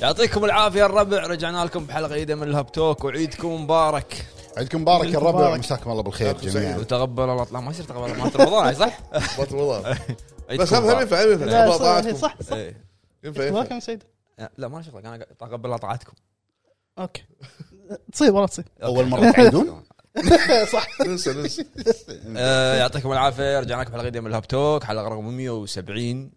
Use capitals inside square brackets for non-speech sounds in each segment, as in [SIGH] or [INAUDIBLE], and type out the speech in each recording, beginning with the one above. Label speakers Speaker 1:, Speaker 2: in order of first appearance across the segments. Speaker 1: يعطيكم العافيه الربع رجعنا لكم بحلقه جديده من الهاب توك وعيدكم مبارك
Speaker 2: عيدكم مبارك
Speaker 3: عيدكم
Speaker 2: الربع
Speaker 3: مبارك.
Speaker 2: مساكم الله بالخير
Speaker 4: عيدكم
Speaker 2: جميعا
Speaker 4: سعيد.
Speaker 1: وتقبل الله لا ما يصير تقبل الله، مالت رمضان صح؟
Speaker 4: بطل [LAUGHS] والله
Speaker 1: عيدكم
Speaker 4: بس هم هم
Speaker 1: مبارك.
Speaker 4: ينفع هم ينفع
Speaker 3: لا
Speaker 4: تقبل
Speaker 3: صح
Speaker 4: طاعتكم
Speaker 3: صح, صح.
Speaker 1: إيه.
Speaker 4: ينفع ينفع
Speaker 3: تبارك سيد
Speaker 1: لا ما لي شغل انا تقبل الله طاعتكم
Speaker 3: اوكي تصير والله تصير
Speaker 2: اول مره تعيدون
Speaker 3: [LAUGHS] صح
Speaker 4: ننسى ننسى
Speaker 1: آه، يعطيكم العافيه رجعنا لكم حلقه جديده من الهاب توك حلقه رقم 170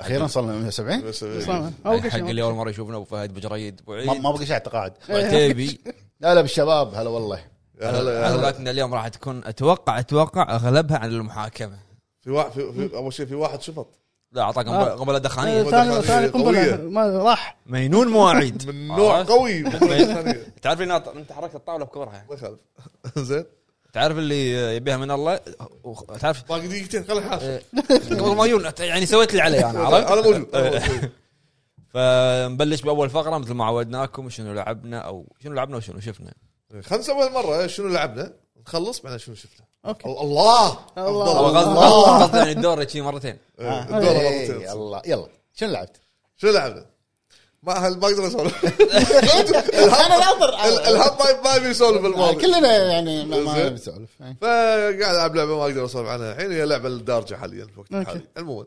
Speaker 2: اخيرا صلنا 170
Speaker 4: بس-
Speaker 3: سلام. أول
Speaker 1: حق
Speaker 3: شيء.
Speaker 1: اللي اول مره يشوفنا ابو فهد ابو جريد ابو
Speaker 2: ما
Speaker 1: عيد
Speaker 2: ما بقى شيء اعتقاد
Speaker 4: [LAUGHS]
Speaker 1: عتيبي
Speaker 2: لا لا بالشباب هلا والله
Speaker 4: يا هلا يا هلا
Speaker 1: حلقتنا اليوم راح تكون اتوقع اتوقع اغلبها عن المحاكمه
Speaker 4: في واحد في في- اول شيء في واحد شفط
Speaker 1: لا اعطاك
Speaker 3: آه.
Speaker 1: قنبله دخانيه
Speaker 3: ثاني ثاني
Speaker 4: قوية.
Speaker 3: قنبله ما راح
Speaker 1: مينون مواعيد
Speaker 4: [LAUGHS] من نوع
Speaker 1: عرفت؟
Speaker 4: قوي [LAUGHS] ما
Speaker 1: تعرف إن انت حركت الطاوله بكورها
Speaker 4: يخالف [LAUGHS] زين
Speaker 1: تعرف اللي يبيها من الله وخ- تعرف
Speaker 4: باقي دقيقتين خلي حاسب
Speaker 1: قبل ما يجون يعني سويت اللي علي انا عرفت
Speaker 4: انا موجود أنا موجود.
Speaker 1: فنبلش باول فقره مثل ما عودناكم شنو لعبنا او شنو لعبنا وشنو شفنا
Speaker 4: خلنا نسوي هالمره شنو لعبنا نخلص بعدين شنو شفنا
Speaker 3: اوكي
Speaker 4: أو- الله
Speaker 3: الله.
Speaker 4: أفضل.
Speaker 1: هو غصب
Speaker 2: الله.
Speaker 1: غصب يعني الدور شي مرتين
Speaker 4: إيه،
Speaker 2: آه.
Speaker 4: الدورة
Speaker 2: إيه،
Speaker 4: مرتين.
Speaker 2: يلا يلا شنو
Speaker 3: [LAUGHS]
Speaker 2: لعبت؟
Speaker 4: شنو لعبنا؟ ما هل ما اقدر [LAUGHS] اسولف
Speaker 2: انا ناظر
Speaker 4: ال- الهب ما- ما يبي يسولف
Speaker 2: آه،
Speaker 4: الماضي
Speaker 2: كلنا يعني ما- ما
Speaker 4: زين.
Speaker 2: بنسولف إيه.
Speaker 4: فقاعد العب لعبه ما اقدر اسولف عنها الحين هي لعبه الدارجه حاليا في وقت
Speaker 3: أوكي.
Speaker 4: الحالي عموما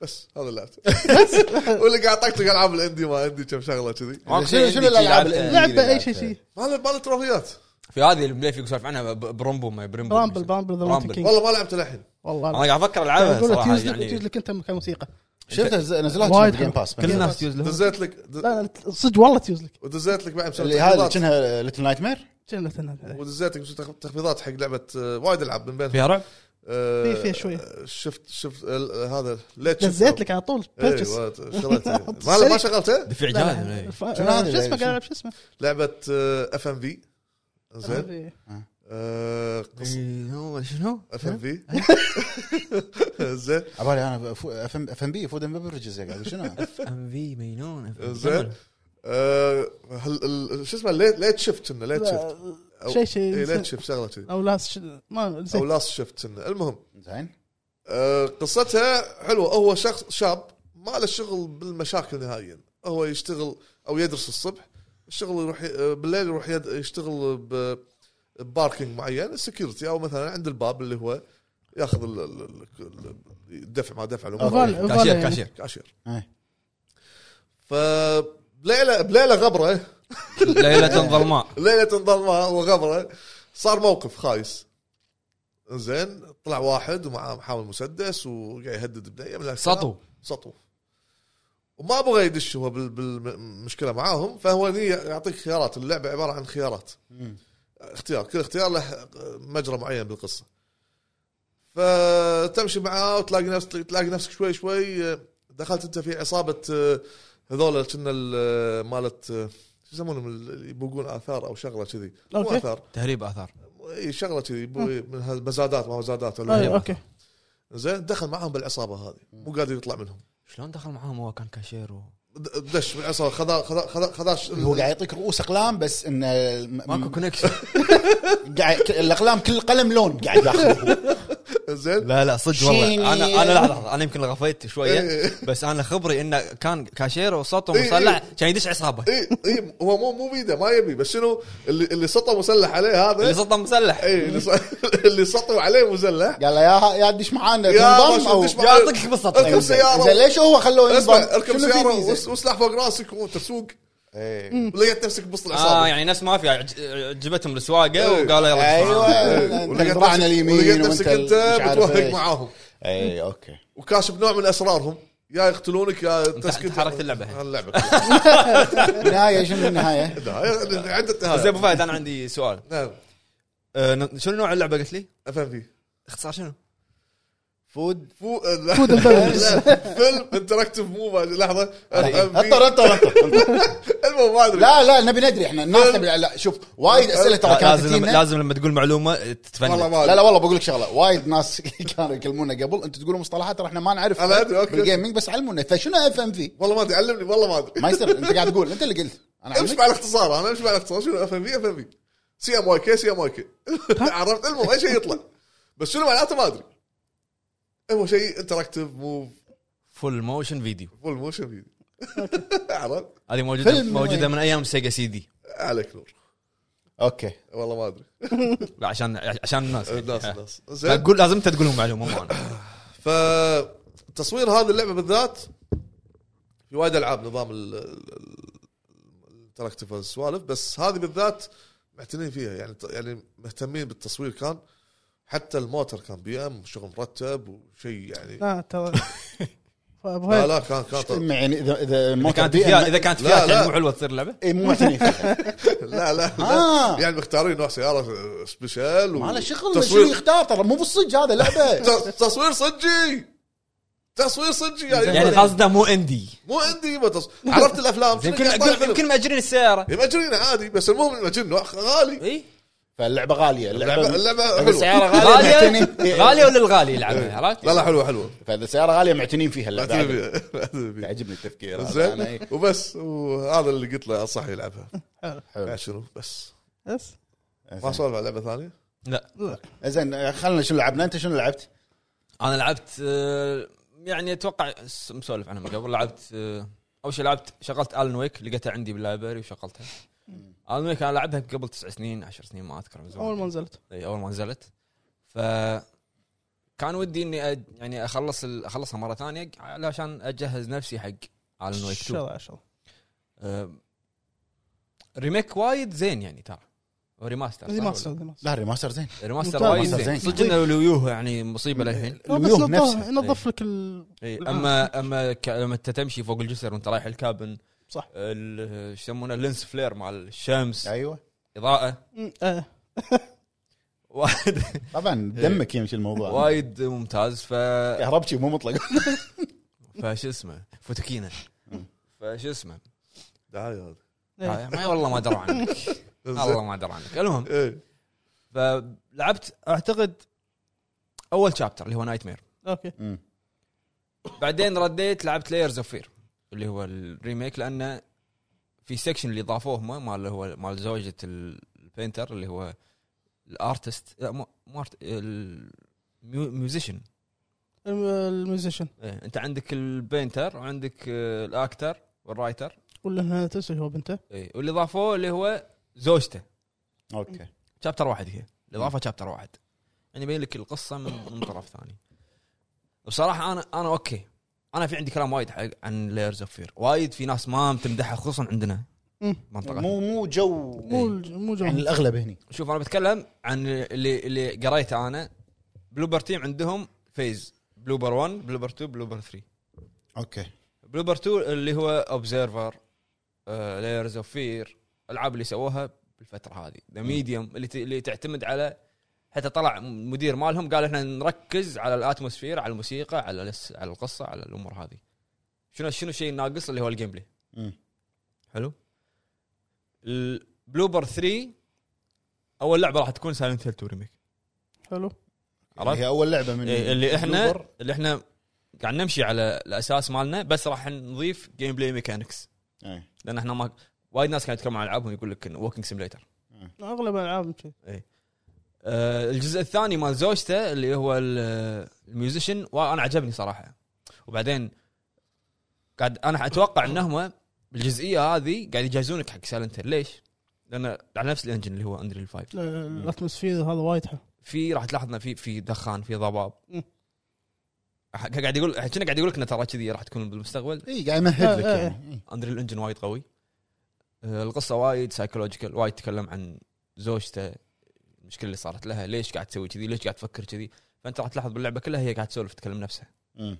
Speaker 4: بس هذا اللي لعبته
Speaker 1: [LAUGHS]
Speaker 4: واللي قاعد طقطق العاب الاندي ما عندي كم شغله كذي
Speaker 1: ماكو شي
Speaker 2: شنو
Speaker 1: عندي
Speaker 2: شنو
Speaker 1: شي
Speaker 2: الالعاب
Speaker 1: لعبتها.
Speaker 2: اللي
Speaker 3: لعبه اي
Speaker 2: لعبتها؟
Speaker 3: شيء شيء
Speaker 4: ما له ما له تروفيات
Speaker 1: في هذه البليف يسولف عنها ب- برمبو ما برمبو
Speaker 3: برامبل برامبل ذا
Speaker 1: برامبل.
Speaker 3: وانتر كينج
Speaker 4: والله ما لعبت للحين
Speaker 3: والله
Speaker 1: انا
Speaker 3: لا.
Speaker 1: قاعد افكر العبها
Speaker 3: اقول لك
Speaker 1: صراحه
Speaker 3: تجوز لك تجوز
Speaker 1: يعني
Speaker 3: لك انت كموسيقى
Speaker 2: شفتها ز- نزلت
Speaker 3: وايد
Speaker 2: في جيم
Speaker 3: حلو.
Speaker 2: باس
Speaker 1: كل الناس تجوز لهم
Speaker 4: دزيت لك د-
Speaker 3: لا لا صدق والله تجوز لك
Speaker 4: ودزيت لك بعد مسوي
Speaker 2: اللي هذه
Speaker 4: تخفيضات
Speaker 2: كانها ليتل نايت مير
Speaker 3: جنة النعيم.
Speaker 4: ودزيت لك مسوي تخ- تخفيضات حق لعبه آه، وايد العاب من بينها
Speaker 1: فيها رعب
Speaker 4: آه،
Speaker 3: في- فيها شوية.
Speaker 4: شفت شفت ال- هذا ليت
Speaker 3: دزيت لك على طول
Speaker 4: ايه
Speaker 3: purchase.
Speaker 4: و-
Speaker 3: [LAUGHS]
Speaker 4: شريتها. ما ما شغلته
Speaker 1: دفع
Speaker 3: لا،
Speaker 1: جهاز
Speaker 3: لا،
Speaker 1: إيه.
Speaker 3: ف-
Speaker 2: شنو هذا
Speaker 3: شو
Speaker 2: اللي-
Speaker 3: اسمه قاعد العب شو اسمه
Speaker 4: لعبه اف ام في زين آه،
Speaker 1: إيه، شنو؟
Speaker 4: اف ام في [LAUGHS] زين
Speaker 2: عبالي انا اف ام بي فود اند بفرجز قاعد أقول
Speaker 3: [LAUGHS]
Speaker 2: شنو
Speaker 1: ام في مينون
Speaker 4: زين آه، هل- ال- شو اسمه ليت ليت شفت كنا ليت شفت أو-
Speaker 3: شيء شيء
Speaker 4: اي ليت
Speaker 3: نسيت.
Speaker 4: شفت شغله كذي
Speaker 3: او لا ش- ما
Speaker 4: او
Speaker 3: نسيت
Speaker 4: لاست شفت كنا المهم
Speaker 2: زين
Speaker 4: آه، قصتها حلوه هو شخص شاب ما له شغل بالمشاكل نهائيا هو يشتغل او يدرس الصبح الشغل يروح ي- آه، بالليل يروح يد- يشتغل ب- بباركينج معين السكيورتي او مثلا عند الباب اللي هو ياخذ ال- ال- ال- ال- الدفع ما دفع الامور
Speaker 3: أفضل.
Speaker 4: هذه.
Speaker 3: فوالا
Speaker 1: كاشير
Speaker 3: يعني.
Speaker 1: كاشير
Speaker 4: كاشير
Speaker 2: إيه.
Speaker 4: فبليله بليله غبره
Speaker 1: ليلة ظلماء
Speaker 4: ليله ظلماء وغبره صار موقف خايس زين طلع واحد ومعاه محاول مسدس وقاعد يهدد بنيه من الكلام.
Speaker 1: سطو
Speaker 4: سطو وما بغى يدش هو بال- بالمشكله معاهم فهو هني يعطيك خيارات اللعبه عباره عن خيارات
Speaker 2: مم.
Speaker 4: اختيار كل اختيار له مجرى معين بالقصه فتمشي معاه وتلاقي نفسك تلاقي نفسك شوي شوي دخلت انت في عصابه آه، هذول كنا ال- مالت آه، شو يسمونهم اللي يبوقون اثار او شغله كذي مو
Speaker 3: أوكي.
Speaker 4: اثار
Speaker 1: تهريب اثار
Speaker 4: اي شغله كذي يبو- من هالمزادات ما مزادات ولا
Speaker 3: أيوة،
Speaker 4: هو.
Speaker 3: اوكي
Speaker 4: زين دخل معاهم بالعصابه هذه مو قادر يطلع منهم
Speaker 1: شلون دخل معاهم هو كان كاشير و...
Speaker 4: د- دش بالعصابه خذا خذا خذا خذاش
Speaker 2: هو قاعد يعطيك رؤوس اقلام بس انه الم-
Speaker 1: ماكو كونكشن
Speaker 2: قاعد الاقلام كل قلم لون قاعد
Speaker 4: [LAUGHS]
Speaker 2: ياخذه
Speaker 4: [LAUGHS] زين
Speaker 1: لا لا صدق والله
Speaker 2: شيني.
Speaker 1: انا انا لحظه انا يمكن غفيت شويه بس انا خبري انه كان كاشير وسطه
Speaker 4: إيه،
Speaker 1: مسلح كان يدش عصابه
Speaker 4: اي اي هو مو مو بيده ما يبي بس شنو اللي اللي سطوا مسلح عليه
Speaker 1: اللي
Speaker 4: هذا
Speaker 1: سطه مسلح
Speaker 4: اي اللي س- [LAUGHS] اللي سطوا عليه مسلح
Speaker 2: قال له يا يا تدش معانا
Speaker 4: ما
Speaker 2: تنضم او
Speaker 4: شو تدش معانا.
Speaker 1: يعطيك بالسطه
Speaker 4: اركب سياره
Speaker 2: زين ليش هو خلوه
Speaker 4: اسمع
Speaker 2: ينضم؟
Speaker 4: اركب
Speaker 2: شنو في
Speaker 4: سياره
Speaker 2: ميزة؟
Speaker 4: وس- وسلاح فوق راسك وانت تسوق
Speaker 2: إيه.
Speaker 4: ولقيت نفسك بوسط
Speaker 1: اه
Speaker 4: العصابه
Speaker 1: يعني نفس ما في عج- عجبتهم السواقه
Speaker 4: إيه.
Speaker 1: وقالوا يلا
Speaker 2: ايوه
Speaker 4: ولقيت
Speaker 2: أيوة. أنت طلعنا
Speaker 4: أيوة. نفسك-
Speaker 2: اليمين
Speaker 4: ولقيت نفسك انت
Speaker 2: مش عارف
Speaker 4: متوهق
Speaker 2: إيش.
Speaker 4: معاهم
Speaker 2: اي اوكي
Speaker 4: وكاشف نوع من اسرارهم يا يقتلونك يا تسكت
Speaker 1: حركت اللعبة.
Speaker 4: اللعبه
Speaker 2: النهايه شنو النهايه؟
Speaker 4: [LAUGHS] لا،
Speaker 1: خلاص. زين
Speaker 2: [LAUGHS]
Speaker 4: عند التهاجم
Speaker 1: ابو فهد انا عندي سؤال
Speaker 4: نعم
Speaker 1: أه، ن- شنو نوع اللعبه قلت لي؟
Speaker 4: افهم فيه
Speaker 1: اختصار شنو؟
Speaker 2: [LAUGHS] فود
Speaker 4: فو لا.
Speaker 3: Food and beverages.
Speaker 4: لا، فيلم انتراكتيف مو لحظه
Speaker 2: انطر انطر انطر
Speaker 4: المهم ما ادري
Speaker 2: لا لا نبي ندري احنا الناس تبي لا شوف وايد اسئله ترى كانت
Speaker 1: لازم
Speaker 2: تجينا.
Speaker 1: لازم لما تقول معلومه
Speaker 4: إيه؟ والله
Speaker 1: تتفنن
Speaker 4: ما
Speaker 2: لا
Speaker 4: ادري
Speaker 2: لا والله بقول لك شغله وايد ناس [LAUGHS] كانوا يكلمونا قبل انتم تقولوا مصطلحات ترى احنا ما نعرف
Speaker 4: أنا أدري، أوكي.
Speaker 2: بالجيمنج بس علمونا فشنو اف ام في؟
Speaker 4: والله ما ادري علمني والله ما ادري
Speaker 2: ما يصير انت قاعد تقول انت اللي قلت انا
Speaker 4: امشي
Speaker 2: علمك
Speaker 4: مع الاختصار انا امشي مع الاختصار شنو اف ام في اف ام في سي ام واي كي سي ام واي كي [LAUGHS] عرفت المهم اي شيء يطلع بس شنو معناته ما ادري هو شيء انتراكتيف مو
Speaker 1: فول موشن فيديو
Speaker 4: فول موشن فيديو [LAUGHS] عرفت
Speaker 1: هذه موجوده
Speaker 5: فيلم
Speaker 1: موجوده
Speaker 5: معين.
Speaker 1: من ايام سيجا سي دي
Speaker 4: عليك نور
Speaker 5: اوكي
Speaker 4: والله ما ادري
Speaker 1: لا، عشان عشان الناس
Speaker 4: ناس ناس زين
Speaker 1: تقول لازم انت تقولهم معلومه مو
Speaker 4: [LAUGHS]
Speaker 1: انا
Speaker 4: فتصوير هذه اللعبه بالذات في وايد العاب نظام الانتراكتيف والسوالف بس هذه بالذات معتنين فيها يعني يعني مهتمين بالتصوير كان حتى الموتر كان بي ام شغل مرتب وشيء يعني
Speaker 3: لا ترى فابو
Speaker 4: لا
Speaker 3: هيثم
Speaker 4: لا كان كان
Speaker 5: يعني اذا اذا
Speaker 1: اذا
Speaker 5: الموتر
Speaker 1: كانت
Speaker 5: بي
Speaker 1: فيها
Speaker 5: إم-
Speaker 1: اذا كانت
Speaker 4: لا،
Speaker 1: فيها
Speaker 4: لا.
Speaker 1: يعني مو حلوه تصير لعبه
Speaker 5: إي، إيه، مو معتني فيه.
Speaker 4: [LAUGHS] لا لا,
Speaker 5: آه.
Speaker 4: لا يعني مختارين نوع سياره سبيشال و-
Speaker 5: [LAUGHS] ما له شغل شو
Speaker 4: تصوير
Speaker 5: يختار ترى مو بالصج هذا لعبه [LAUGHS]
Speaker 4: ت- تصوير صجي تصوير صجي
Speaker 1: يعني
Speaker 4: يعني
Speaker 1: قصده مو اندي
Speaker 4: مو عندي يبا تص- عرفت الافلام شنو
Speaker 1: يمكن
Speaker 4: قاعد طالع فيلم؟
Speaker 1: يمكن ماجرين السياره
Speaker 4: المجنون عادي بس المهم المجنون غالي
Speaker 1: اي
Speaker 5: فاللعبه غاليه
Speaker 4: اللعبه
Speaker 5: اللعبه
Speaker 4: اللعبه
Speaker 5: اللعبة
Speaker 4: حلوه
Speaker 5: سعرها
Speaker 1: غاليه
Speaker 5: معتنين- إي، إي.
Speaker 1: غاليه ولا الغالي يلعبها عرفت؟
Speaker 4: لا لا حلوه حلوه
Speaker 5: فاذا سياره غاليه معتنين فيها
Speaker 4: لا
Speaker 5: اللعبه عجب-
Speaker 4: تبي- لا تبي.
Speaker 5: يعجبني التفكير هذا أنا إيه.
Speaker 4: زين
Speaker 5: إي.
Speaker 4: وبس وهذا اللي قلت له انصح يلعبها
Speaker 5: حلو.
Speaker 4: شنو بس
Speaker 3: بس
Speaker 4: ما سولف عن لعبه ثانيه
Speaker 1: لا
Speaker 5: زين خلنا شنو لعبنا انت شنو لعبت؟
Speaker 1: انا لعبت آه، يعني اتوقع س- مسولف عنها من قبل لعبت آه، اول شيء لعبت شغلت الن ويك لقيتها عندي باللايبرري وشغلتها الن ويك انا لعبها قبل تسع سنين عشر سنين ما اذكر من زمان
Speaker 3: اول ما نزلت
Speaker 1: اي اول ما نزلت ف كان ودي اني أ- يعني اخلص ال- اخلصها مره ثانيه علشان اجهز نفسي حق الن ويك 2
Speaker 3: شهر 10
Speaker 1: أم، ريميك Ehm, وايد زين يعني ترى ريماستر صح
Speaker 3: ريماستر
Speaker 1: ولا؟
Speaker 3: ريماستر
Speaker 5: لا ريماستر
Speaker 1: [LAUGHS]
Speaker 5: زين
Speaker 1: ريماستر
Speaker 3: ممتاز.
Speaker 1: وايد
Speaker 5: ريماستر
Speaker 1: زين
Speaker 5: زين.
Speaker 1: صدق إن الويوه يعني مصيبه للحين
Speaker 3: لا، بس
Speaker 5: الويوه
Speaker 3: نظف-
Speaker 5: نفسها.
Speaker 3: ينظف لك ال
Speaker 1: إي،
Speaker 3: العاب.
Speaker 1: اما اما ك- لما انت تمشي فوق الجسر وانت رايح الكابن
Speaker 3: صح.
Speaker 1: ال- شو يسمونه اللينس فلير مال الشمس
Speaker 5: ايوه
Speaker 1: اضاءه
Speaker 3: م- آه.
Speaker 1: [LAUGHS] وايد
Speaker 5: طبعا دمك يمشي الموضوع
Speaker 1: وايد ممتاز ف
Speaker 5: كهربتي مو
Speaker 1: [LAUGHS]
Speaker 5: مطلق
Speaker 1: فش اسمه فوتوكينا فش اسمه
Speaker 4: دعايه هذه
Speaker 3: إيه.
Speaker 1: ما والله ما دروا عنك [LAUGHS] والله
Speaker 4: زين.
Speaker 1: ما دروا عنك المهم
Speaker 4: إيه.
Speaker 1: فلعبت اعتقد اول شابتر اللي هو نايت مير
Speaker 3: اوكي
Speaker 5: مم.
Speaker 1: بعدين رديت لعبت لايرز اوف فير اللي هو الريميك لانه في سكشن اللي ضافوه ما مال هو مال زوجة البينتر اللي هو الارتست لا مو مو art- الميوزيشن
Speaker 3: الم- الميوزيشن
Speaker 1: إيه، انت عندك البينتر وعندك آه، الاكتر والرايتر
Speaker 3: ولا انها تنسى هو بنته
Speaker 1: إيه، واللي ضافوه اللي هو زوجته
Speaker 5: اوكي
Speaker 1: شابتر واحد هي الاضافه شابتر واحد يعني يبين لك القصه من من طرف ثاني بصراحه انا انا اوكي انا في عندي كلام وايد حق عن لايرز اوف فير وايد في ناس ما تمدحها خصوصا عندنا
Speaker 3: مم.
Speaker 1: منطقه
Speaker 5: مو مو جو
Speaker 2: إيه.
Speaker 3: مو الج- مو جو
Speaker 5: يعني الاغلب هني
Speaker 1: شوف انا بتكلم عن اللي اللي قريته انا بلوبر تيم عندهم فيز بلوبر 1 بلوبر 2 بلوبر 3
Speaker 5: اوكي
Speaker 1: بلوبر 2 اللي هو آه، اوبزرفر لايرز اوف فير الالعاب اللي سووها بالفتره هذه ذا ميديوم اللي ت- اللي تعتمد على حتى طلع مدير مالهم قال احنا نركز على الاتموسفير على الموسيقى على الس- على القصه على الامور هذه شنو شنو الشيء الناقص اللي هو الجيم بلاي
Speaker 5: مم.
Speaker 1: حلو البلوبر 3 اول لعبه راح تكون سايلنت هيل 2 ريميك
Speaker 3: حلو
Speaker 1: عرفت؟
Speaker 5: هي اول لعبه من
Speaker 1: إيه، اللي احنا
Speaker 5: بلوبر.
Speaker 1: اللي احنا قاعد نمشي على الاساس مالنا بس راح نضيف جيم بلاي ميكانكس
Speaker 5: إيه.
Speaker 1: لان احنا ما وايد ناس كانوا يتكلمون عن العابهم يقول لك ووكينج سيميليتر
Speaker 3: اغلب الالعاب كذي
Speaker 1: أه الجزء الثاني مال زوجته اللي هو ال- الميوزيشن وانا عجبني صراحه وبعدين قاعد انا اتوقع انهم بالجزئيه هذه قاعد يجهزونك حق سايلنت ليش؟ لان على نفس الانجن اللي هو اندريل 5
Speaker 3: لا- الاتموسفير هذا وايد حلو
Speaker 1: في راح تلاحظ إنه في في دخان في ضباب
Speaker 3: مم.
Speaker 1: أح- قاعد يقول كنا قاعد يقول لك انه ترى كذي راح تكون بالمستقبل
Speaker 5: اي إيه، قاعد يمهد لك
Speaker 3: آه، آه،
Speaker 5: يعني إيه.
Speaker 1: اندريل انجن وايد قوي آه، القصه وايد سايكولوجيكال وايد تكلم عن زوجته المشكله اللي صارت لها ليش قاعد تسوي كذي ليش قاعد تفكر كذي فانت راح تلاحظ باللعبه كلها هي قاعد تسولف تكلم نفسها
Speaker 5: مم.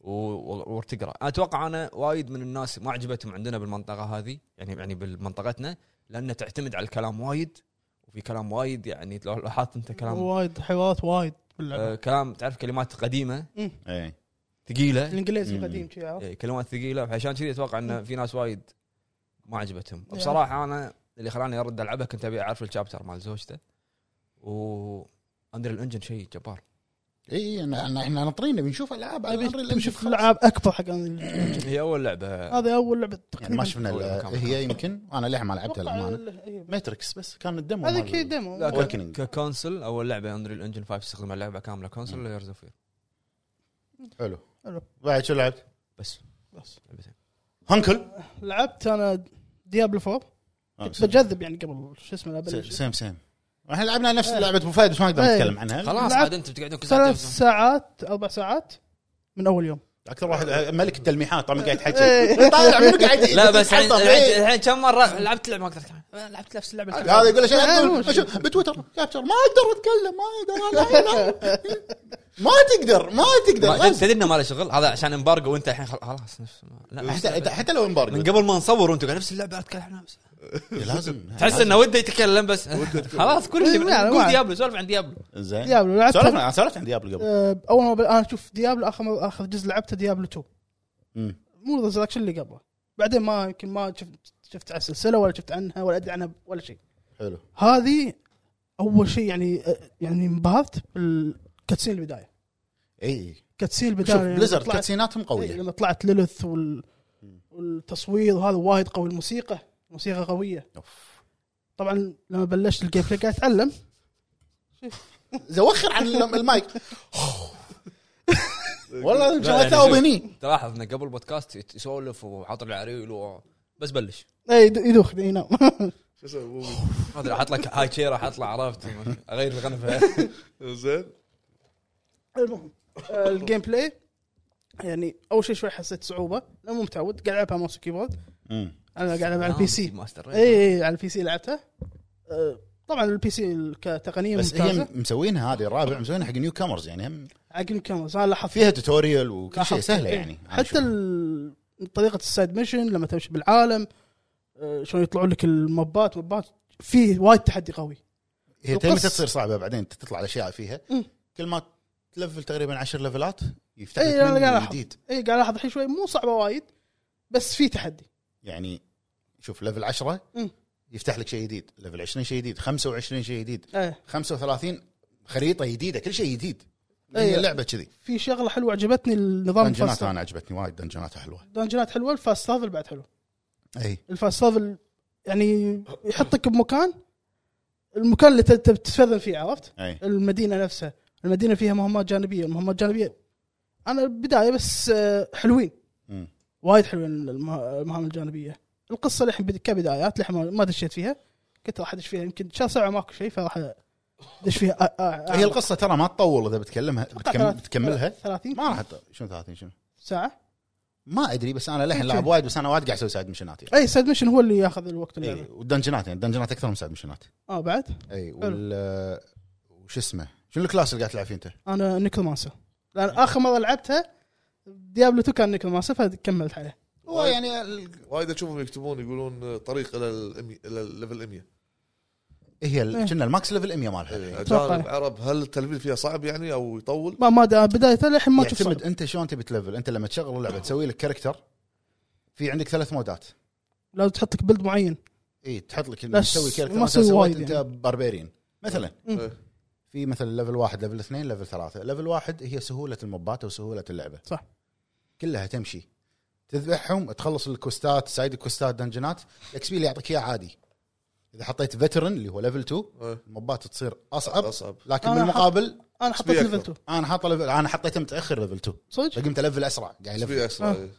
Speaker 1: و- و- وتقرا أنا اتوقع انا وايد من الناس ما عجبتهم عندنا بالمنطقه هذه يعني يعني بمنطقتنا لانها تعتمد على الكلام وايد وفي كلام وايد يعني لو لاحظت انت كلام
Speaker 3: وايد حوارات وايد باللعبه
Speaker 1: آه كلام تعرف كلمات قديمه
Speaker 3: مم.
Speaker 5: إيه.
Speaker 1: ثقيله
Speaker 3: الانجليزي
Speaker 5: مم.
Speaker 3: القديم كذي عرفت
Speaker 1: إيه، كلمات ثقيله فعشان كذي اتوقع ان في ناس وايد ما عجبتهم بصراحه انا اللي خلاني ارد العبها كنت ابي اعرف الشابتر مال زوجته و اندر الانجن شيء [COUGHS] جبار
Speaker 5: اي
Speaker 2: إيه،
Speaker 5: أنا- أنا- احنا ناطرين نبي نشوف العاب
Speaker 3: إيه،
Speaker 5: على Unreal Engine
Speaker 3: نشوف
Speaker 5: خلاص.
Speaker 3: العاب اكبر حق هذه
Speaker 1: هي اول لعبه
Speaker 3: اول لعبه
Speaker 5: يعني
Speaker 3: تقريبا
Speaker 5: ما شفنا
Speaker 1: أول
Speaker 5: ال-
Speaker 1: مكان.
Speaker 5: هي يمكن انا للحين ما لعبتها
Speaker 3: أتوقع
Speaker 5: للامانه
Speaker 3: ال- إيه.
Speaker 5: ماتريكس بس كان الدمو
Speaker 3: هذا
Speaker 5: مال-
Speaker 3: كي ديمو
Speaker 1: لا،
Speaker 3: أوكي.
Speaker 5: Awakening.
Speaker 1: ككونسل اول لعبه اندر الانجن 5 تستخدم لعبه كامله كونسل لايرز اوف
Speaker 5: حلو
Speaker 3: حلو.
Speaker 5: بعد شو لعبت؟
Speaker 1: بس
Speaker 3: بس
Speaker 1: لعبتين
Speaker 2: هنكل
Speaker 3: لعبت انا ديابل 4
Speaker 2: آه،
Speaker 3: كنت بجذب يعني قبل شو اسمه
Speaker 2: س-
Speaker 3: ابلش
Speaker 2: سيم سيم احنا لعبنا نفس لعبه ابو فهد بس ما نقدر
Speaker 3: إيه.
Speaker 2: نتكلم عنها
Speaker 1: خلاص
Speaker 3: لعب-
Speaker 1: عاد انتم تقعدون كل
Speaker 3: ثلاث
Speaker 1: ساعه
Speaker 3: ساعات اربع ساعات من اول يوم
Speaker 2: اكثر واحد ملك التلميحات طبعا قاعد يحكي [LAUGHS]
Speaker 3: إيه.
Speaker 2: طالع منو قاعد
Speaker 1: لا بس يعني- الحين
Speaker 2: يتحطم.
Speaker 1: الحين-
Speaker 2: إيه.
Speaker 1: الحين كم مره لعبت لعبه ما اقدر أتكلم. لعبت نفس اللعبه الكاملة.
Speaker 2: هذا يقول لك
Speaker 3: لا،
Speaker 2: أنا
Speaker 3: إيه، مو
Speaker 2: أقدر-
Speaker 3: شيء.
Speaker 2: أشوف بتويتر كابتشر ما اقدر اتكلم ما اقدر لا، لا، لا.
Speaker 3: [LAUGHS]
Speaker 2: ما تقدر ما
Speaker 1: ما-
Speaker 2: تقدر
Speaker 1: تدري- تدري انه ما له شغل هذا عشان امبارجو وانت الحين خل- خلاص نفس لا نفس
Speaker 2: حتى
Speaker 1: اللعبة.
Speaker 2: حتى لو
Speaker 1: من
Speaker 2: امبارجو
Speaker 1: قبل ما نصور وانتم قاعد نفس اللعبه اتكلم عن نفس
Speaker 2: لازم
Speaker 1: تحس انه وده يتكلم بس خلاص كل
Speaker 3: لا، إيه، لا،
Speaker 1: اللي
Speaker 3: ما-
Speaker 1: قول ديابلو سولف عن ديابلو
Speaker 2: زين
Speaker 3: ديابلو لعبت
Speaker 2: سولفنا أنا سولفت عن ديابلو قبل
Speaker 3: آه، اول ما ب- انا شوف ديابلو اخر مر- اخر جزء لعبته ديابلو 2
Speaker 2: مم.
Speaker 3: مو ريزركشن اللي قبله بعدين ما يمكن ما شفت شفت على السلسله ولا شفت عنها ولا ادري عنها ولا شيء
Speaker 2: حلو
Speaker 3: هذه اول شيء يعني آه، يعني انبهرت بالكاتسين البدايه
Speaker 2: اي
Speaker 3: كاتسين
Speaker 2: إيه. شوف
Speaker 3: البدايه لما
Speaker 2: بليزرد
Speaker 3: يعني طلعت-
Speaker 2: كاتسيناتهم
Speaker 3: إيه،
Speaker 2: قويه
Speaker 3: لما طلعت ليلث وال... والتصوير هذا وايد قوي الموسيقى موسيقى قويه
Speaker 2: أوف.
Speaker 3: طبعا لما بلشت الجيم بلاي قاعد اتعلم
Speaker 2: [LAUGHS] زوخر عن الم- المايك
Speaker 3: [LAUGHS]
Speaker 2: والله
Speaker 1: يعني
Speaker 2: شغلت ثوب
Speaker 1: شوف.
Speaker 2: هني
Speaker 1: تلاحظ انه قبل بودكاست يت- يسولف وعاطر العريل و... بس بلش
Speaker 3: اي إيه، يد- يدوخ نعم. ينام
Speaker 4: شو اسوي مو
Speaker 1: ما ادري احط لك هاي شيء راح اطلع عرفت اغير الغنفه
Speaker 4: بي- زين
Speaker 3: [LAUGHS] المهم آه، الجيم بلاي يعني اول شيء شوي حسيت صعوبه لأن مو متعود قاعد العبها ماوس وكيبورد انا قاعد
Speaker 1: [LAUGHS]
Speaker 3: العب على
Speaker 1: آه،
Speaker 3: البي سي إيه.
Speaker 1: ماستر
Speaker 3: اي اي على البي سي لعبتها آه، طبعا البي سي كتقنيه
Speaker 2: بس هي
Speaker 3: ممتازه
Speaker 2: مسوينها هذه الرابع مسوينها حق نيو كامرز يعني هم
Speaker 3: عقل كاميرا انا لاحظت
Speaker 2: فيها توتوريال وكل شيء
Speaker 3: لاحظت-
Speaker 2: سهله
Speaker 3: إيه.
Speaker 2: يعني أنا
Speaker 3: حتى
Speaker 2: أشوف.
Speaker 3: ال- طريقه السايد ميشن لما تمشي بالعالم آه، شلون يطلعوا لك المبات مبات فيه وايد تحدي قوي
Speaker 2: هي
Speaker 3: القص-
Speaker 2: متى تصير صعبه بعدين تطلع الاشياء فيها
Speaker 3: مم.
Speaker 2: كل ما تلفل تقريبا 10 ليفلات يفتح
Speaker 3: اي
Speaker 2: لك
Speaker 3: انا قاعد
Speaker 2: منيو
Speaker 3: الاحظ
Speaker 2: جديد
Speaker 3: اي إيه، قاعد الاحظ الحين شوي مو صعبه وايد بس في تحدي
Speaker 2: يعني شوف ليفل 10
Speaker 3: مم.
Speaker 2: يفتح لك شيء جديد ليفل 20 شيء جديد 25 شيء جديد
Speaker 3: ايه
Speaker 2: 35 خريطه جديده كل شيء جديد
Speaker 3: إيه.
Speaker 2: هي اللعبه كذي
Speaker 3: في شغله حلوه عجبتني النظام
Speaker 2: دنجنات
Speaker 3: الفاست
Speaker 2: انا عجبتني وايد دنجنات حلوه
Speaker 3: دنجنات حلوه الفاست ترافل بعد حلو
Speaker 2: اي
Speaker 3: الفاست ترافل يعني يحطك بمكان المكان اللي تت- تتفرن فيه عرفت
Speaker 2: اي
Speaker 3: المدينه نفسها المدينه فيها مهمات جانبيه المهمات الجانبيه انا البدايه بس آه، حلوين
Speaker 2: مم.
Speaker 3: وايد حلوين المه- المهام الجانبيه القصه للحين بد- كبدايات للحين ما- ما دشيت فيها كنت راح ادش فيها يمكن شهر سبعه ماكو شيء فراح ادش فيها آه، أ- أ-
Speaker 2: هي القصه ترى ما تطول اذا بتكلمها بتكم...
Speaker 3: ثلاث-
Speaker 2: بتكملها
Speaker 3: 30
Speaker 2: ما راح ت- شنو 30 شنو
Speaker 3: ساعه
Speaker 2: ما ادري بس انا للحين
Speaker 3: أوكي.
Speaker 2: لعب وايد بس انا وايد قاعد اسوي سايد مشنات يعني.
Speaker 3: اي سايد ميشن هو اللي ياخذ الوقت اللعبه
Speaker 2: اي والدنجنات يعني الدنجنات اكثر من سايد مشنات
Speaker 3: اه بعد
Speaker 2: اي وال آه، وش اسمه شنو الكلاس اللي قاعد تلعب فيه انت؟
Speaker 3: انا نيكلومانسر لان اخر مره لعبتها ديابلو 2 كان نيكلومانسر فكملت عليه
Speaker 2: هو يعني ال-
Speaker 4: وايد اشوفهم يكتبون يقولون طريق الى الأمي- الى الليفل 100
Speaker 2: هي
Speaker 3: إيه.
Speaker 2: ال- كنا الماكس ليفل 100 مالها
Speaker 4: اجانب عرب هل التلفيل فيها صعب يعني او يطول؟
Speaker 3: ما ما دا- بدايه للحين ما شفت
Speaker 2: يعتمد انت شلون تبي تلفل انت لما تشغل اللعبه تسوي لك كاركتر في عندك ثلاث مودات
Speaker 3: لو تحط لك بلد معين
Speaker 2: اي إيه، تحط لك
Speaker 3: لا،
Speaker 2: تسوي كاركتر
Speaker 3: ما
Speaker 2: مثلا
Speaker 3: أسوي
Speaker 2: سويت
Speaker 3: وايد
Speaker 2: انت
Speaker 3: يعني.
Speaker 2: باربيرين مثلا
Speaker 3: مم.
Speaker 4: إيه.
Speaker 2: في مثلا ليفل واحد ليفل اثنين ليفل ثلاثه ليفل واحد هي سهوله الموبات وسهوله اللعبه
Speaker 3: صح.
Speaker 2: كلها تمشي تذبحهم تخلص الكوستات سايد الكوستات دنجنات الاكس بي اللي يعطيك اياه عادي اذا حطيت فترن اللي هو ليفل 2
Speaker 4: إيه.
Speaker 2: الموبات تصير اصعب
Speaker 4: اصعب
Speaker 2: لكن
Speaker 3: أنا حط-
Speaker 2: بالمقابل
Speaker 3: انا حطيت
Speaker 4: XP
Speaker 3: ليفل
Speaker 4: أكثر.
Speaker 3: 2
Speaker 2: انا حاطه ليفل انا حطيته متاخر ليفل 2
Speaker 3: صدق؟
Speaker 2: فقمت الفل اسرع قاعد
Speaker 4: سبيد
Speaker 2: يلفل
Speaker 4: اكسترا
Speaker 3: آه.
Speaker 4: إيه.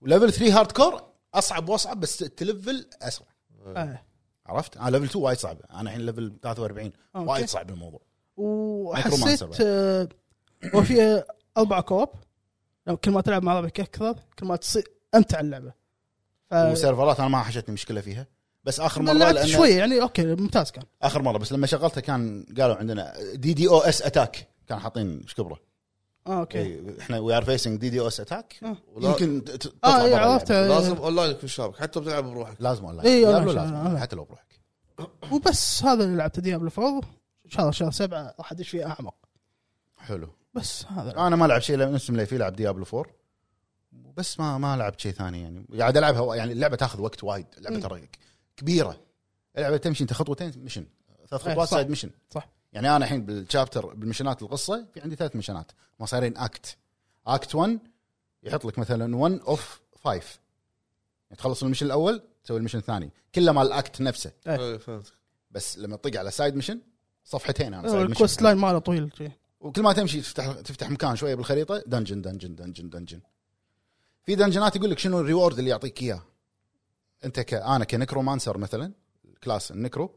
Speaker 2: وليفل 3 هارد كور اصعب واصعب بس تلفل اسرع
Speaker 3: آه.
Speaker 2: عرفت انا ليفل 2 وايد صعب انا الحين ليفل 43
Speaker 3: أوكي.
Speaker 2: وايد صعب الموضوع
Speaker 3: وحسيت
Speaker 2: نيكرومانسر
Speaker 3: آه، وفي آه، اربع كوب لو كل ما تلعب مع ربعك اكثر كل ما تصير امتع اللعبه ف...
Speaker 2: وسيرفرات انا ما حشتني مشكله فيها بس اخر مره
Speaker 3: آه، لعبت
Speaker 2: لأن-
Speaker 3: شويه يعني اوكي ممتاز كان
Speaker 2: اخر مره بس لما شغلتها كان قالوا عندنا دي دي او اس اتاك كان حاطين ايش كبره
Speaker 3: اه اوكي
Speaker 2: إي، احنا وي ار فيسنج دي دي او اس اتاك
Speaker 3: آه.
Speaker 4: ولا-
Speaker 2: يمكن ت- ت- تطلع
Speaker 3: اه
Speaker 2: برا
Speaker 3: إي،
Speaker 2: اللعبة.
Speaker 3: عرفت إيه، آه،
Speaker 4: لازم اونلاين يكون شابك حتى لو بتلعب بروحك
Speaker 2: لازم ولا
Speaker 3: إي، أنا
Speaker 2: ديابلو
Speaker 3: عشان-
Speaker 2: لازم
Speaker 3: أنا-
Speaker 2: حتى لو بروحك
Speaker 3: وبس هذا اللي لعبته ديابلو 4 ان شاء الله شهر سبعه راح ادش فيه اعمق
Speaker 2: حلو
Speaker 3: بس هذا
Speaker 2: انا ما العب شيء لا- نفس اللي فيه لعب ديابلو 4 بس ما ما لعبت شيء ثاني يعني قاعد العبها يعني اللعبه تاخذ وقت وايد اللعبه
Speaker 3: مم.
Speaker 2: ترى كبيره اللعبه تمشي انت خطوتين مشن ثلاث
Speaker 3: إيه،
Speaker 2: خطوات
Speaker 3: صح.
Speaker 2: سايد مشن
Speaker 3: صح.
Speaker 2: يعني انا الحين بالشابتر بالمشنات القصه في عندي ثلاث مشنات مصارين اكت اكت 1 يحط لك مثلا 1 اوف 5 يعني تخلص المشن الاول تسوي المشن الثاني كله مال الاكت نفسه
Speaker 4: إيه، فهمت
Speaker 2: بس لما تطق على سايد مشن صفحتين انا side mission.
Speaker 3: الكوست لاين ماله طويل شي.
Speaker 2: وكل ما تمشي تفتح تفتح مكان شويه بالخريطه دنجن دنجن دنجن دنجن في دنجنات يقول لك شنو الريورد اللي يعطيك اياه انت ك... انا كنكرومانسر مثلا كلاس النكرو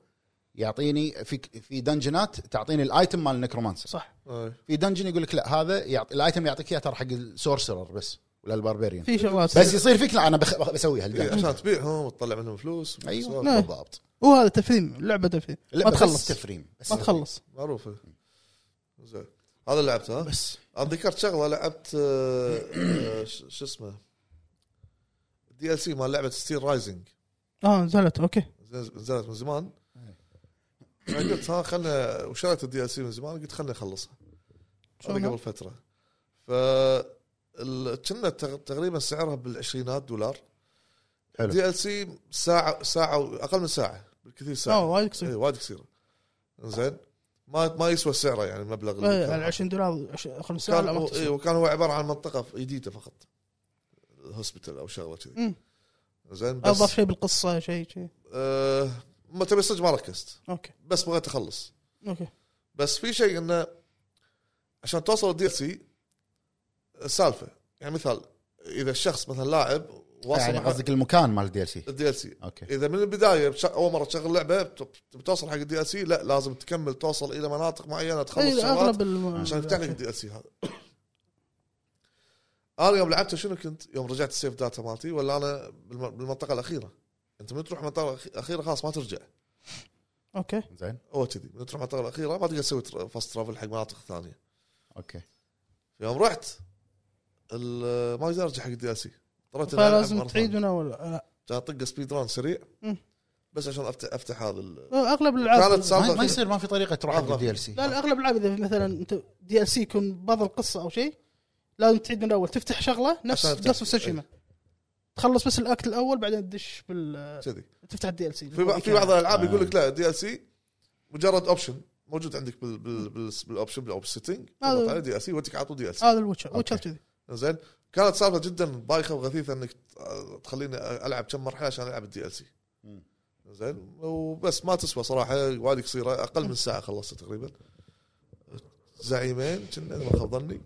Speaker 2: يعطيني في في دنجنات تعطيني الايتم مال النكرومانسر
Speaker 3: صح
Speaker 4: آه.
Speaker 2: في دنجن يقول لك لا هذا يعطي الايتم يعطيك اياه ترى حق السورسرر بس ولا الباربيريان
Speaker 3: في شغلات
Speaker 2: بس يصير فيك لا انا بخ... بسويها
Speaker 4: إيه،
Speaker 2: الدنجن
Speaker 4: عشان تبيعهم وتطلع منهم فلوس
Speaker 2: ايوه
Speaker 3: لا.
Speaker 2: بالضبط
Speaker 3: وهذا تفريم اللعبه تفريم
Speaker 2: لا،
Speaker 3: ما
Speaker 2: بس
Speaker 3: تخلص
Speaker 2: تفريم بس
Speaker 3: ما تخلص
Speaker 4: معروفه زين هذا اللي لعبته ها
Speaker 2: بس
Speaker 4: انا ذكرت شغله لعبت آه، آه، ش- شو اسمه دي ال سي مال لعبه ستيل رايزنج
Speaker 3: اه نزلت اوكي
Speaker 4: نزلت من زمان أنا قلت ها خلنا وشريت الدي ال سي من زمان قلت خلنا اخلصها هذا
Speaker 3: شلون؟
Speaker 4: قبل فتره ف ال- كنا تغ- تقريبا سعرها بالعشرينات دولار
Speaker 2: حلو.
Speaker 4: دي ال سي ساعه ساعه و- اقل من ساعه بالكثير
Speaker 3: اه
Speaker 4: ساعه
Speaker 3: وايد
Speaker 4: اي
Speaker 3: قصير
Speaker 4: إيه، وايد قصيره زين ما ما يسوى سعره يعني المبلغ اللي
Speaker 3: إيه،
Speaker 4: كان
Speaker 3: على 20 دولار 5 ساعه
Speaker 4: كان
Speaker 3: لا ما
Speaker 4: هو
Speaker 3: تخسر.
Speaker 4: إيه وكان هو عباره عن منطقه في- جديده فقط هوسبيتال او شغله كذي
Speaker 3: مم.
Speaker 4: زين بس
Speaker 3: اضاف شيء بالقصه شيء شيء
Speaker 4: آه ما تبي صدق ما ركزت
Speaker 3: اوكي
Speaker 4: بس بغيت اخلص
Speaker 3: اوكي
Speaker 4: بس في شيء انه عشان توصل الدي سي سالفه يعني مثال اذا الشخص مثلا لاعب واصل
Speaker 2: يعني
Speaker 4: مع
Speaker 2: قصدك المكان مال الدي ال سي
Speaker 4: الدي ال سي
Speaker 2: اوكي
Speaker 4: اذا من البدايه بش- اول مره تشغل لعبه بت- بتوصل حق الدي ال سي لا لازم تكمل توصل الى مناطق معينه تخلص
Speaker 3: إيه،
Speaker 4: شغلات
Speaker 3: اغلب الم-
Speaker 4: عشان يفتح لك الدي ال سي هذا [COUGHS] انا يوم لعبته شنو كنت؟ يوم رجعت السيف داتا مالتي ولا انا بالم- بالمنطقه الاخيره انت من تروح المنطقه الأخ- الاخيره خلاص ما ترجع
Speaker 3: اوكي
Speaker 2: زين
Speaker 4: هو كذي من تروح المنطقه الاخيره ما تقدر تسوي فاست ترافل حق مناطق ثانيه
Speaker 2: اوكي
Speaker 4: يوم رحت ال- ما اقدر ارجع حق الدي ال سي اضطريت إني ألعب
Speaker 3: فلازم
Speaker 4: مرة
Speaker 3: تعيد
Speaker 4: ثانية.
Speaker 3: هنا ولا لا
Speaker 4: عشان اطق سبيد ران سريع
Speaker 3: مم.
Speaker 4: بس عشان افتح افتح هذا ال-
Speaker 3: اغلب
Speaker 4: كانت
Speaker 3: الالعاب
Speaker 2: ما, ما
Speaker 4: سالفه
Speaker 2: يصير ما في طريقه تروح حق الدي ال سي
Speaker 3: لا لا اغلب الالعاب اذا مثلا انت دي ال سي يكون بعض القصه او شيء لازم تعيد من الاول تفتح شغله نفس
Speaker 4: عشان أفتح.
Speaker 3: نفس سوشيما تخلص بس الاكت الاول بعدين تدش بال
Speaker 4: كذي
Speaker 3: تفتح الدي ال سي
Speaker 4: في بع- في بعض الالعاب يقول لك لا دي ال سي مجرد اوبشن موجود عندك بال بال بال بالاوبشن او بالسيتنج
Speaker 3: هذا-
Speaker 4: تضغط على دي ال سي يوديك على طول دي ال سي
Speaker 3: هذا الويتشر ويتشر
Speaker 2: أوكي.
Speaker 3: كذي
Speaker 4: زين كانت سالفه جدا بايخه وغثيثه انك ت- تخليني العب كم مرحله عشان العب الدي ال سي
Speaker 2: مم.
Speaker 4: زين وبس ما تسوى صراحه وايد قصيره اقل من ساعه خلصت تقريبا زعيمين كنا إذا ما خاب ظني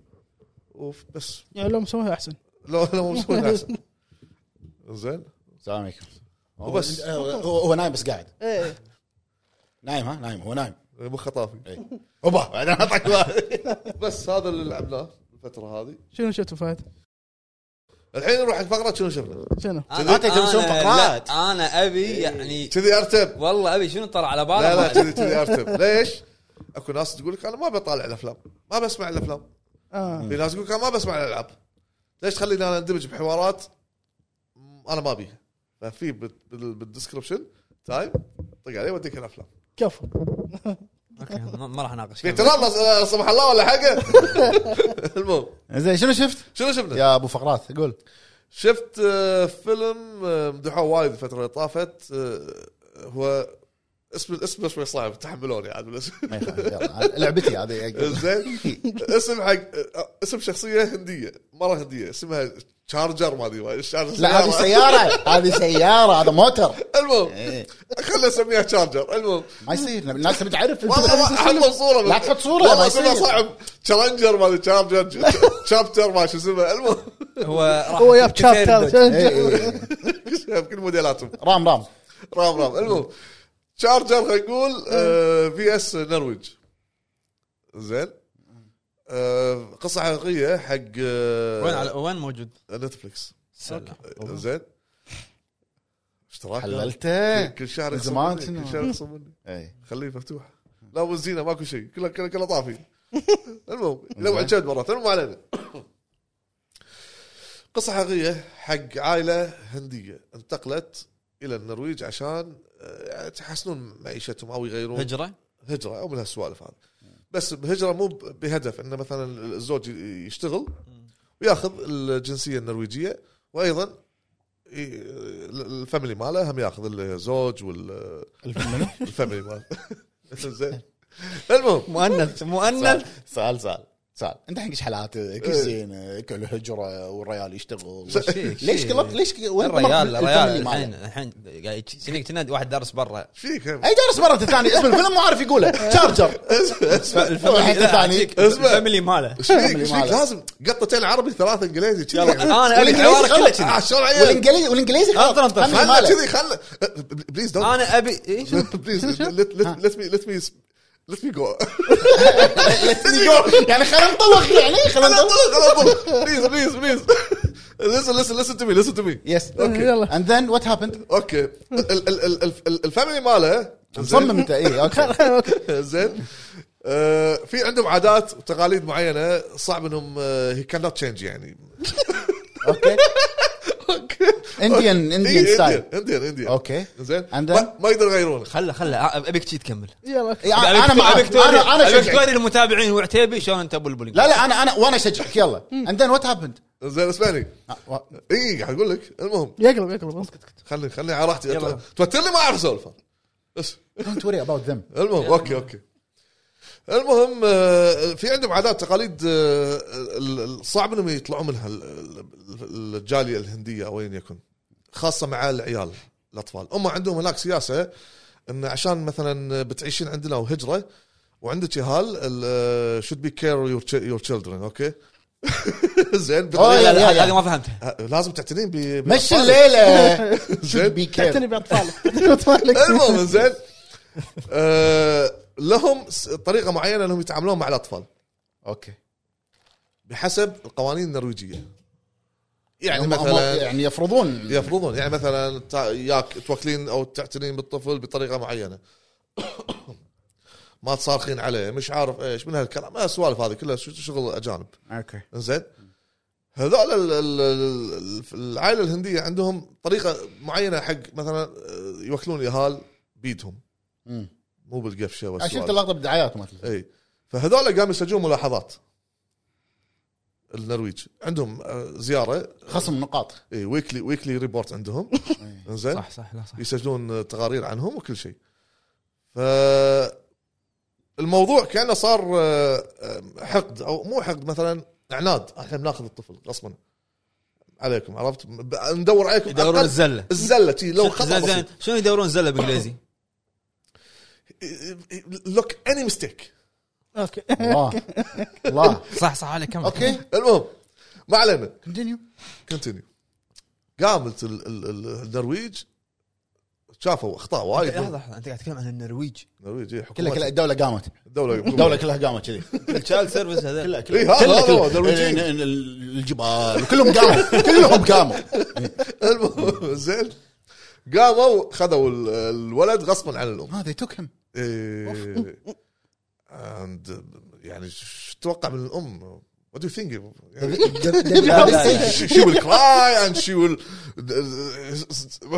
Speaker 4: وبس
Speaker 3: يعني لو مسويها احسن
Speaker 4: لو انا مو مسوي
Speaker 3: [LAUGHS]
Speaker 4: احسن زين
Speaker 2: السلام عليكم
Speaker 4: وبس.
Speaker 2: وبس هو, هو هو نايم بس قاعد
Speaker 3: ايه
Speaker 2: نايم ها نايم هو نايم
Speaker 4: مو خطافي
Speaker 2: اوبا بعدين اعطاك
Speaker 3: [LAUGHS]
Speaker 2: واحد.
Speaker 4: بس هذا اللي لعبناه الفتره هذه
Speaker 3: شنو شفته فهد؟
Speaker 4: الحين نروح حق فقره شنو شفنا
Speaker 3: شنو؟
Speaker 2: أنت تلبسون
Speaker 1: لا،
Speaker 2: فقرات.
Speaker 1: انا ابي يعني
Speaker 4: كذي ارتب
Speaker 1: والله ابي شنو طلع على
Speaker 4: لا لا
Speaker 1: بالي
Speaker 4: كذي كذي ارتب ليش؟ اكو ناس تقول لك انا ما بطالع الافلام ما بسمع الافلام
Speaker 3: اه
Speaker 4: في ناس تقول لك انا ما بسمع الالعاب ليش تخليني انا اندمج بحوارات م- انا ما بيها ففي بال- بال- بالدسكربشن تايم طق عليه واديك الافلام
Speaker 3: كفو
Speaker 1: اوكي ما ما راح اناقش
Speaker 4: في اعتراض لا- لا سمح الله ولا حاجه [LAUGHS] المهم
Speaker 2: زين شنو شفت؟
Speaker 4: شنو شفنا؟
Speaker 2: يا ابو فقرات قول
Speaker 4: شفت آه، فيلم آه، مدحوه وايد الفتره اللي طافت آه، هو اسم الاسم شوي صعب تحملوني عاد بالاسم
Speaker 2: ما يخالف، يلا. لعبتي [LAUGHS] هذه
Speaker 4: زين اسم حق اسم شخصيه هنديه مره هنديه اسمها شارجر ما ادري وين، شارجر
Speaker 2: لا هذه سياره هذه سياره هذا موتر
Speaker 4: المهم
Speaker 2: إيه.
Speaker 4: خلينا اسميها شارجر
Speaker 2: [LAUGHS]
Speaker 4: المهم
Speaker 2: ما يصير الناس تبي تعرف
Speaker 4: والله ما حلو صوره
Speaker 2: لا تحط صورة،
Speaker 4: والله
Speaker 2: ما
Speaker 4: اسمها
Speaker 2: يصير.
Speaker 4: صعب شارنجر ما ادري شارجر شابتر ما شو اسمه المهم [LAUGHS]
Speaker 1: هو
Speaker 3: هو
Speaker 1: هو
Speaker 3: ياب شابتر
Speaker 1: [LAUGHS]
Speaker 2: إيه، إيه، إيه.
Speaker 4: بكل موديلاتهم
Speaker 2: رام رام
Speaker 4: رام رام المهم شارجر خلينا نقول آه، في اس نرويج زين آه، قصه حقيقيه حق آه،
Speaker 1: وين على- وين موجود؟
Speaker 4: نتفلكس
Speaker 1: سلام.
Speaker 4: زين اشتراك
Speaker 2: حللته
Speaker 4: كل شهر
Speaker 2: إيه. من
Speaker 4: يخصم
Speaker 2: زمان
Speaker 4: مني،
Speaker 2: كنا.
Speaker 4: كل شهر يخصم مني
Speaker 2: إيه.
Speaker 4: خليه مفتوح لا والزينه ماكو شيء كله كله كله
Speaker 2: [LAUGHS]
Speaker 4: طافي المهم لو عجبت مرات المهم ما علينا قصه حقيقيه حق عائله هنديه انتقلت الى النرويج عشان آه، يتحسنون معيشتهم او يغيرون
Speaker 1: هجره
Speaker 4: هجره او من هالسوالف هذه بس بهجره مو ب- بهدف انه مثلا الزوج ي- يشتغل وياخذ الجنسيه النرويجيه وايضا ي- ال- الفاميلي ماله هم ياخذ الزوج وال- الفاميلي ماله [LAUGHS] زين المهم
Speaker 2: مؤنث مؤنث سؤال سؤال سؤال انت الحين ايش
Speaker 4: إيه.
Speaker 2: حالاتك؟ ايش زينك؟ كل هجره والريال يشتغل
Speaker 4: [LAUGHS]
Speaker 1: إيش فيك؟
Speaker 2: ليش
Speaker 1: شي-
Speaker 2: قلبت ليش وين
Speaker 1: الريال
Speaker 2: قلبت
Speaker 1: الريال
Speaker 2: الفاميلي
Speaker 1: الحين
Speaker 2: ماله؟
Speaker 1: الحين قاعد يجيك تنادي واحد دارس برا
Speaker 4: ايش فيك هم؟
Speaker 2: اي درس مره ثانيه اسم الفيلم مو عارف يقوله
Speaker 4: إيه.
Speaker 2: تشارجر [LAUGHS] واحد ثاني.
Speaker 4: اسمع.
Speaker 1: الفاميلي ماله
Speaker 4: ايش فيك
Speaker 2: اللي
Speaker 4: ايش
Speaker 2: ماله.
Speaker 4: فيك لازم قطتين عربي ثلاثه انجليزي كذي.
Speaker 1: يلا انا ابي
Speaker 2: والإنجليزي
Speaker 1: حوارك كله
Speaker 2: خلص.
Speaker 1: كذي
Speaker 4: [LAUGHS] آه، شلون عيال
Speaker 2: والانجليزي والانجليزي غلط.
Speaker 1: انطر انطر.
Speaker 2: فاميلي
Speaker 4: خله
Speaker 2: ماله.
Speaker 4: كذي خله بليز [LAUGHS] دونت
Speaker 1: انا ابي ايش
Speaker 4: بليز ليت مي ليت مي ليت مي جو
Speaker 2: يعني خلينا نطلق يعني خلينا نطلق
Speaker 4: بليز بليز بليز listen listen listen to me listen to me
Speaker 2: يس
Speaker 3: يلا.
Speaker 2: اند ذن وات هابند
Speaker 4: اوكي ال- ال- ال- ال- ال- الفاميلي ماله
Speaker 2: مصمم انت اي
Speaker 1: [LAUGHS]
Speaker 2: اوكي
Speaker 4: [LAUGHS] زين آه، في عندهم عادات وتقاليد معينه صعب آه، انهم هي كان نوت تشينج يعني [LAUGHS]
Speaker 2: اوكي
Speaker 4: اوكي
Speaker 2: انديان
Speaker 4: إيه،
Speaker 2: انديان ستايل
Speaker 4: انديان انديان
Speaker 2: اوكي.
Speaker 4: زين
Speaker 2: And then-
Speaker 4: ما ما يقدرون يغيرونه
Speaker 1: خله خله ابيك تجي تكمل
Speaker 3: يلا
Speaker 2: انا معك انا انا
Speaker 1: ابيك
Speaker 2: شجعك
Speaker 1: توري المتابعين وعتيبي شلون انت ابو البولينج
Speaker 2: لا لا انا انا وانا شجعك يلا
Speaker 4: Hmm.
Speaker 2: اند ذن وات هابند
Speaker 4: زين اسمعني
Speaker 2: Ah,
Speaker 4: اي قاعد اقول لك المهم
Speaker 3: يقلب يقلب اسكت
Speaker 4: خلي خلي على راحتي
Speaker 1: يلا.
Speaker 4: توترني ما اعرف اسولفه بس
Speaker 2: دونت وري اباوت
Speaker 4: [LAUGHS]
Speaker 2: ذم
Speaker 4: المهم اوكي اوكي المهم آه، في عندهم عادات تقاليد آه، ال- ال- صعب انهم يطلعوا منها ال- ال- الجاليه الهنديه او ايا يكن خاصه مع العيال الاطفال هم عندهم هناك سياسه ان عشان مثلا بتعيشين عندنا وهجره وعندك آه، يهال شود بي كير يور تشيلدرن اوكي [LAUGHS] زين
Speaker 2: أوه،
Speaker 4: بت-
Speaker 2: يا- يا- يا.
Speaker 1: هذه ما فهمتها
Speaker 4: لازم تعتنين ب-
Speaker 2: مشي
Speaker 4: إيه. [LAUGHS]
Speaker 2: الليله
Speaker 4: زين.
Speaker 2: بي كير
Speaker 3: اعتني
Speaker 4: [LAUGHS]
Speaker 3: باطفالك
Speaker 4: المهم زين آه، لهم س- طريقه معينه انهم يتعاملون مع الاطفال
Speaker 2: اوكي
Speaker 4: بحسب القوانين النرويجيه يعني
Speaker 2: هم- هم
Speaker 4: مثلا
Speaker 2: يعني يفرضون
Speaker 4: يفرضون يعني مثلا تع- ياك توكلين او تعتنين بالطفل بطريقه معينه [COUGHS] ما تصارخين عليه مش عارف ايش من هالكلام السوالف هذه كلها ش- شغل اجانب
Speaker 2: اوكي
Speaker 4: زين هذول ال- ال- ال- العائله الهنديه عندهم طريقه معينه حق مثلا آه، يوكلون الاهال بيدهم
Speaker 2: مم.
Speaker 4: مو بالقفشه
Speaker 2: أنا شفت
Speaker 4: والسوالف
Speaker 2: اللقطه Hmm. بدعايات
Speaker 4: [LAUGHS]
Speaker 2: مثلا
Speaker 4: اي فهذول قاموا يسجلون ملاحظات النرويج عندهم آه، زياره
Speaker 2: خصم نقاط
Speaker 4: اي ويكلي ويكلي ريبورت عندهم زين
Speaker 1: صح صح لا صح
Speaker 4: يسجلون تقارير عنهم وكل شيء ف الموضوع كانه صار آه، آه، حقد او مو حقد مثلا عناد احنا بناخذ الطفل غصبا عليكم عرفت ب- ندور عليكم
Speaker 1: يدورون
Speaker 4: أقل-
Speaker 1: الزله
Speaker 4: الزله شي، لو
Speaker 1: زين-
Speaker 4: خطا
Speaker 1: زين
Speaker 4: بسيط
Speaker 1: شنو يدورون الزله بالانجليزي؟
Speaker 4: لوك اني ميستيك
Speaker 3: اوكي
Speaker 2: الله
Speaker 4: [LAUGHS]
Speaker 2: الله
Speaker 1: صح صح عليك كمل
Speaker 2: اوكي
Speaker 4: المهم ما علينا
Speaker 2: كونتينيو
Speaker 4: كونتينيو قامت ال- ال- ال- النرويج شافوا اخطاء وايد
Speaker 1: لحظه لحظه انت قاعد تتكلم عن [LAUGHS] النرويج
Speaker 4: النرويج إي،
Speaker 2: كلها كلها
Speaker 4: حكومة
Speaker 2: الدوله
Speaker 4: [LAUGHS]
Speaker 2: قامت
Speaker 4: الدوله
Speaker 2: الدوله كلها قامت
Speaker 4: [LAUGHS]
Speaker 2: كذي
Speaker 1: الشايلد سيرفيس هذا
Speaker 2: كلها كلها
Speaker 4: إيه، هذا-
Speaker 2: كلها-
Speaker 4: هذا هو،
Speaker 2: ال-
Speaker 4: درويجين.
Speaker 2: ال- ال- الجبال كلهم قاموا كلهم قاموا
Speaker 4: [LAUGHS] المهم زين قاموا خذوا ال- الولد غصبا عن
Speaker 2: [LAUGHS]
Speaker 4: الام
Speaker 2: هذا
Speaker 4: [LAUGHS]
Speaker 2: توكم
Speaker 4: إيه. and يعني شو تتوقع من الام What do you think? يعني she will cry and she will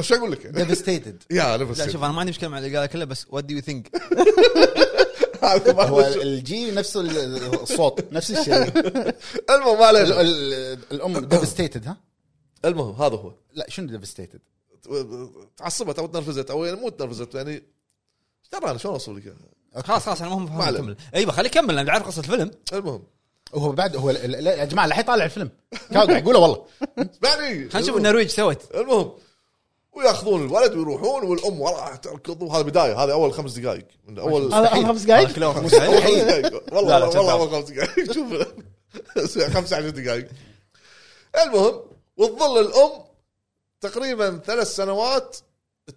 Speaker 4: شو اقول لك؟ يعني؟ [LAUGHS]
Speaker 2: ديفستيتد
Speaker 4: يا
Speaker 1: لا شوف
Speaker 4: نفس
Speaker 1: انا ما عندي مشكله مع اللي قاله كله بس وات دو يو ثينك
Speaker 4: هذا ما
Speaker 2: هو
Speaker 4: هو شيء.
Speaker 2: الجي نفس ال- الصوت نفس الشيء
Speaker 4: المهم ما
Speaker 2: ال-
Speaker 4: علينا.
Speaker 2: ال- [COUGHS] الام ديفستيتد ها
Speaker 4: المهم هذا هو
Speaker 2: لا شنو ديفستيتد
Speaker 4: تعصبت او تنرفزت او يعني مو تنرفزت يعني ايش ترى انا شلون اوصف لك؟
Speaker 1: خلاص خلاص انا مو مفهم
Speaker 4: ما عليه.
Speaker 1: كمل ايوه خليه يكمل انا بعرف قصه الفيلم
Speaker 4: المهم
Speaker 2: هو بعد هو ال- ال- يا جماعه الحين طالع الفيلم كان قاعد يقوله والله
Speaker 4: اسمعني
Speaker 1: خلينا نشوف النرويج سوت
Speaker 4: المهم وياخذون الولد ويروحون والام وراها تركض وهذا بدايه هذا اول خمس دقائق من اول
Speaker 3: هذا أول خمس دقائق
Speaker 1: كلهم خمس
Speaker 4: اول
Speaker 1: دقايق.
Speaker 4: خمس [LAUGHS] دقائق
Speaker 1: لا،
Speaker 4: والله
Speaker 1: لا،
Speaker 4: والله
Speaker 1: شباب.
Speaker 4: اول خمس دقائق [LAUGHS] شوف خمس عشر دقائق المهم وتظل الام تقريبا ثلاث سنوات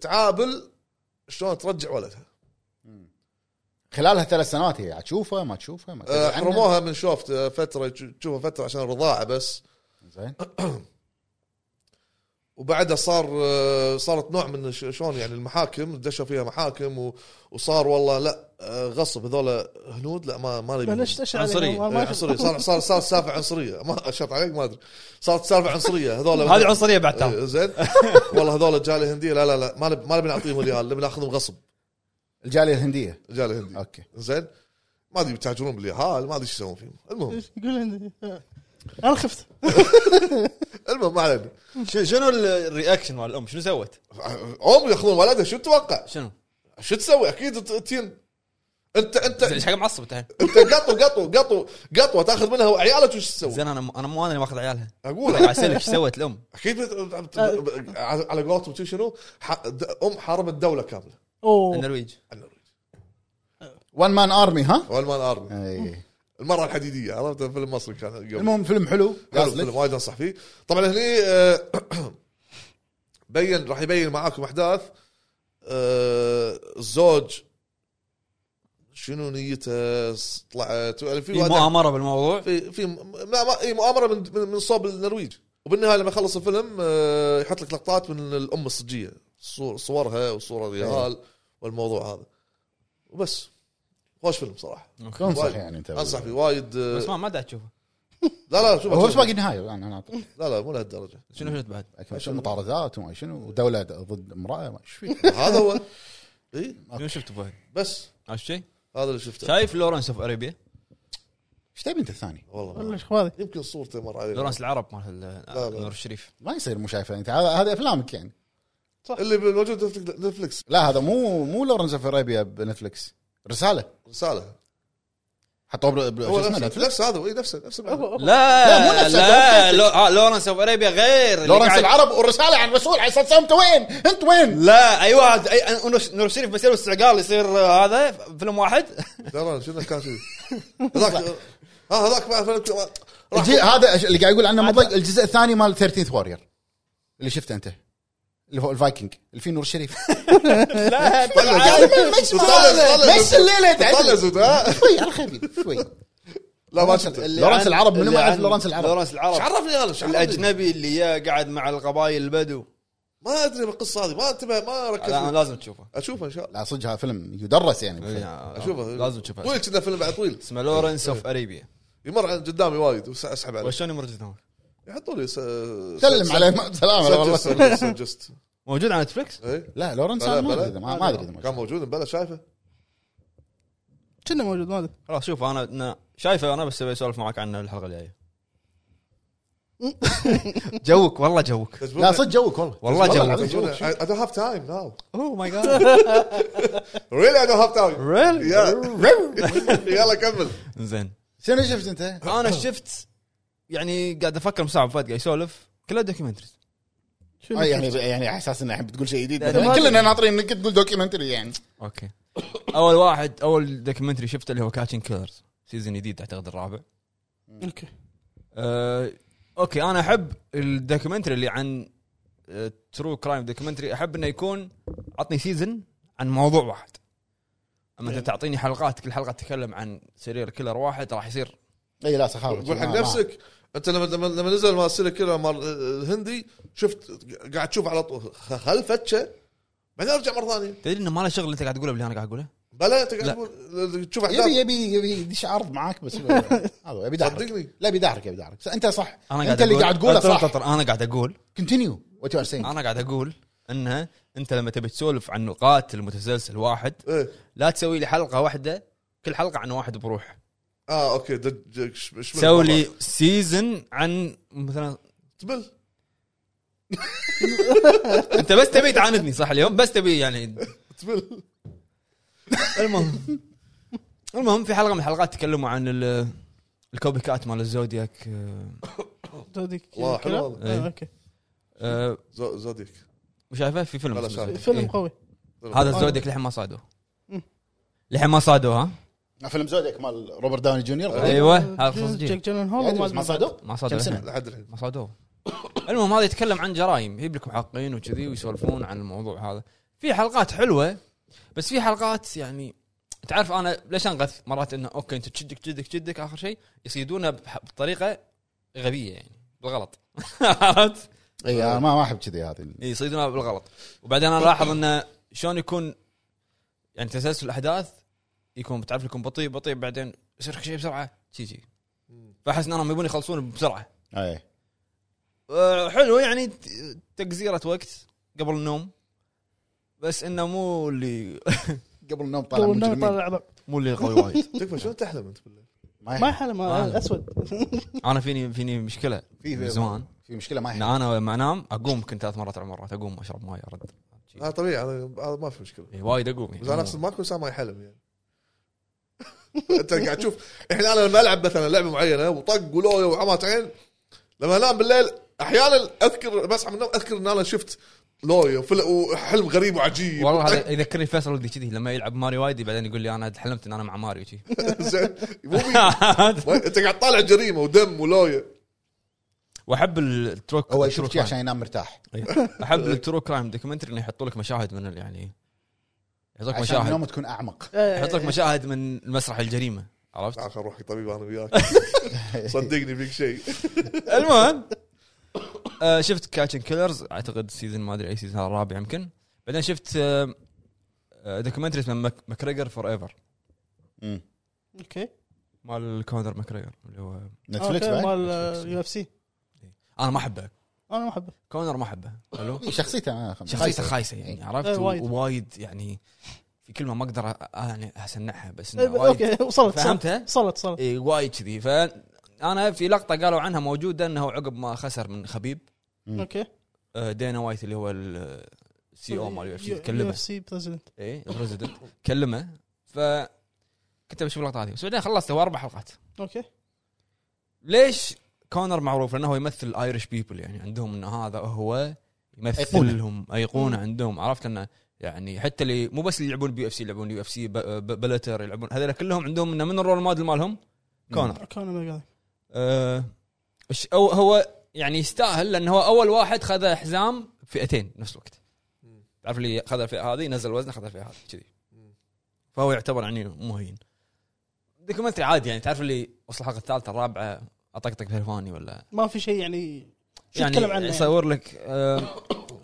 Speaker 4: تعابل شلون ترجع ولدها
Speaker 2: خلالها ثلاث سنوات هي تشوفه ما تشوفه ما تدري
Speaker 4: أه،
Speaker 2: عنه.
Speaker 4: حرموها من شوفت أه، فتره تشوفها فتره عشان الرضاعه بس
Speaker 2: زين
Speaker 4: وبعدها صار آه، صارت نوع من ش- شلون يعني المحاكم دشوا فيها محاكم و- وصار والله لا آه، غصب هذول هنود لا ما ما نبيهم.
Speaker 3: بلشت اشعل
Speaker 1: عنصري.
Speaker 3: يعني، ما- ما
Speaker 4: آه، عنصريه صار
Speaker 3: [LAUGHS]
Speaker 4: صار صار سالفه عنصريه ما [LAUGHS] شط عليك ما ادري صارت سالفه عنصريه هذول
Speaker 1: [LAUGHS] هذه عنصريه بعد
Speaker 4: آه،
Speaker 1: تام
Speaker 4: زين والله هذول الجاليه الهنديه لا لا لا ما نب- ما نبي نعطيهم ريال نبي ناخذهم غصب
Speaker 2: الجاليه الهنديه
Speaker 4: الجاليه الهنديه
Speaker 2: اوكي
Speaker 4: زين ما ادري بيتاجرون باليهال ما ادري ايش يسوون فيهم [LAUGHS] المهم
Speaker 3: يقول عندي. انا خفت
Speaker 4: المهم ما علينا
Speaker 1: شنو الرياكشن مال الام شنو سوت؟
Speaker 4: آه، ام ياخذون ولدها شو تتوقع؟
Speaker 1: شنو؟
Speaker 4: شو تسوي؟ اكيد ت- تين انت انت
Speaker 1: زين ايش حق معصب انت
Speaker 4: انت قطو قطو قطو قطوه تاخذ منها وعيالك وش تسوي؟
Speaker 1: زين انا انا مو انا اللي ماخذ عيالها قاعد
Speaker 4: اقول
Speaker 1: [LAUGHS] اسالك ايش سوت الام
Speaker 4: اكيد بت- بت- بت- على قولتهم شو شنو ح- د- ام حاربت دوله كامله
Speaker 3: اوه
Speaker 1: النرويج
Speaker 4: النرويج
Speaker 2: وان مان ارمي ها؟
Speaker 4: والمان ارمي
Speaker 2: أي.
Speaker 4: المره الحديديه عرفت فيلم مصري كان قبل
Speaker 2: المهم فيلم حلو
Speaker 4: حلو، فيلم
Speaker 2: قصدك
Speaker 4: وايد انصح فيه طبعا هني آه، [CLEARS THROAT] بين راح يبين معاكم احداث آه، الزوج شنو نيته س- طلعت يعني في
Speaker 1: في
Speaker 4: واحد-
Speaker 1: مؤامره بالموضوع
Speaker 4: في في م- ما- ما- إي، مؤامره من من- من صوب النرويج وبالنهايه لما يخلص الفيلم آه، يحط لك لقطات من الام الصجيه صور- صورها وصور الريال والموضوع هذا وبس خوش فيلم صراحه
Speaker 2: تنصح
Speaker 4: وايد.
Speaker 2: يعني انت
Speaker 4: انصح فيه وايد آه،
Speaker 1: بس ما ما دعت تشوفه
Speaker 4: لا لا شوف
Speaker 2: هو بس باقي النهايه يعني انا أعطيك.
Speaker 4: لا لا مو لهالدرجه
Speaker 1: شنو شفت بعد؟
Speaker 2: شنو مطاردات وما شنو ودوله ضد امراه ما- ايش فيه
Speaker 4: هذا هو [LAUGHS] اي
Speaker 1: شنو شفت ابوي؟
Speaker 4: بس
Speaker 1: عرفت شيء؟
Speaker 4: هذا اللي شفته
Speaker 1: شايف لورنس اوف اريبيا؟
Speaker 2: ايش تبي انت الثاني؟
Speaker 4: والله
Speaker 3: والله
Speaker 4: ما-
Speaker 3: ايش هذا
Speaker 4: يمكن صورته مر علي
Speaker 1: لورنس العرب مال ال-
Speaker 4: لا.
Speaker 1: نور الشريف
Speaker 2: ما يصير مو شايفه انت هذا هذا افلامك يعني
Speaker 4: اللي موجود نتفلكس- نتفلكس
Speaker 2: لا هذا مو مو لورنس اوف ارابيا بنتفلكس رساله
Speaker 4: رساله
Speaker 2: حطوه بر- بر-
Speaker 4: هو
Speaker 2: شو اسمه
Speaker 4: نفسه
Speaker 2: نتفلكس
Speaker 4: نفسه هذا إيه، اي نفسه نفسه المعنى.
Speaker 3: أوه، أوه.
Speaker 1: لا
Speaker 2: مو نفسه،
Speaker 1: لا
Speaker 2: نفسه.
Speaker 1: لو- آه، لورنس اوف اريبيا غير اللي
Speaker 2: لورنس
Speaker 1: قاعد-
Speaker 2: العرب والرساله عن الرسول عليه الصلاه والسلام انت وين؟ انت وين؟
Speaker 1: لا اي واحد اي أنا- نور- نور الشريف بيصير استعقال يصير آه، هذا فيلم واحد
Speaker 4: ترى شنو كان شيء
Speaker 1: [LAUGHS]
Speaker 4: هذاك ها هذاك بعد فيلم- راح
Speaker 2: الجي- هذا اللي قاعد يقول عنه مضيق الجزء الثاني مال 13 وارير اللي شفته انت اللي هو الفايكنج اللي فيه نور الشريف [LAUGHS]
Speaker 1: لا
Speaker 2: يا
Speaker 1: طلع.
Speaker 2: ما- ما يسمع
Speaker 4: طلع-
Speaker 2: هذا.
Speaker 4: طلع-
Speaker 2: ما يسمع الليله
Speaker 4: طلع
Speaker 2: تعدل.
Speaker 4: زود، ها؟
Speaker 2: شوي على خفيف شوي
Speaker 4: لا ما شفته
Speaker 1: اللي
Speaker 2: لورنس
Speaker 1: عن-
Speaker 2: العرب، منو ما
Speaker 1: اللي
Speaker 2: يعرف
Speaker 1: عن-
Speaker 2: لورنس العرب؟
Speaker 1: لورنس
Speaker 4: ايش
Speaker 1: العرب
Speaker 4: عرفني انا إيش عرفني؟
Speaker 1: الاجنبي اللي يا قاعد مع القبائل البدو
Speaker 4: ما ادري بالقصه هذه ما انتبه ما
Speaker 1: لا،
Speaker 4: ركزت
Speaker 1: لازم تشوفه
Speaker 4: اشوفه ان شاء الله
Speaker 2: لا صدق هذا فيلم يدرس
Speaker 1: إيه،
Speaker 2: يعني
Speaker 4: اشوفه
Speaker 1: آه، لازم تشوفه
Speaker 4: طويل كنا فيلم بعد طويل
Speaker 1: اسمه لورنس اوف اريبيا
Speaker 4: يمر عن- قدامي وايد واسحب عليه
Speaker 1: وشلون يمر قدامك؟
Speaker 4: يحطوا لي س-
Speaker 2: سلم
Speaker 4: س-
Speaker 2: عليه ما- سلام على والله
Speaker 4: سجست سجست- سجست
Speaker 1: موجود على نتفلكس؟
Speaker 2: [LAUGHS]
Speaker 4: إيه.
Speaker 2: لا لورنس
Speaker 4: بلا-
Speaker 2: أنا ما
Speaker 4: بلا.
Speaker 2: ادري إذا- ما ما ادري إذا
Speaker 4: كان
Speaker 2: موجود.
Speaker 4: موجود بلا شايفه
Speaker 3: كنا موجود ما ادري
Speaker 1: خلاص شوف انا أنا شايفه انا بس ابي اسولف معك عنه الحلقه [LAUGHS] الجايه جوك والله جوك
Speaker 2: لا صدق جوك والله
Speaker 1: والله جوك. Oh
Speaker 2: العظيم
Speaker 4: I I don't have time now
Speaker 1: اوه ماي جاد [LAUGHS]
Speaker 4: really I don't have time
Speaker 2: [LAUGHS]
Speaker 1: ريل
Speaker 4: يا- يلا كمل
Speaker 1: زين
Speaker 2: شنو شفت انت؟
Speaker 1: انا شفت يعني قاعد افكر مساعد فهد قاعد يسولف كلها دوكيومنتريز
Speaker 3: شنو
Speaker 2: آه، يعني يعني على اساس انه الحين بتقول شيء جديد
Speaker 1: لا، ما
Speaker 2: مثلاً. كلنا ناطرين انك تقول دوكيومنتري يعني
Speaker 1: اوكي اول واحد اول دوكيومنتري شفته اللي هو كاتشن كيلرز سيزون جديد اعتقد الرابع
Speaker 3: اوكي
Speaker 1: أه، اوكي انا احب الدوكيومنتري اللي عن أه، ترو كرايم دوكيومنتري احب انه يكون عطني سيزن عن موضوع واحد اما
Speaker 2: إيه.
Speaker 1: انت تعطيني حلقات كل حلقه تتكلم عن سيريال كيلر واحد راح يصير
Speaker 2: اي لا سخافه
Speaker 4: قول
Speaker 2: ما-
Speaker 4: حق
Speaker 2: ما-
Speaker 4: نفسك انت لما لما لما نزل مال سيري كيلر مال الهندي شفت قاعد تشوف على طول خ- خل فتشه بعدين ارجع مره ثانيه
Speaker 1: تدري انه ما له شغل اللي انت قاعد تقوله باللي انا قاعد اقوله
Speaker 4: بلا انت قاعد
Speaker 1: لا.
Speaker 4: تقول تشوف
Speaker 2: يبي
Speaker 4: احداث
Speaker 2: يبي يبي يدش عرض معاك بس [LAUGHS] هذا يبي دحرك
Speaker 4: صدقني
Speaker 2: لا يبي دحرك يبي دحرك انت صح
Speaker 1: انا
Speaker 2: انت اللي قاعد تقوله
Speaker 1: أطر-
Speaker 2: صح
Speaker 1: أطر- انا قاعد اقول
Speaker 2: كونتينيو وات يو ار سينج
Speaker 1: انا قاعد اقول انها انت لما تبي تسولف عن نقاط المتسلسل واحد
Speaker 4: إيه.
Speaker 1: لا تسوي لي حلقه واحده كل حلقه عن واحد بروح
Speaker 4: اه اوكي دج- ش- شمل
Speaker 1: سوي
Speaker 4: الموضوع.
Speaker 1: لي سيزن عن [LAUGHS] مثلا
Speaker 4: تبل
Speaker 1: انت بس تبي تعاندني صح اليوم بس تبي يعني
Speaker 4: تبل
Speaker 1: [LAUGHS] المهم المهم في حلقه من الحلقات تكلموا عن ال- الكوبي كات مال الزودياك آه،
Speaker 3: زوديك
Speaker 4: والله حلو
Speaker 3: كذا؟
Speaker 4: والله.
Speaker 3: آه، اوكي
Speaker 1: آه،
Speaker 4: زو- زوديك طيب.
Speaker 1: وشايفه في فيلم
Speaker 4: بلا
Speaker 1: اسمه
Speaker 4: شايف.
Speaker 1: زودياك.
Speaker 3: فيلم
Speaker 1: إيه.
Speaker 3: قوي
Speaker 1: هذا الزودياك لحين ما صادوه
Speaker 3: مم.
Speaker 1: لحين ما صادوه ها
Speaker 2: فيلم زودياك مال روبرت داوني جونيور
Speaker 4: أيوة.
Speaker 1: ايوه هذا خصوص جيل.
Speaker 3: آه، جاك جيلن
Speaker 4: يعني
Speaker 3: هول
Speaker 2: ما صادوه
Speaker 1: ما صادوه
Speaker 2: كم سنة؟
Speaker 1: لحين.
Speaker 4: لحد الحين
Speaker 1: ما صادوه المهم هذا يتكلم عن جرائم يجيب لك محققين وكذي ويسولفون عن الموضوع هذا في حلقات حلوه بس في حلقات يعني تعرف انا ليش انغث مرات انه اوكي انت تشدك تشدك تشدك اخر شيء يصيدونه بح- بطريقه غبيه يعني بالغلط [LAUGHS] عرفت؟
Speaker 2: اي أنا ما ما احب كذي هذه
Speaker 1: يصيدونه بالغلط وبعدين انا لاحظ انه شلون يكون يعني تسلسل الاحداث يكون تعرف يكون بطيء بطيء بعدين يصير لك شيء بسرعه شي شي فاحس ان انا يبون يخلصون بسرعه
Speaker 2: اي
Speaker 1: آه، حلو يعني ت- تقزيرة وقت قبل النوم بس انه مو اللي
Speaker 2: قبل النوم طلع
Speaker 3: قبل النوم
Speaker 2: مجرمين
Speaker 3: طلع عظم
Speaker 1: مو اللي قوي [LAUGHS] وايد
Speaker 4: تكفى شلون تحلم انت بالله
Speaker 2: ما
Speaker 3: ما
Speaker 2: يحب.
Speaker 3: يحلم
Speaker 1: آه.
Speaker 3: هذا اسود
Speaker 1: انا فيني فيني مشكله
Speaker 2: في في
Speaker 1: زمان
Speaker 2: في مشكله ما
Speaker 1: ان
Speaker 2: يحب
Speaker 1: انا لما انام اقوم كنت ثلاث مرات اربع مرات اقوم اشرب ماي ارد
Speaker 4: هذا آه، طبيعي هذا هذا ما في مشكله
Speaker 1: إيه، وايد اقوم
Speaker 4: بس انا اقصد
Speaker 1: يعني.
Speaker 4: ماكو انسان ما يحلم يعني [LAUGHS] انت قاعد تشوف احنا انا لما العب مثلا لعبه معينه وطق ولويا وعمات عين لما انام بالليل احيانا اذكر بصحى من النوم اذكر ان انا شفت لويا وفل- وحلم غريب وعجيب
Speaker 1: والله هذا يذكرني فيصل ولدي كذي لما يلعب ماريو وايدي بعدين يقول لي انا حلمت ان انا مع ماريو [LAUGHS] كذي
Speaker 4: [LAUGHS] زين مو بي- انت قاعد طالع جريمه ودم ولويا
Speaker 1: واحب التروك
Speaker 2: هو يشوف شي عشان ينام مرتاح
Speaker 1: إيه. احب الترو كرايم دوكيومنتري انه يحطوا لك مشاهد من ال- يعني يحط لك
Speaker 2: عشان
Speaker 1: مشاهد
Speaker 2: النوم تكون اعمق
Speaker 3: آه،
Speaker 1: يحط لك مشاهد من مسرح الجريمه عرفت؟
Speaker 4: تعال آه، خل اروح طبيب انا
Speaker 1: [LAUGHS]
Speaker 4: وياك صدقني فيك شيء
Speaker 1: المهم آه، شفت كاتشن كيلرز اعتقد سيزون ما ادري اي سيزون هذا الرابع يمكن بعدين شفت آه، دوكيومنتري اسمه مك- ماكريجر فور ايفر
Speaker 2: مم.
Speaker 3: اوكي
Speaker 1: مال كونر ماكريجر اللي هو
Speaker 2: نتفلكس
Speaker 3: أوكي،
Speaker 2: بعد
Speaker 3: مال يو اف سي
Speaker 1: انا ما احبه
Speaker 3: انا ما احبه
Speaker 1: كونر ما احبه حلو
Speaker 2: شخصيته آه، ما-
Speaker 1: شخصيته خايسه يعني عرفت
Speaker 3: إيه، وايد.
Speaker 1: ووايد يعني في كلمه ما اقدر أ- يعني اسنعها بس
Speaker 3: إيه،
Speaker 1: إنه وايد
Speaker 3: اوكي وصلت وصلت
Speaker 1: فهمتها؟
Speaker 3: وصلت وصلت
Speaker 1: اي وايد كذي فانا في لقطه قالوا عنها موجوده انه عقب ما خسر من خبيب
Speaker 3: اوكي
Speaker 1: آه، دينا وايت اللي هو السي او مال يو اف سي كلمه
Speaker 3: اف سي بريزدنت
Speaker 1: اي البريزدنت إيه، كلمه ف كنت بشوف اللقطه هذه بس بعدين خلصت هو اربع حلقات
Speaker 3: اوكي
Speaker 1: ليش كونر معروف لانه هو يمثل ايرش بيبل يعني عندهم ان هذا هو
Speaker 2: أيقونة.
Speaker 1: يمثل لهم ايقونه عندهم عرفت انه يعني حتى اللي مو بس اللي يلعبون بي اف سي يلعبون يو اف سي بلتر يلعبون هذول كلهم عندهم انه من الرول موديل مالهم كونر
Speaker 3: كان ما
Speaker 1: آه إيش- أو هو يعني يستاهل لانه هو اول واحد خذ حزام فئتين بنفس الوقت تعرف اللي خذ الفئه هذه نزل وزنه خذ الفئه هذه كذي فهو يعتبر يعني مهين دوكيومنتري عادي يعني تعرف اللي وصل الحلقه الثالثه الرابعه اطقطق تلفوني ولا
Speaker 3: ما في شيء يعني شو
Speaker 1: يعني
Speaker 3: تتكلم عنه يعني؟
Speaker 1: يصور لك آه،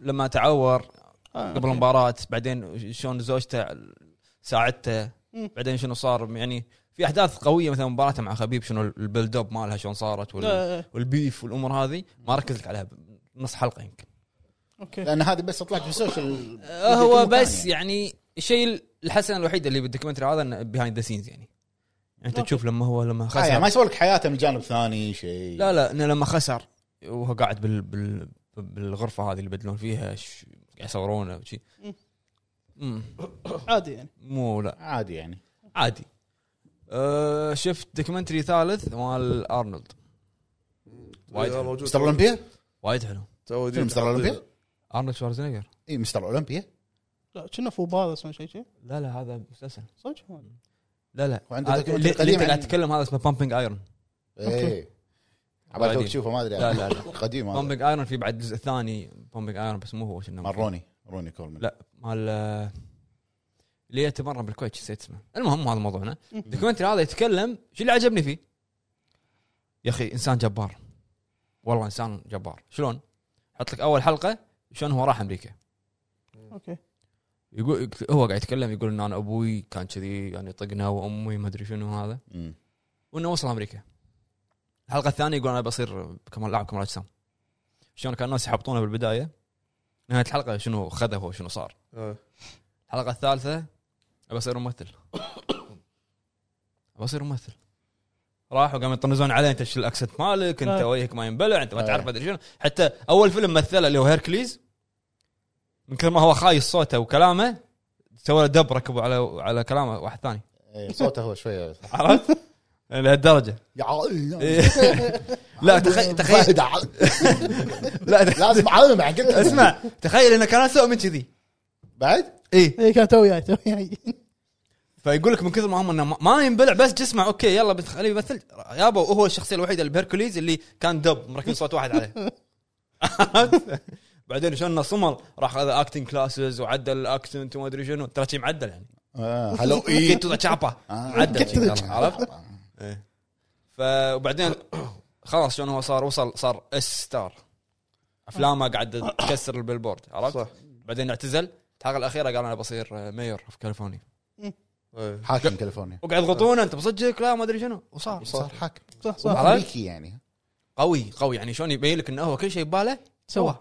Speaker 1: لما تعور
Speaker 3: آه،
Speaker 1: قبل
Speaker 3: أوكي.
Speaker 1: المباراه بعدين شلون زوجته ساعدته
Speaker 3: مم.
Speaker 1: بعدين شنو صار يعني في احداث قويه مثلا مباراته مع خبيب شنو البيلد اب مالها شلون صارت وال...
Speaker 3: لا، آه،
Speaker 1: والبيف والامور هذه ما ركز لك عليها نص حلقه يمكن
Speaker 3: اوكي
Speaker 2: لان هذه بس طلعت في السوشيال
Speaker 1: آه، هو
Speaker 2: في كل مكان
Speaker 1: بس يعني الشيء الحسن الوحيد اللي بالدوكيومنتري هذا بيهايند ذا سينز يعني يعني انت
Speaker 3: أوكي.
Speaker 1: تشوف لما هو لما
Speaker 2: آه، يعني ما
Speaker 1: خسر
Speaker 2: يسوي لك حياته من جانب ثاني شيء
Speaker 1: لا لا انه لما خسر وهو قاعد بال بال بالغرفه هذه اللي يبدلون فيها ش- قاعد يصورونه وشي
Speaker 3: مم.
Speaker 1: مم.
Speaker 3: عادي يعني
Speaker 1: مو لا
Speaker 2: عادي يعني
Speaker 1: عادي أه شفت دوكيومنتري ثالث مال ارنولد وايد
Speaker 4: أنا
Speaker 1: حلو.
Speaker 4: موجود.
Speaker 2: مستر اولمبيا؟
Speaker 1: وايد حلو
Speaker 4: تو
Speaker 2: فيلم مستر اولمبيا؟
Speaker 1: ارنولد شوارزنيجر
Speaker 2: اي مستر اولمبيا
Speaker 3: لا كنا فوبال اسمه شيء شيء
Speaker 1: لا لا هذا مسلسل
Speaker 3: صدق ما أدري.
Speaker 1: لا لا
Speaker 2: وعنده
Speaker 1: آه،
Speaker 2: دوكيومنتري
Speaker 1: اللي اللي
Speaker 2: قديم
Speaker 1: انت قاعد
Speaker 2: عن-
Speaker 1: تتكلم هذا اسمه بامبنج ايرون
Speaker 2: اي
Speaker 1: عادي.
Speaker 2: عبالي توك إيه. تشوفه ما ادري
Speaker 1: لا، لا، لا.
Speaker 2: قديم هذا.
Speaker 1: بامبنج ايرون في بعد الجزء الثاني بامبنج ايرون بس مو هو شنو
Speaker 2: مال روني روني كولمان
Speaker 1: لا مال آه، اللي يتمرن بالكويت نسيت اسمه المهم هذا موضوعنا
Speaker 3: مم.
Speaker 1: الدوكيومنتري هذا يتكلم شو اللي عجبني فيه يا اخي انسان جبار والله انسان جبار شلون حط لك اول حلقه شلون هو راح امريكا
Speaker 3: اوكي
Speaker 1: يقول هو قاعد يتكلم يقول ان انا ابوي كان كذي يعني طقنا وامي ما ادري شنو هذا
Speaker 2: مم.
Speaker 1: وانه وصل امريكا الحلقه الثانيه يقول انا بصير كمال لاعب كمال اجسام شلون كان الناس يحبطونه بالبدايه نهايه الحلقه شنو خذه هو شنو صار
Speaker 4: آه.
Speaker 1: الحلقه الثالثه ابى اصير ممثل ابى اصير ممثل راحوا قاموا يطنزون عليه انت شو الاكسنت مالك انت
Speaker 3: آه.
Speaker 1: وجهك ما ينبلع انت ما
Speaker 2: آه.
Speaker 1: تعرف ما ادري شنو حتى اول فيلم مثله اللي هو هيركليز من كثر ما هو خايس صوته وكلامه سوى له دب ركبوا على على كلامه واحد ثاني
Speaker 2: إيه، صوته هو شويه
Speaker 1: عرفت؟ [LAUGHS] لهالدرجه
Speaker 2: يا عال-
Speaker 1: إيه. لا تخيل تخيل
Speaker 2: فهد عال.
Speaker 1: لا تخ-
Speaker 2: لازم عالم
Speaker 1: [LAUGHS]
Speaker 2: حق
Speaker 1: اسمع تخيل انه كان اسوء من كذي
Speaker 2: بعد
Speaker 1: اي
Speaker 3: اي إيه، كان تو جاي تو جاي [LAUGHS]
Speaker 1: فيقول لك من كثر ما هم انه ما- ما ينبلع بس جسمه اوكي يلا بتخليه يمثل يابا وهو الشخصيه الوحيده اللي بهركوليز اللي كان دب مركبين صوت واحد عليه بعدين شلون إنه صمل راح اخذ اكتنج كلاسز وعدل الاكسنت وما ادري شنو ترى شي معدل يعني
Speaker 2: آه، هلو اي
Speaker 1: جيت تو ذا تشابا
Speaker 2: آه.
Speaker 1: معدل شي ترى، [LAUGHS] عرفت فبعدين خلاص شلون هو صار وصل صار اس ستار افلامه قاعد تكسر البيلبورد عرفت
Speaker 4: صح.
Speaker 1: بعدين اعتزل الحلقه الاخيره قال انا بصير مير في كاليفورنيا
Speaker 4: إيه.
Speaker 2: حاكم كاليفورنيا
Speaker 1: وقعد يضغطونه انت بصدقك لا ما ادري شنو وصار
Speaker 2: صار حاكم
Speaker 3: صح صح
Speaker 1: طيب، عرفت؟
Speaker 2: امريكي يعني
Speaker 1: قوي قوي يعني شلون يبين لك انه هو كل شيء بباله سواه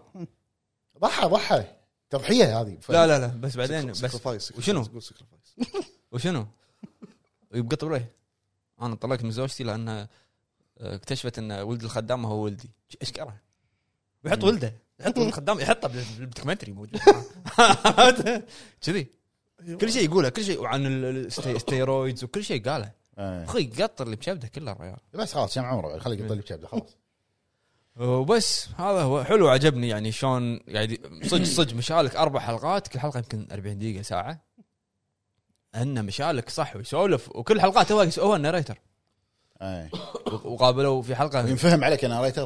Speaker 2: ضحى ضحى تضحيه هذه
Speaker 1: لا لا لا بس بعدين بس
Speaker 4: Sacrifice.
Speaker 1: وشنو؟
Speaker 4: تقول sacrifice.
Speaker 1: وشنو؟ يبقى طبيعي انا طلقت من زوجتي لان آه، اكتشفت ان ولد الخدامه هو ولدي ش- اشكره ويحط ولده يحط ولد الخدام يحطه بال- بالدوكيومنتري موجود [LAUGHS] كذي كل شيء يقوله كل شيء وعن ال- ال- الستي- الستيرويدز وكل شيء قاله
Speaker 2: إيه.
Speaker 1: اخوي قطر اللي بشبده كله الريال
Speaker 2: بس خلاص كم عمره خليه
Speaker 1: إيه.
Speaker 2: يقطع لي بشبده طيب، خلاص
Speaker 1: [LAUGHS] وبس هذا هو حلو عجبني يعني شلون يعني صدق صدق مشالك اربع حلقات كل حلقه يمكن 40 دقيقه ساعه انه مشالك صح ويسولف وكل حلقات هو هو الناريتر
Speaker 2: إيه.
Speaker 1: وقابلوه في حلقه
Speaker 2: ينفهم يعني عليك انا رايتر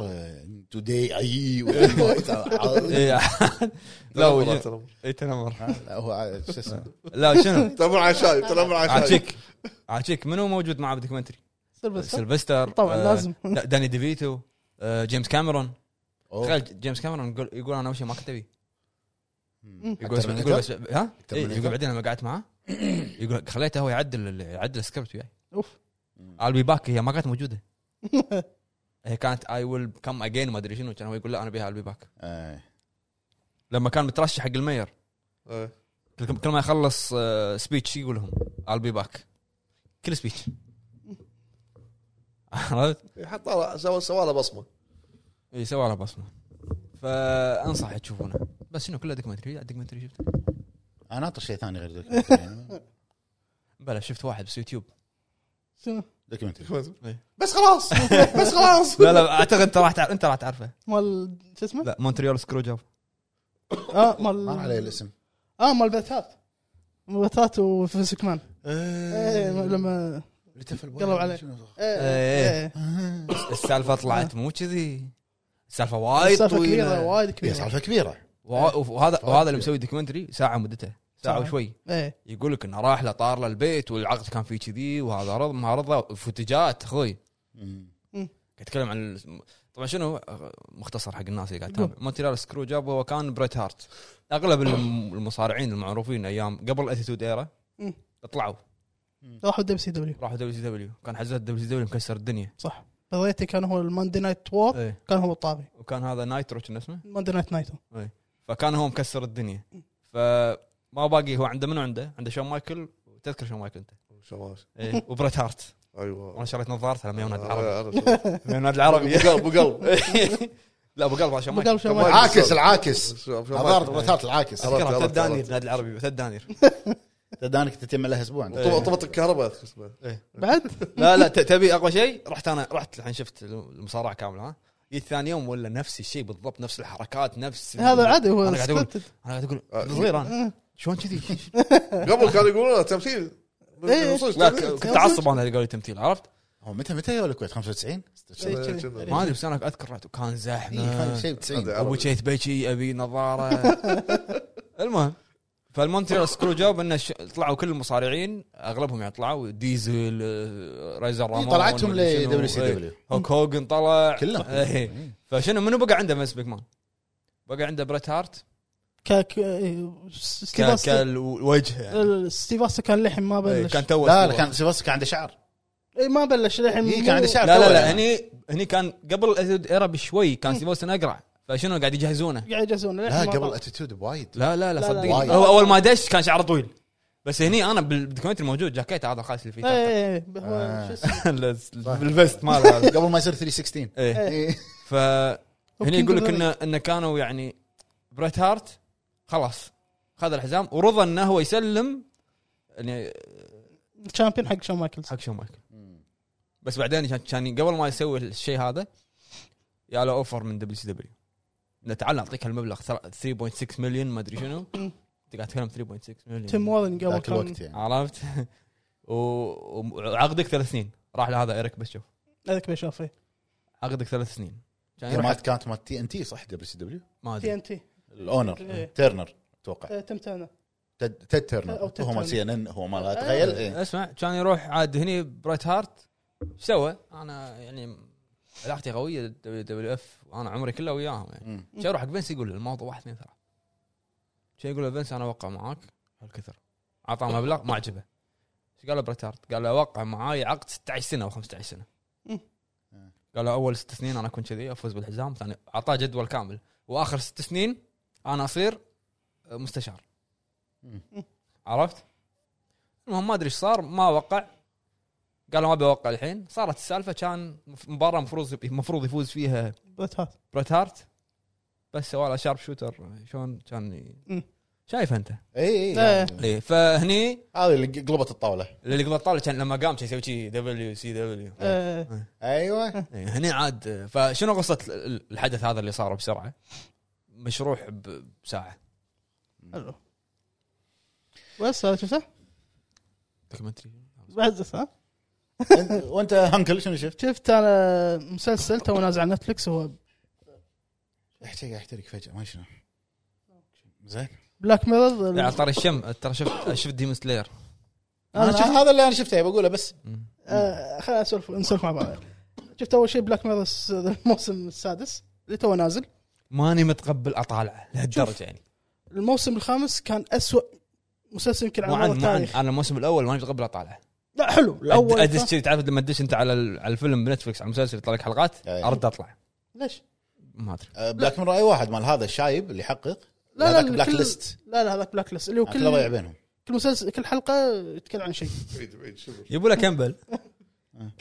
Speaker 2: توداي
Speaker 1: [LAUGHS] [LAUGHS]
Speaker 2: اي [LAUGHS]
Speaker 1: إيه. لا وجه-
Speaker 4: تنمر
Speaker 1: إيه، تنمر
Speaker 2: لا هو ع- شو
Speaker 1: آه.
Speaker 2: اسمه
Speaker 1: [LAUGHS] لا شنو [LAUGHS]
Speaker 4: تنمر على شايب تنمر على شايب
Speaker 1: عاشيك عاشيك منو موجود معاه بالدوكيومنتري؟ [LAUGHS]
Speaker 3: سيلفستر
Speaker 1: سيلفستر
Speaker 3: طبعاً،
Speaker 1: آه،
Speaker 3: لازم.
Speaker 1: [LAUGHS] دا- داني ديفيتو آه، جيمس كاميرون
Speaker 2: أوه.
Speaker 1: تخيل جيمس كاميرون يقول يقول انا اول شيء ما كنت ابي
Speaker 2: مم.
Speaker 1: يقول بس يقول بس ها إيه،
Speaker 2: Terminator.
Speaker 1: يقول بعدين لما قعدت معاه يقول خليته هو يعدل ال- يعدل السكريبت وياي
Speaker 3: اوف
Speaker 1: I'll be back هي ما كانت
Speaker 3: [LAUGHS]
Speaker 1: موجوده هي كانت اي ويل كم اجين ما ادري شنو كان هو يقول لا انا بيها I'll be back
Speaker 2: إيه.
Speaker 1: لما كان مترشح حق المير
Speaker 4: إيه.
Speaker 1: كل كل ما يخلص آه، سبيتش يقول لهم I'll be back كل سبيتش عرفت؟
Speaker 4: يحط له- إيه، سوى سوى له بصمه
Speaker 1: اي سوى له بصمه فانصح تشوفونه بس شنو كله دوكيومنتري دوكيومنطري شفته
Speaker 2: انا ناطر شيء ثاني غير دوكيومنتري
Speaker 1: بلا شفت واحد بس يوتيوب
Speaker 3: شنو
Speaker 2: دوكيومنتري
Speaker 4: بس خلاص [LAUGHS] بس خلاص
Speaker 1: لا لا اعتقد انت راح تعرف انت راح تعرفه
Speaker 3: مال شو اسمه؟
Speaker 1: لا مونتريال سكرو جاب
Speaker 3: اه مال
Speaker 2: ما عليه الاسم
Speaker 3: اه مال بتات بتات وفيزيك مان
Speaker 1: آه.
Speaker 2: آه.
Speaker 3: ايه لما قلب عليه.
Speaker 1: إيه.
Speaker 3: ايه
Speaker 1: السالفه طلعت مو كذي السالفه وايد
Speaker 3: سالفه كبيره
Speaker 1: طويله
Speaker 3: وايد
Speaker 2: هي
Speaker 3: كبيره
Speaker 2: سالفه كبيره
Speaker 1: وه- وهذا وهذا اللي مسوي دوكيومنتري ساعه مدته ساعه
Speaker 3: ساعة.
Speaker 1: وشوي
Speaker 3: ايه
Speaker 1: يقول لك انه راح له طار له البيت والعقد كان فيه كذي وهذا رض ما رضى فوتجات اخوي آه.
Speaker 2: مم.
Speaker 1: قاعد اتكلم عن الم- طبعا شنو مختصر حق الناس اللي قاعد تتابع مونتريال سكرو جاب هو كان بريت هارت اغلب الم- المصارعين المعروفين ايام قبل اتيتود ايرا
Speaker 3: مم.
Speaker 1: طلعوا
Speaker 3: راحوا دبليو سي دبليو
Speaker 1: راحوا دبليو سي دبليو كان حزت دبليو سي دبليو مكسر الدنيا
Speaker 3: صح بغيتي كان هو الماندي نايت وور
Speaker 1: ايه
Speaker 3: كان هو الطابي
Speaker 1: وكان هذا نايترو كان اسمه
Speaker 3: ماندي نايت نايتو
Speaker 1: فكان هو مكسر الدنيا فما باقي هو عنده منو عنده؟ عنده شون مايكل تذكر شون مايكل انت
Speaker 4: شماش
Speaker 1: ايه وبريت هارت وانا
Speaker 4: ايوه
Speaker 1: شريت نظارته لما يوم نادي العربي [LAUGHS]
Speaker 4: [LAUGHS] العربي
Speaker 1: لما يوم نادي العربي
Speaker 4: ابو قلب ابو
Speaker 1: [LAUGHS]
Speaker 4: قلب
Speaker 1: لا ابو قلب هذا شون مايكل
Speaker 3: بقلب شو
Speaker 4: طبعاً.
Speaker 3: ما-
Speaker 2: عاكس العاكس
Speaker 4: شو- شو- [LAUGHS]
Speaker 2: نظارة
Speaker 1: آه.
Speaker 2: رثارة العاكس
Speaker 4: عرفت،
Speaker 1: اذكرها
Speaker 4: عرفت،
Speaker 1: ثلاث دنانير
Speaker 4: عرفت.
Speaker 1: نادي العربي ثلاث دنانير
Speaker 2: دانك تتم لها
Speaker 1: آه.
Speaker 2: اسبوع عندك.
Speaker 4: طب- طبت الكهرباء أذكر اسمه.
Speaker 1: إيه.
Speaker 3: بعد
Speaker 1: لا لا ت- تبي اقوى شيء رحت انا رحت الحين شفت المصارعه كامله ها جيت ثاني يوم ولا نفس الشيء بالضبط نفس الحركات نفس
Speaker 3: هذا عادي هو
Speaker 1: أنا قاعد أقول.
Speaker 3: scripted.
Speaker 1: انا قاعد اقول
Speaker 4: آه.
Speaker 1: صغير انا
Speaker 2: إيه.
Speaker 3: آه.
Speaker 1: شلون
Speaker 2: [LAUGHS]
Speaker 1: كذي؟
Speaker 4: قبل كانوا يقولون له تمثيل
Speaker 3: إيه.
Speaker 4: وصلت
Speaker 1: لا ك-
Speaker 4: تمثيل.
Speaker 1: كنت اعصب انا اللي قالوا تمثيل عرفت؟
Speaker 2: هو متى متى يا الكويت 95
Speaker 3: شيء كذي.
Speaker 4: شنو؟
Speaker 1: ما ادري بس انا اذكر رحت وكان
Speaker 2: إيه،
Speaker 1: زحمه
Speaker 2: شيء 90
Speaker 4: هذا
Speaker 1: ابو
Speaker 4: عربي.
Speaker 1: شيت بيشي ابي
Speaker 2: [LAUGHS]
Speaker 1: نظاره المهم فالمونتريال سكرو جاب انه ش- طلعوا كل المصارعين اغلبهم يعني طلعوا ديزل آه، رايزر رامون
Speaker 2: إيه، طلعتهم
Speaker 1: مدري شنو.
Speaker 2: لدبليو سي
Speaker 1: إيه.
Speaker 2: دبليو
Speaker 1: هوك هوجن طلع
Speaker 2: كلهم
Speaker 1: إيه. فشنو منو بقى عنده مس بيكمان؟ بقى عنده بريت هارت
Speaker 3: ك ك إيه، ستيف
Speaker 1: ك-
Speaker 3: أوستن-
Speaker 1: كالوجه يعني
Speaker 3: ال- ستيف أوستن كان للحين ما
Speaker 1: إيه،
Speaker 3: بلش
Speaker 1: كان تو
Speaker 2: لا لا كان سيفاستو كان عنده شعر
Speaker 3: إيه، ما بلش للحين
Speaker 2: هي
Speaker 3: مو-
Speaker 2: كان عنده شعر
Speaker 1: لا لا
Speaker 2: تو
Speaker 1: لا
Speaker 2: يعني.
Speaker 1: هني هني كان قبل الاتيود ايرا بشوي كان ستيف اوستن اقرع فشنو قاعد يجهزونه؟
Speaker 3: قاعد يجهزون
Speaker 2: لا قبل اتيتود بوايد
Speaker 1: لا لا لا
Speaker 3: لا، لا.
Speaker 1: صدقني
Speaker 2: وايد.
Speaker 1: هو اول ما دش كان شعره طويل بس هني انا بالدوكيومنتري موجود جاكيت هذا الخاص اللي [LAUGHS] فيه
Speaker 3: ايه هو شو اسمه
Speaker 1: بالفست ماله هذا
Speaker 2: قبل ما يصير 316
Speaker 1: [LAUGHS] إيه.
Speaker 2: إيه.
Speaker 1: ف هني يقول لك
Speaker 3: وكينج
Speaker 1: انه انه كانوا يعني بريت هارت خلاص خذ الحزام ورضى انه هو يسلم يعني
Speaker 3: الشامبيون حق شون مايكلز
Speaker 1: حق شون مايكل بس بعدين كان- كان قبل ما يسوي الشيء هذا يا له اوفر من دبليو سي دبليو انه تعال اعطيك المبلغ ترى 3.6 مليون ما ادري شنو
Speaker 3: مم.
Speaker 1: انت قاعد تتكلم 3.6 مليون
Speaker 3: تيم وارن قبل آه.
Speaker 2: ذاك
Speaker 3: كان
Speaker 2: الوقت يعني
Speaker 1: عرفت [LAUGHS] و- وعقدك ثلاث سنين راح لهذا ايريك بس شوف
Speaker 3: هذاك بيشوف إيه.
Speaker 1: عقدك ثلاث سنين كان
Speaker 2: هي
Speaker 1: يروح-
Speaker 2: مالت يعني كانت مالت تي ان تي صح دبليو سي دبليو
Speaker 1: ما
Speaker 3: تي
Speaker 1: ادري
Speaker 3: ان تي
Speaker 2: الاونر
Speaker 3: إيه.
Speaker 2: تيرنر اتوقع
Speaker 3: آه، تم تانا
Speaker 2: تد تيد
Speaker 3: أو
Speaker 2: تيرنر
Speaker 3: آه. تيد
Speaker 2: هو مال سي ان
Speaker 3: تيرنر.
Speaker 2: ان هو مالها تخيل إيه.
Speaker 1: اسمع كان يروح عاد هني برايت هارت ايش سوى؟ انا يعني علاقتي قويه دبليو دبليو اف انا عمري كله وياهم يعني
Speaker 2: مم.
Speaker 1: شي اروح حق فينس يقول له الموضوع واحد اثنين ثلاثة شي يقول له فينس انا اوقع معاك هالكثر اعطاه مبلغ ما عجبه ايش قال له بريتارد؟ قال له وقع معاي عقد 16 سنه او 15 سنه
Speaker 3: مم.
Speaker 1: قال له اول ست سنين انا كنت كذي افوز بالحزام ثاني اعطاه جدول كامل واخر ست سنين انا اصير مستشار
Speaker 2: مم.
Speaker 1: عرفت؟ المهم ما ادري ايش صار ما وقع قال له ما بوقع الحين صارت السالفه كان مباراه المفروض المفروض يفوز فيها
Speaker 3: بريت هارت
Speaker 1: بريت هارت بس سوى له شارب شوتر شلون كان ي-
Speaker 3: مم.
Speaker 1: شايف انت
Speaker 2: اي
Speaker 3: إيه.
Speaker 2: اي
Speaker 1: ايه فهني
Speaker 2: يعني. هذه اللي قلبت الطاوله
Speaker 1: اللي قبل طالع كان لما قام كان يسوي شي دبليو سي دبليو
Speaker 3: آه، [LAUGHS]
Speaker 2: ايوه
Speaker 1: إيه، هني عاد فشنو قصه ال- ال- الحدث هذا اللي صار بسرعه؟ مشروح ب- بساعه
Speaker 3: حلو بس هذا شفته؟
Speaker 1: دوكيومنتري
Speaker 3: بعد ها
Speaker 2: أنت- وانت هنكل شنو شفت؟
Speaker 3: شفت انا مسلسل تو نازل على نتفلكس هو
Speaker 2: احتاج احترق فجاه ما شنو زين
Speaker 3: بلاك ميرور
Speaker 1: لا ترى يعني الشم ترى شفت شفت ديمون سلاير
Speaker 3: انا
Speaker 2: أنا-
Speaker 3: شفت
Speaker 2: هذا اللي انا شفته بقوله بس
Speaker 3: آه، خلينا نسولف نسولف مع بعض شفت اول شيء بلاك ميرور [LAUGHS] الموسم السادس اللي تو نازل
Speaker 1: ماني متقبل اطالعه لهالدرجه يعني
Speaker 3: الموسم الخامس كان أسوأ مسلسل يمكن
Speaker 1: مو
Speaker 3: على مر
Speaker 1: عن مو عن
Speaker 3: التاريخ
Speaker 1: انا الموسم الاول ماني متقبل اطالعه
Speaker 3: لا حلو
Speaker 1: الاول
Speaker 3: الاول
Speaker 1: ادش كذي تعرف لما تدش انت على ال- على الفيلم بنتفلكس على المسلسل يطلع لك حلقات
Speaker 3: إيه.
Speaker 2: أي.
Speaker 1: ارد اطلع
Speaker 3: ليش؟
Speaker 1: ما ادري
Speaker 2: آه، بلاك من راي واحد مال هذا الشايب اللي يحقق
Speaker 3: لا لا
Speaker 2: هذاك بلاك
Speaker 3: كل-
Speaker 2: ليست
Speaker 3: لا لا هذاك بلاك ليست اللي هو
Speaker 2: يعني كله ضيع
Speaker 3: كل
Speaker 2: بينهم
Speaker 3: كل مسلسل كل حلقه يتكلم عن شيء
Speaker 4: بعيد بعيد شوف
Speaker 1: يبوا له كمبل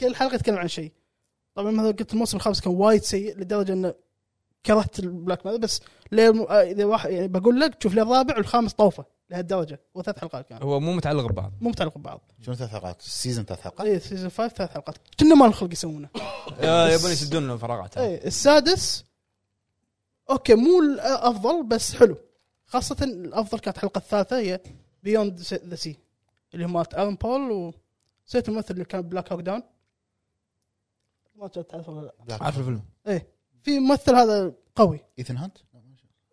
Speaker 3: كل حلقه يتكلم عن شيء طبعا مثل ما قلت الموسم الخامس كان وايد سيء لدرجه انه كرهت البلاك ماذا بس ليه الم... آه، اذا واحد يعني بقول لك تشوف لي الرابع والخامس طوفه لهالدرجه وثلاث حلقات كان
Speaker 1: هو مو متعلق ببعض
Speaker 3: مو متعلق ببعض
Speaker 2: شنو ثلاث حلقات؟ السيزون ثلاث حلقات؟
Speaker 3: اي سيزون 5 ثلاث حلقات كنا ما الخلق يسوونه
Speaker 1: آه، يبون يسدون لهم فراغات
Speaker 3: اي السادس اوكي مو الافضل بس حلو خاصه الافضل كانت الحلقه الثالثه هي بيوند ذا سي اللي هم مالت الن بول و نسيت الممثل اللي كان بلاك هوك داون ما تعرفه ولا لا
Speaker 1: عارف الفيلم
Speaker 3: ايه في ممثل هذا قوي
Speaker 2: ايثن هانت؟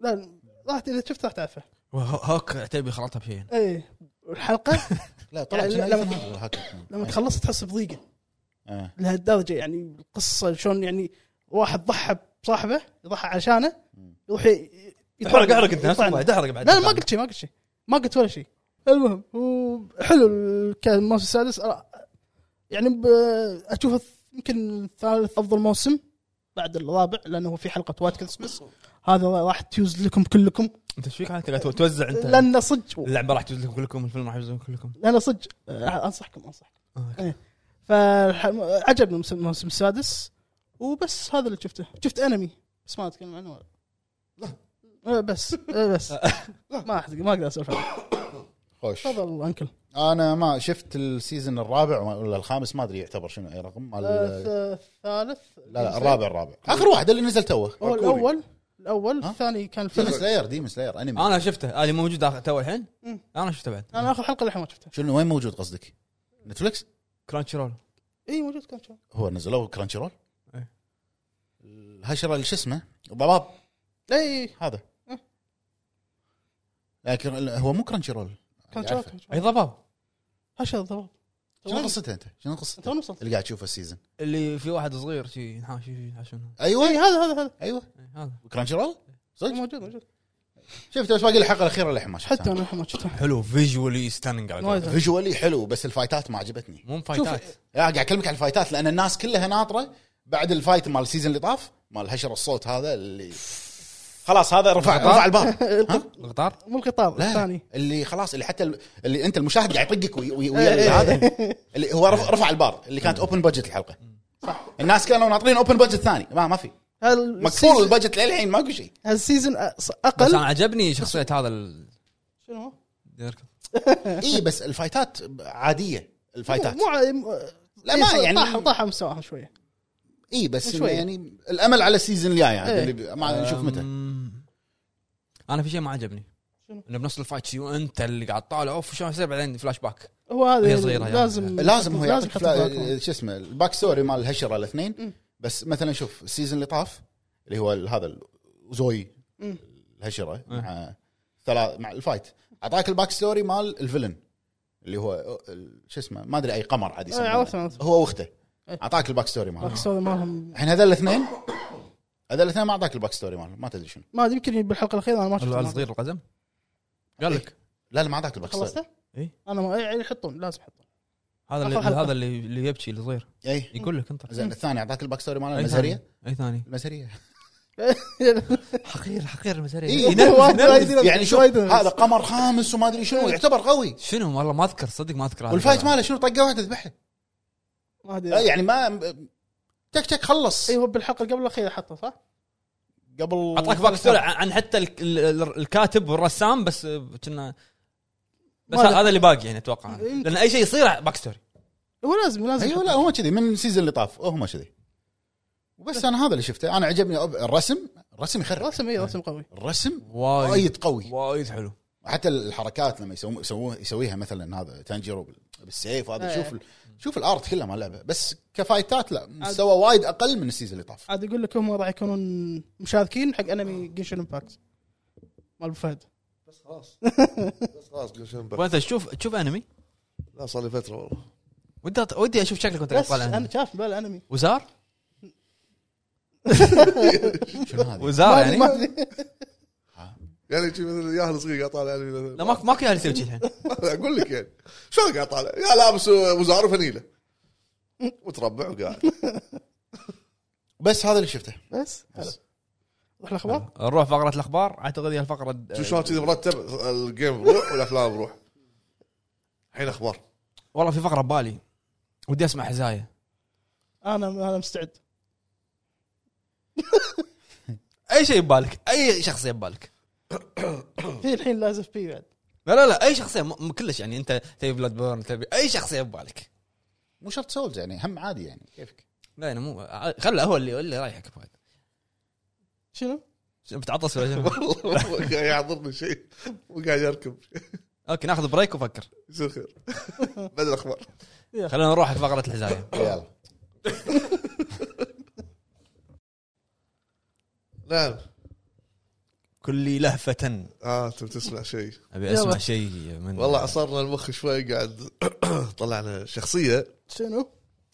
Speaker 3: لا راح اذا شفته راح تعرفه
Speaker 1: هوك عتيبي خلطها بشيء
Speaker 3: ايه الحلقه
Speaker 2: لا طلع
Speaker 3: يعني
Speaker 2: شنو
Speaker 3: لما-
Speaker 2: إيثن هانت ولا هاك؟
Speaker 3: لما تخلص تحس بضيقه
Speaker 2: إيه.
Speaker 3: لهالدرجه يعني القصه شلون يعني واحد ضحى بصاحبه يضحى عشانه يروح ي-
Speaker 1: احرق احرق انت
Speaker 3: يطعن.
Speaker 1: والله، دحرق بعد
Speaker 3: لا لا ما قلت شيء ما قلت شيء ما قلت ولا شيء المهم وحلو ال- كان الموسم السادس أرا- يعني ب- اشوفه ث- يمكن ثالث افضل موسم بعد الرابع لانه في حلقه وايت كريسمس هذا راح تيوز لكم كلكم
Speaker 1: انت ايش فيك عليك قاعد توزع انت
Speaker 3: لانه صدق
Speaker 1: اللعبه راح تجوز لكم كلكم الفيلم راح يجوز لكم كلكم
Speaker 3: لانه صدق آه، انصحكم انصحكم
Speaker 1: آه،
Speaker 3: إيه. فعجبني الموسم الموسم السادس وبس هذا اللي شفته شفت انمي بس ما اتكلم عنه ولا آه، بس آه، بس
Speaker 2: [LAUGHS]
Speaker 3: ما أحد- ما اقدر اسولف عنه.
Speaker 2: خوش
Speaker 3: تفضل انكل
Speaker 2: انا ما شفت السيزون الرابع ولا الخامس ما ادري يعتبر شنو اي رقم مال لا
Speaker 3: آه، الثالث إيه،
Speaker 2: لا الرابع الرابع اخر واحد اللي نزل توه
Speaker 3: هو
Speaker 4: كوري.
Speaker 3: الاول الاول
Speaker 2: ها؟
Speaker 3: الثاني كان
Speaker 2: ديمون
Speaker 3: الفيلم
Speaker 2: سلاير ديمون سلاير
Speaker 3: آه.
Speaker 2: انمي
Speaker 1: انا شفته آه، اللي موجود آخر- تو الحين
Speaker 3: مم.
Speaker 1: انا شفته بعد
Speaker 3: انا اخر حلقه للحين ما شفتها
Speaker 2: شنو وين موجود قصدك؟ نتفلكس؟
Speaker 1: كرانشي رول
Speaker 3: اي موجود كان شو
Speaker 2: هو نزلوه كرانشي رول؟
Speaker 1: إيه.
Speaker 2: الهشره اللي شو اسمه؟ ضباب
Speaker 3: اي
Speaker 2: هذا
Speaker 3: إيه.
Speaker 2: لكن هو مو كرانشي رول
Speaker 3: كان
Speaker 2: عارفه.
Speaker 1: اي
Speaker 3: شو
Speaker 1: ضباب
Speaker 3: هشر الضباب
Speaker 2: شنو قصته انت؟ شنو قصته؟
Speaker 3: انت وين وصلت؟
Speaker 2: اللي قاعد تشوفه السيزون
Speaker 1: اللي في واحد صغير شي نحاشي عشان
Speaker 3: اي
Speaker 2: ايوه
Speaker 3: إيه، هذا هذا هذا
Speaker 2: ايوه
Speaker 1: هذا
Speaker 2: كرانشي رول؟ صدق؟
Speaker 3: موجود موجود
Speaker 2: شفت بس باقي الحلقه الاخيره للحين ما
Speaker 3: حتى
Speaker 2: شفتها
Speaker 3: انا للحين ما شفتها
Speaker 1: حلو فيجولي ستاننج
Speaker 3: وايد.
Speaker 2: فيجولي حلو بس الفايتات ما عجبتني
Speaker 1: مو فايتات
Speaker 2: لا قاعد اكلمك عن الفايتات لان الناس كلها ناطره بعد الفايت مال السيزون اللي طاف مال هشر الصوت هذا اللي خلاص هذا رفع رفع [LAUGHS] الباب ها؟
Speaker 1: القطار
Speaker 3: مو القطار
Speaker 2: لا
Speaker 3: الثاني
Speaker 2: لا اللي خلاص اللي حتى ال- اللي انت المشاهد قاعد يطقك وي- وي-
Speaker 3: إيه، إيه.
Speaker 2: ويا هذا
Speaker 3: [LAUGHS]
Speaker 2: اللي هو رفع, رفع البار اللي كانت اوبن بادجت الحلقه صح الناس كانوا ناطرين اوبن بادجت ثاني ما ما في مكسور
Speaker 3: هالسيزون
Speaker 2: البادجت للحين ماكو شيء
Speaker 3: [LAUGHS] هالسيزون
Speaker 1: بس انا
Speaker 3: اقل
Speaker 1: عجبني شخصيه هذا ال-
Speaker 3: شنو هو؟
Speaker 2: اي إيه، بس الفايتات عاديه الفايتات
Speaker 3: مو ع- م-
Speaker 2: لا ما
Speaker 3: إيه،
Speaker 2: يعني
Speaker 3: طاح طاح مستواهم شويه
Speaker 2: اي بس
Speaker 3: شوية.
Speaker 2: يعني الامل على السيزون الجاي عاد
Speaker 3: إيه.
Speaker 2: اللي ب- ما نشوف متى
Speaker 1: أم، انا في شيء ما عجبني
Speaker 3: شنو؟
Speaker 1: انه بنفس الفايت شي وانت اللي قاعد طالع اوف شلون يصير بعدين فلاش باك
Speaker 3: هو هذا
Speaker 1: وهي
Speaker 3: يعني
Speaker 1: صغيرة يعني.
Speaker 3: لازم
Speaker 2: لازم هو يعطيك
Speaker 3: يحط
Speaker 2: فلا-
Speaker 3: فلاك.
Speaker 2: شو اسمه الباك ستوري مال الهشره الاثنين
Speaker 3: مم.
Speaker 2: بس مثلا شوف السيزون اللي طاف اللي هو ال- هذا ال- زوي
Speaker 3: مم.
Speaker 1: إيه.
Speaker 2: الهشره مع ثلاث مع الفايت اعطاك الباك ستوري مال الفيلن اللي هو ال- شو اسمه ما ادري اي قمر عادي
Speaker 3: إيه، عرفت
Speaker 2: يسمونه
Speaker 3: عرفت.
Speaker 2: هو واخته
Speaker 3: إيه.
Speaker 2: اعطاك الباك ستوري ماله
Speaker 3: باك ستوري مالهم
Speaker 2: الحين هذول الاثنين هذول الاثنين ما اعطاك الباك ستوري ماله ما تدري شنو
Speaker 3: ما ادري يمكن بالحلقه الاخيره انا ما شفتها
Speaker 1: الولد الصغير القزم قال لك
Speaker 2: لا لا ما اعطاك الباك ستوري
Speaker 3: خلصته؟
Speaker 1: إيه.
Speaker 3: انا ما يعني يحطون لازم يحطون
Speaker 1: هذا اللي هذا اللي اللي يبكي الصغير
Speaker 2: اي
Speaker 1: يقول لك انت
Speaker 2: إيه. زين الثاني اعطاك الباك ستوري ماله
Speaker 1: أي
Speaker 2: المزهريه
Speaker 1: ثاني؟ اي ثاني
Speaker 2: المزهريه
Speaker 1: حقير حقير
Speaker 2: إيه.
Speaker 1: المزاريه
Speaker 3: وايد- وايد
Speaker 2: ينرفز.
Speaker 3: ينرفز،
Speaker 2: يعني شوف
Speaker 3: وايد ينرفز.
Speaker 2: هذا قمر خامس وما ادري شنو يعتبر قوي
Speaker 1: شنو والله ما اذكر صدق ما اذكر هذا
Speaker 2: والفايت
Speaker 1: الشيء.
Speaker 2: ماله شنو طقه واحده ذبحها
Speaker 3: ما
Speaker 2: آه،
Speaker 3: ادري
Speaker 2: يعني ما تك تك خلص
Speaker 3: أيوه. اي هو بالحلقه اللي قبل الاخيره حطه صح؟ قبل
Speaker 1: اعطاك باك ستوري عن عن حتى ال- ال- ال- الكاتب والرسام بس آه، كنا بس
Speaker 3: ما
Speaker 1: ه-
Speaker 3: أدري.
Speaker 1: هذا اللي باقي يعني اتوقع
Speaker 3: يمكن.
Speaker 1: لان اي شيء يصير باك ستوري
Speaker 3: هو لازم أيوه، لازم
Speaker 2: ايوه لا هو كذي من السيزون اللي طاف هم كذي وبس انا هذا اللي شفته انا عجبني أب- الرسم الرسم يخرب
Speaker 3: رسم اي
Speaker 1: إيه.
Speaker 3: رسم قوي
Speaker 2: الرسم
Speaker 1: وايد
Speaker 2: وايد قوي
Speaker 1: وايد حلو
Speaker 2: حتى الحركات لما يسوون يسووها يسويها مثلا هذا تانجيرو بال- بالسيف هذا
Speaker 3: إيه.
Speaker 2: شوف ال- شوف الارت كلها مال اللعبه بس كفايتات لا مستوى وايد اقل من السيزون اللي طاف
Speaker 3: عاد يقول لك هم راح يكونون مشاركين حق انمي جنشن امباكت مال ابو فهد
Speaker 4: بس
Speaker 1: [LAUGHS]
Speaker 4: خلاص بس خلاص قبل شوي نبكي.
Speaker 1: وانت تشوف تشوف انمي
Speaker 4: لا صار لي فتره والله
Speaker 1: ودي أط- ودي اشوف شكلك وانت قاعد
Speaker 3: بس
Speaker 1: تطالع
Speaker 3: انا
Speaker 1: أنمي.
Speaker 3: شاف بال انمي
Speaker 1: وزار
Speaker 2: شنو هذه؟
Speaker 1: وزار يعني
Speaker 3: ما أدري.
Speaker 4: يعني شي مثل ياهل صغير قاعد طالع لي مثل- [LAUGHS]
Speaker 1: لا ماكو ماكو اهل يسوي شي الحين
Speaker 4: اقول لك يعني شلون قاعد طالع؟ يا لابس وزار وفنيله
Speaker 1: [LAUGHS]
Speaker 4: متربع وقاعد
Speaker 2: بس هذا اللي شفته
Speaker 3: بس حلو. روح الاخبار
Speaker 1: نروح فقره الاخبار اعتقد هي الفقره
Speaker 4: شو شلون كذي مرتب الجيم بروح والافلام بروح الحين اخبار
Speaker 1: والله في فقره ببالي ودي اسمع حزايه
Speaker 3: انا انا مستعد
Speaker 1: اي شيء ببالك اي شخصيه ببالك
Speaker 3: في الحين لازف بي بعد
Speaker 1: لا لا لا اي شخصيه م- م- كلش يعني انت تبي بلاد بورن تبي اي شخصيه ببالك
Speaker 2: مو شرط سولز يعني هم عادي يعني كيفك
Speaker 1: لا انا مو خله هو اللي اللي رايحك بعد
Speaker 3: شنو؟
Speaker 1: شنو بتعطس ولا [LAUGHS] شنو؟
Speaker 4: والله مو قاعد يعذرني شيء وقاعد يركب
Speaker 1: اوكي ناخذ بريك وفكر
Speaker 4: يصير خير بعد الاخبار
Speaker 1: خلينا نروح حق فقره الحزايه
Speaker 2: يلا
Speaker 4: نعم
Speaker 1: كل لهفه
Speaker 4: اه انت بتسمع شيء
Speaker 1: ابي
Speaker 3: يلا.
Speaker 1: اسمع شيء من
Speaker 4: والله عصرنا المخ شوي قاعد [CLEARS THROAT] طلعنا شخصيه
Speaker 3: شنو؟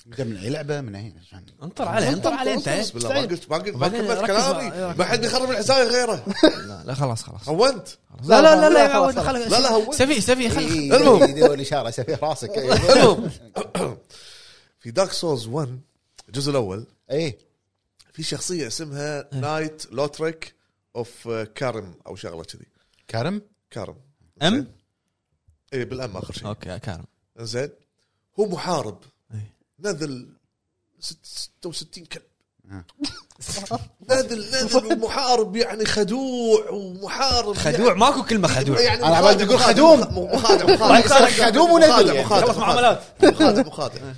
Speaker 2: نبدا من اي لعبه من اي عشان
Speaker 1: انطر عليه انطر عليه انت
Speaker 4: بسم الله ما
Speaker 3: سعيد.
Speaker 4: قلت ما قلت ما
Speaker 1: طيب. وبعدين
Speaker 4: كملت
Speaker 1: ركز
Speaker 4: كلامي
Speaker 1: بقى-
Speaker 4: ما حد بيخرب الحساب غيره
Speaker 1: لا لا خلاص خلاص
Speaker 4: هونت
Speaker 1: لا لا لا لا
Speaker 3: خلاص،
Speaker 1: يعود،
Speaker 3: خلاص.
Speaker 1: خلي-
Speaker 4: لا، لا، هو-
Speaker 1: سفي سفي خلي
Speaker 4: المهم.
Speaker 2: المهم الاشاره سفي راسك المهم
Speaker 4: [CLEARS THROAT] في دارك سولز 1 الجزء الاول
Speaker 2: اي
Speaker 4: في شخصيه اسمها نايت لوتريك اوف كارم او شغله كذي
Speaker 2: كرم
Speaker 4: كارم
Speaker 1: ام
Speaker 4: اي بالام اخر إيه، شيء
Speaker 1: اوكي يا كارم
Speaker 4: زين هو محارب
Speaker 1: إيه.
Speaker 4: نذل ست- 66 كلب
Speaker 2: آه.
Speaker 4: [LAUGHS] نذل نذل ومحارب يعني خدوع ومحارب
Speaker 1: خدوع ماكو كلمه خدوع
Speaker 4: يعني
Speaker 2: أنا عبالي تقول خدوم.
Speaker 4: مخادع مخادع
Speaker 2: يصير خدوم ونذل يعني.
Speaker 1: خلص معاملات.
Speaker 4: مخادع مخادع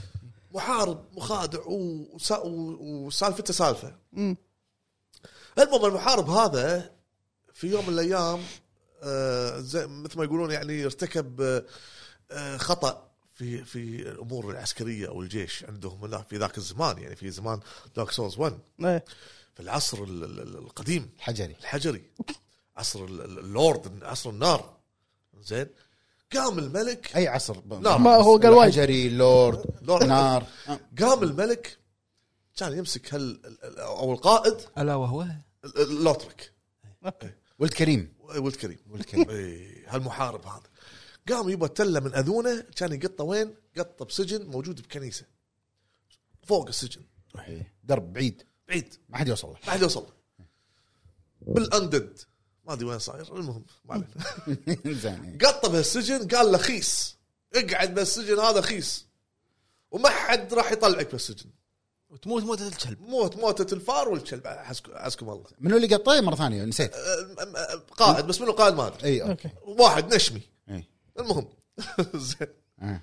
Speaker 4: محارب مخادع و- وسا- و- وسالفته سالفه
Speaker 3: مم.
Speaker 4: المهم المحارب هذا في يوم من الايام آه، زي مثل ما يقولون يعني ارتكب آه، آه، خطا في في الامور العسكريه او الجيش عندهم لا في ذاك الزمان يعني في زمان دارك سولز 1
Speaker 3: ايه
Speaker 4: في العصر ال- ال- ال- القديم
Speaker 2: الحجري
Speaker 4: الحجري عصر ال- ال- اللورد عصر النار زين قام الملك
Speaker 2: اي عصر
Speaker 4: نار.
Speaker 3: ما هو قال وايد.
Speaker 2: الحجري لورد
Speaker 4: لورد.
Speaker 2: نار
Speaker 4: قام الملك كان يمسك هال ال- ال- او القائد
Speaker 1: الا وهو
Speaker 4: ال- ال- اللوترك
Speaker 2: ولد كريم
Speaker 4: ولد كريم
Speaker 2: ولد كريم
Speaker 4: إي، هالمحارب هذا قام يبى تله من اذونه كان يقطه وين؟ قطه بسجن موجود بكنيسه فوق السجن
Speaker 2: إي. درب بعيد
Speaker 4: بعيد
Speaker 2: ما حد يوصل له [LAUGHS]
Speaker 4: ما حد يوصل له. بالاندد ما ادري وين صاير المهم ما علينا
Speaker 2: [LAUGHS] زين إي.
Speaker 4: قطه بهالسجن قال له خيس اقعد بالسجن هذا خيس وما حد راح يطلعك بالسجن
Speaker 1: وتموت موتة الكلب
Speaker 4: موت موتة الفار والكلب حسكم, حسكم الله
Speaker 2: منو اللي قطيه مره ثانيه نسيت
Speaker 4: أم- أم- أم- قائد بس منو قائد ما ادري
Speaker 2: اي اوكي
Speaker 3: اوكي
Speaker 4: واحد نشمي
Speaker 2: اي
Speaker 4: المهم [LAUGHS] زين
Speaker 2: آه.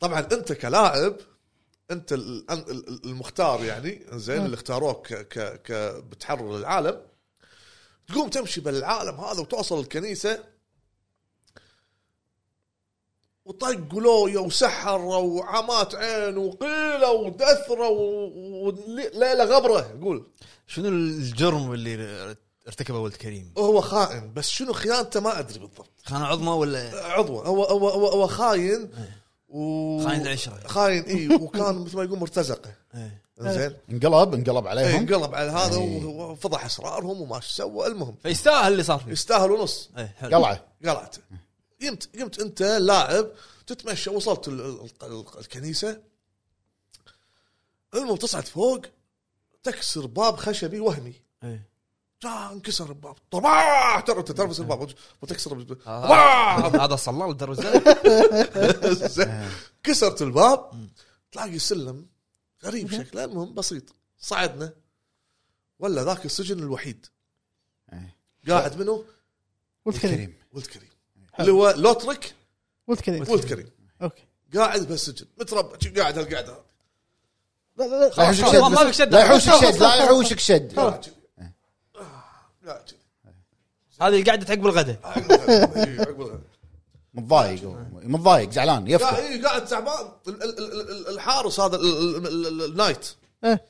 Speaker 4: طبعا انت كلاعب انت ال- ال- ال- المختار يعني زين اللي اختاروك ك ك- ك بتحرر العالم تقوم تمشي بالعالم هذا وتوصل الكنيسه وطق ولويا وسحره وعمات عين وقيله ودثره وليله غبره قول
Speaker 1: شنو الجرم اللي ارتكبه ولد كريم
Speaker 4: هو خائن بس شنو خيانته ما ادري بالضبط
Speaker 1: كان عظمه ولا
Speaker 4: عضوه هو هو هو, هو خاين و...
Speaker 1: إيه. خاين العشرة.
Speaker 4: خاين اي وكان مثل ما يقول مرتزقه
Speaker 1: إيه.
Speaker 4: زين
Speaker 2: انقلب انقلب
Speaker 4: إيه،
Speaker 2: عليهم
Speaker 4: انقلب على هذا
Speaker 2: إيه.
Speaker 4: و- وفضح اسرارهم وما شو سوى المهم
Speaker 1: فيستاهل اللي صار فيه
Speaker 4: يستاهلوا نص
Speaker 1: إيه، حلو.
Speaker 2: قلعه
Speaker 4: قلعته
Speaker 1: إيه.
Speaker 4: قمت قمت انت لاعب تتمشى وصلت ال- ال- ال- الكنيسه المهم تصعد فوق تكسر باب خشبي وهمي
Speaker 1: إيه.
Speaker 4: جا انكسر الباب طبعا ترى انت ترفس
Speaker 1: إيه.
Speaker 4: الباب وتكسر الب-
Speaker 1: آه،
Speaker 4: طبعاً!
Speaker 1: هذا هذا صلال الدر [LAUGHS] والزلق.
Speaker 4: [LAUGHS] زين. كسرت الباب تلاقي سلم غريب شكله المهم بسيط صعدنا ولا ذاك السجن الوحيد
Speaker 2: إيه.
Speaker 4: قاعد منه
Speaker 3: ولد كريم
Speaker 4: ولد كريم اللي هو لوترك
Speaker 3: ولد كريم
Speaker 4: ولد كريم
Speaker 3: اوكي
Speaker 4: قاعد بهالسجن متربع شي قاعد هالقعده هذه.
Speaker 3: لا لا لا
Speaker 2: لا يحوشك
Speaker 1: ما-
Speaker 2: شد
Speaker 1: ما فيك
Speaker 2: بس-
Speaker 1: شد.
Speaker 2: لا يحوشك شد لا يحوشك شد
Speaker 4: قاعد شي. آه، قاعد شي.
Speaker 1: هذه قاعده عقب الغداء
Speaker 4: عقب الغداء. [LAUGHS] إيه، عقب الغداء.
Speaker 2: متضايق هو. متضايق زعلان
Speaker 4: قاعد
Speaker 2: يفكر
Speaker 4: إيه، قاعد تعبان ال- ال- ال- ال- الحارس هذا ال- ال- ال- ال- النايت
Speaker 3: إيه.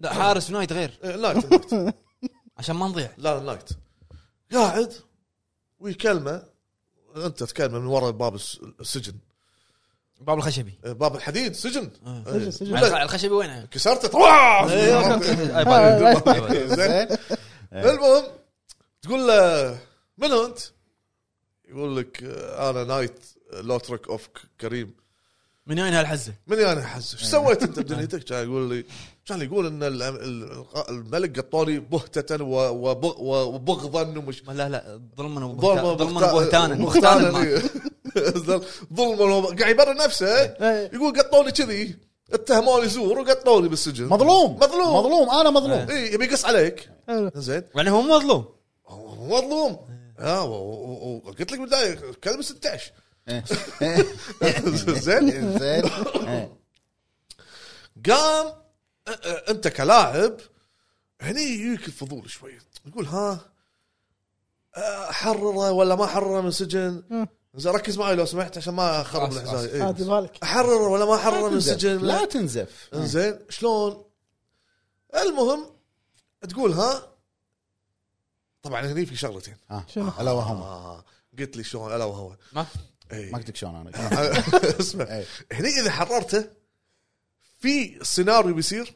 Speaker 1: لا حارس نايت غير
Speaker 4: إيه، النايت النايت. [LAUGHS]
Speaker 1: عشان ما نضيع
Speaker 4: لا نايت قاعد ويكلمه انت تكلمه من ورا باب الس- السجن
Speaker 1: باب الخشبي
Speaker 4: باب الحديد سجن
Speaker 3: آه،
Speaker 4: إيه.
Speaker 3: سجن، سجن. إيه،
Speaker 4: ولا-
Speaker 1: الخشبي وينه؟
Speaker 4: كسرته
Speaker 1: [LAUGHS]
Speaker 4: طواح!
Speaker 1: أي بالي.
Speaker 3: [LAUGHS]
Speaker 2: إيه.
Speaker 4: زين المهم تقول له من انت؟ يقول لك آه، انا نايت لوترك اوف ك- كريم
Speaker 1: من وين هالحزه؟
Speaker 4: من انا حز
Speaker 3: إيه.
Speaker 4: ايش
Speaker 3: [LAUGHS]
Speaker 4: سويت انت بدنيتك؟ كان يقول لي كان يقول ان ال- ال- الملك قطوني بهتة و- وب- وبغضا ومش
Speaker 1: لا لا ظلما وبهتانا
Speaker 4: ظلما
Speaker 1: ظلما وبهتانا
Speaker 4: بهتانا
Speaker 1: بهتانا
Speaker 4: [LAUGHS] ظلما وب- قاعد يبرر نفسه
Speaker 3: إيه.
Speaker 4: يقول قطوني كذي اتهموني زور وقطوني بالسجن
Speaker 2: مظلوم
Speaker 4: مظلوم.
Speaker 2: مظلوم انا مظلوم
Speaker 4: اي يبي يقص عليك
Speaker 3: حلو.
Speaker 4: زين
Speaker 1: يعني هو مظلوم
Speaker 4: هو مظلوم اه و- و- و- قلت لك بالبدايه كلمه 16
Speaker 2: إيه.
Speaker 4: [LAUGHS] زين
Speaker 2: زين [LAUGHS] إيه.
Speaker 4: قام أ- أ- انت كلاعب هني يجيك الفضول شوي تقول ها أه، احرره ولا ما احرره من سجن
Speaker 3: مم.
Speaker 4: زين ركز معي لو سمحت عشان ما اخرب
Speaker 1: خلاص،
Speaker 4: الحزاي إيه.
Speaker 3: عادي بالك
Speaker 4: احرره ولا ما احرره من
Speaker 2: تنزف.
Speaker 4: سجن
Speaker 2: طيب لا آه. تنزف
Speaker 4: زين شلون المهم تقول ها طبعا هني في شغلتين
Speaker 2: ها.
Speaker 3: شنو؟
Speaker 2: الا وهم
Speaker 4: آه قلت لي شلون الا وهو
Speaker 1: ما
Speaker 4: إيه.
Speaker 2: ما قلت لك شلون انا
Speaker 4: [LAUGHS] اسمع
Speaker 2: إيه.
Speaker 4: هني اذا حررته في سيناريو بيصير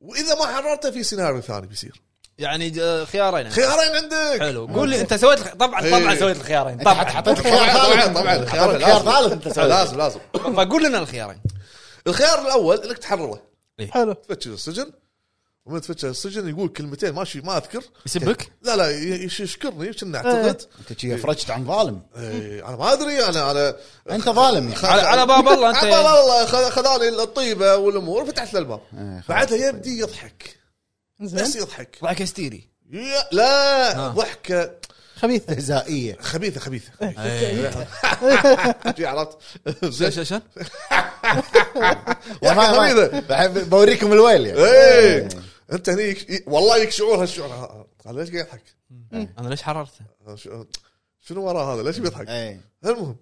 Speaker 4: واذا ما حررته في سيناريو ثاني بيصير
Speaker 1: يعني ج- خيارين
Speaker 4: خيارين عندك
Speaker 1: حلو قول لي انت سويت الخ- طبعا طبعا
Speaker 4: إيه.
Speaker 1: سويت الخيارين
Speaker 2: انت حط-
Speaker 1: طبعا
Speaker 2: حطيت خيار
Speaker 4: طبعا
Speaker 2: ثالث
Speaker 4: طبعا
Speaker 2: خيار
Speaker 4: خيار
Speaker 2: ثالث انت [LAUGHS] سويت
Speaker 4: لازم لازم
Speaker 1: فقول لنا الخيارين
Speaker 4: الخيار الاول انك تحرره
Speaker 3: حلو
Speaker 4: تفتش السجن ومن تفتش السجن يقول كلمتين ماشي ما اذكر
Speaker 1: يسبك
Speaker 4: لا لا ي- يش- يشكرني كنا اعتقد
Speaker 2: انت شي افرجت عن ظالم
Speaker 4: إيه، انا ما ادري انا انا
Speaker 2: انت ظالم يعني [LAUGHS]
Speaker 1: على على باب الله
Speaker 4: طيب،
Speaker 1: إيه.
Speaker 4: على بال
Speaker 1: انت
Speaker 4: الله خذ- خذاني الطيبه والامور فتحت له الباب
Speaker 2: إيه، خلاص.
Speaker 4: بعدها يبدي
Speaker 1: طيب.
Speaker 4: يضحك بس
Speaker 3: زين
Speaker 4: يضحك
Speaker 1: ضحك هستيري
Speaker 4: يا- لا
Speaker 1: آه.
Speaker 4: ضحكه
Speaker 3: خبيث
Speaker 2: إيه. غذائيه
Speaker 4: خبيثه خبيثه
Speaker 1: إيه.
Speaker 4: شي عرفت
Speaker 1: [LAUGHS] شو- شو- شو؟
Speaker 2: يا ما- ما-
Speaker 4: خبيثة.
Speaker 2: بحب- بوريكم الويل يعني
Speaker 4: ايه انت هني يك- والله يك شعور هالشعور ها- قال ليش قاعد يضحك؟
Speaker 1: انا ليش حررته؟
Speaker 4: شو- شنو وراه هذا؟ ليش
Speaker 1: إيه.
Speaker 4: بيضحك؟
Speaker 2: ايه
Speaker 4: المهم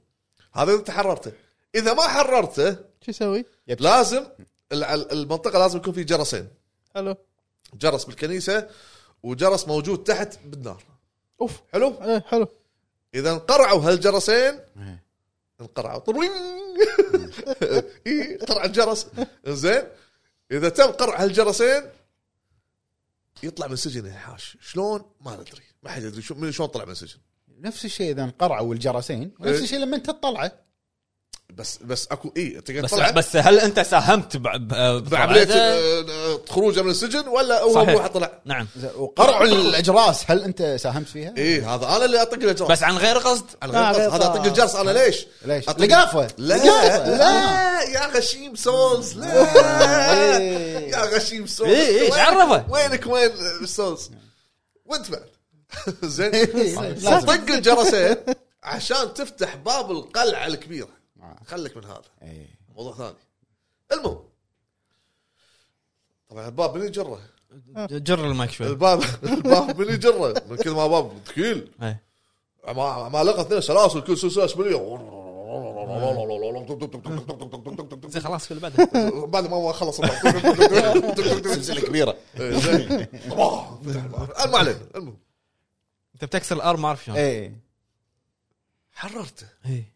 Speaker 4: هذا اذا تحررته اذا ما حررته
Speaker 3: شو يسوي؟
Speaker 4: لازم ال- ال- المنطقه لازم يكون في جرسين
Speaker 3: حلو
Speaker 4: جرس بالكنيسه وجرس موجود تحت بالنار
Speaker 3: اوف
Speaker 4: حلو؟
Speaker 3: ايه حلو
Speaker 4: اذا انقرعوا هالجرسين
Speaker 2: إيه.
Speaker 4: انقرعوا طروين. [LAUGHS] إيه، قرع الجرس زين اذا تم قرع هالجرسين يطلع من السجن ينحاش شلون ما ندري ما حد يدري شو- من شلون طلع من السجن
Speaker 2: نفس الشيء اذا انقرعوا الجرسين نفس الشيء لما انت تطلعه
Speaker 4: بس بس اكو اي انت قاعد
Speaker 1: بس
Speaker 4: طلع
Speaker 1: بس هل انت ساهمت ب- ب-
Speaker 4: بعمليه
Speaker 1: بطلعته؟
Speaker 4: آه، آه، خروجه من السجن ولا هو
Speaker 1: صحيح.
Speaker 4: هو طلع
Speaker 1: نعم
Speaker 2: وقرعوا الاجراس هل انت ساهمت فيها؟
Speaker 4: اي إيه، هذا انا اللي اطق الجرس
Speaker 1: بس عن غير قصد
Speaker 4: على
Speaker 3: لا،
Speaker 4: غير قصد.
Speaker 3: غير
Speaker 4: هذا اطق
Speaker 3: قصد.
Speaker 4: الجرس انا ليش؟
Speaker 2: ليش؟
Speaker 4: أطق-
Speaker 2: لقافه
Speaker 4: لا
Speaker 2: لقافة.
Speaker 4: لا يا غشيم سولز لا يا غشيم سولز
Speaker 1: إيه، إيه، إيش
Speaker 4: وينك-
Speaker 1: عرفه؟
Speaker 4: وينك وين سولز وانت بعد [LAUGHS] زين طيب،
Speaker 2: لازم.
Speaker 4: طق الجرسين عشان تفتح باب القلعه الكبيره
Speaker 2: آه.
Speaker 4: خليك من هذا
Speaker 2: إيه.
Speaker 4: موضوع ثاني المهم طبعا الباب من يجره
Speaker 1: جر المايك شوي
Speaker 4: الباب الباب من يجره من كل ما باب ثقيل
Speaker 1: إيه.
Speaker 4: مع مع لقى اثنين سلاسل كل سلسله شماليه
Speaker 1: زين خلاص كل [LAUGHS] بعد
Speaker 4: بعد ما خلص إيه،
Speaker 2: سلسله كبيره
Speaker 4: زين. ما علينا المهم
Speaker 1: انت بتكسر الار ما اعرف شلون
Speaker 2: ايه
Speaker 4: حررته
Speaker 1: إيه.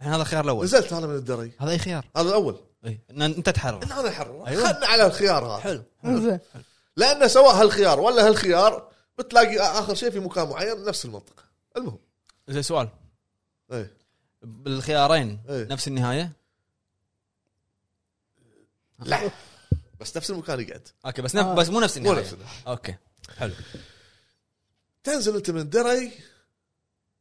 Speaker 1: يعني هذا الخيار الاول
Speaker 4: نزلت انا من الدري
Speaker 1: هذا اي خيار
Speaker 4: هذا الاول
Speaker 1: اي ان انت تحرر
Speaker 4: ان انا احرر
Speaker 1: أيوة.
Speaker 4: خلنا على الخيار هذا
Speaker 1: حلو
Speaker 3: زين
Speaker 4: لانه سواء هالخيار ولا هالخيار بتلاقي اخر شيء في مكان معين نفس المنطقه المهم
Speaker 1: زين سؤال
Speaker 4: ايه
Speaker 1: بالخيارين
Speaker 4: إيه.
Speaker 1: نفس النهايه
Speaker 4: لا بس نفس المكان يقعد
Speaker 1: اوكي بس
Speaker 3: آه.
Speaker 1: نف... بس مو نفس
Speaker 4: مو
Speaker 1: النهايه
Speaker 4: نفس النهاية.
Speaker 1: اوكي حلو
Speaker 4: تنزل انت من الدري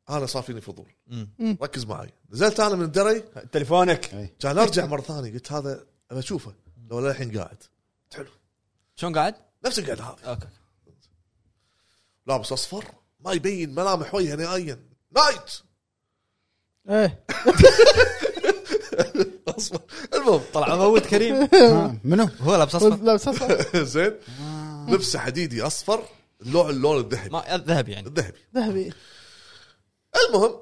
Speaker 4: انا صار فيني فضول
Speaker 1: مم.
Speaker 4: ركز معي نزلت انا من الدري
Speaker 1: تليفونك
Speaker 4: كان ارجع مره ثانيه قلت هذا ابى اشوفه لو الحين قاعد
Speaker 1: شلون قاعد؟
Speaker 4: نفس القعده هذه
Speaker 1: اوكي
Speaker 4: لابس اصفر ما يبين ملامح وجهه نهائيا نايت
Speaker 3: ايه
Speaker 4: اصفر المهم
Speaker 1: طلع موت كريم
Speaker 2: ها، منو؟
Speaker 1: هو لابس [LAUGHS] اصفر
Speaker 3: لا بس أصلاً
Speaker 4: [LAUGHS] زين لبسه حديدي اصفر اللون اللون الذهبي
Speaker 1: ما الذهب يعني
Speaker 4: الذهبي
Speaker 3: ذهبي
Speaker 4: المهم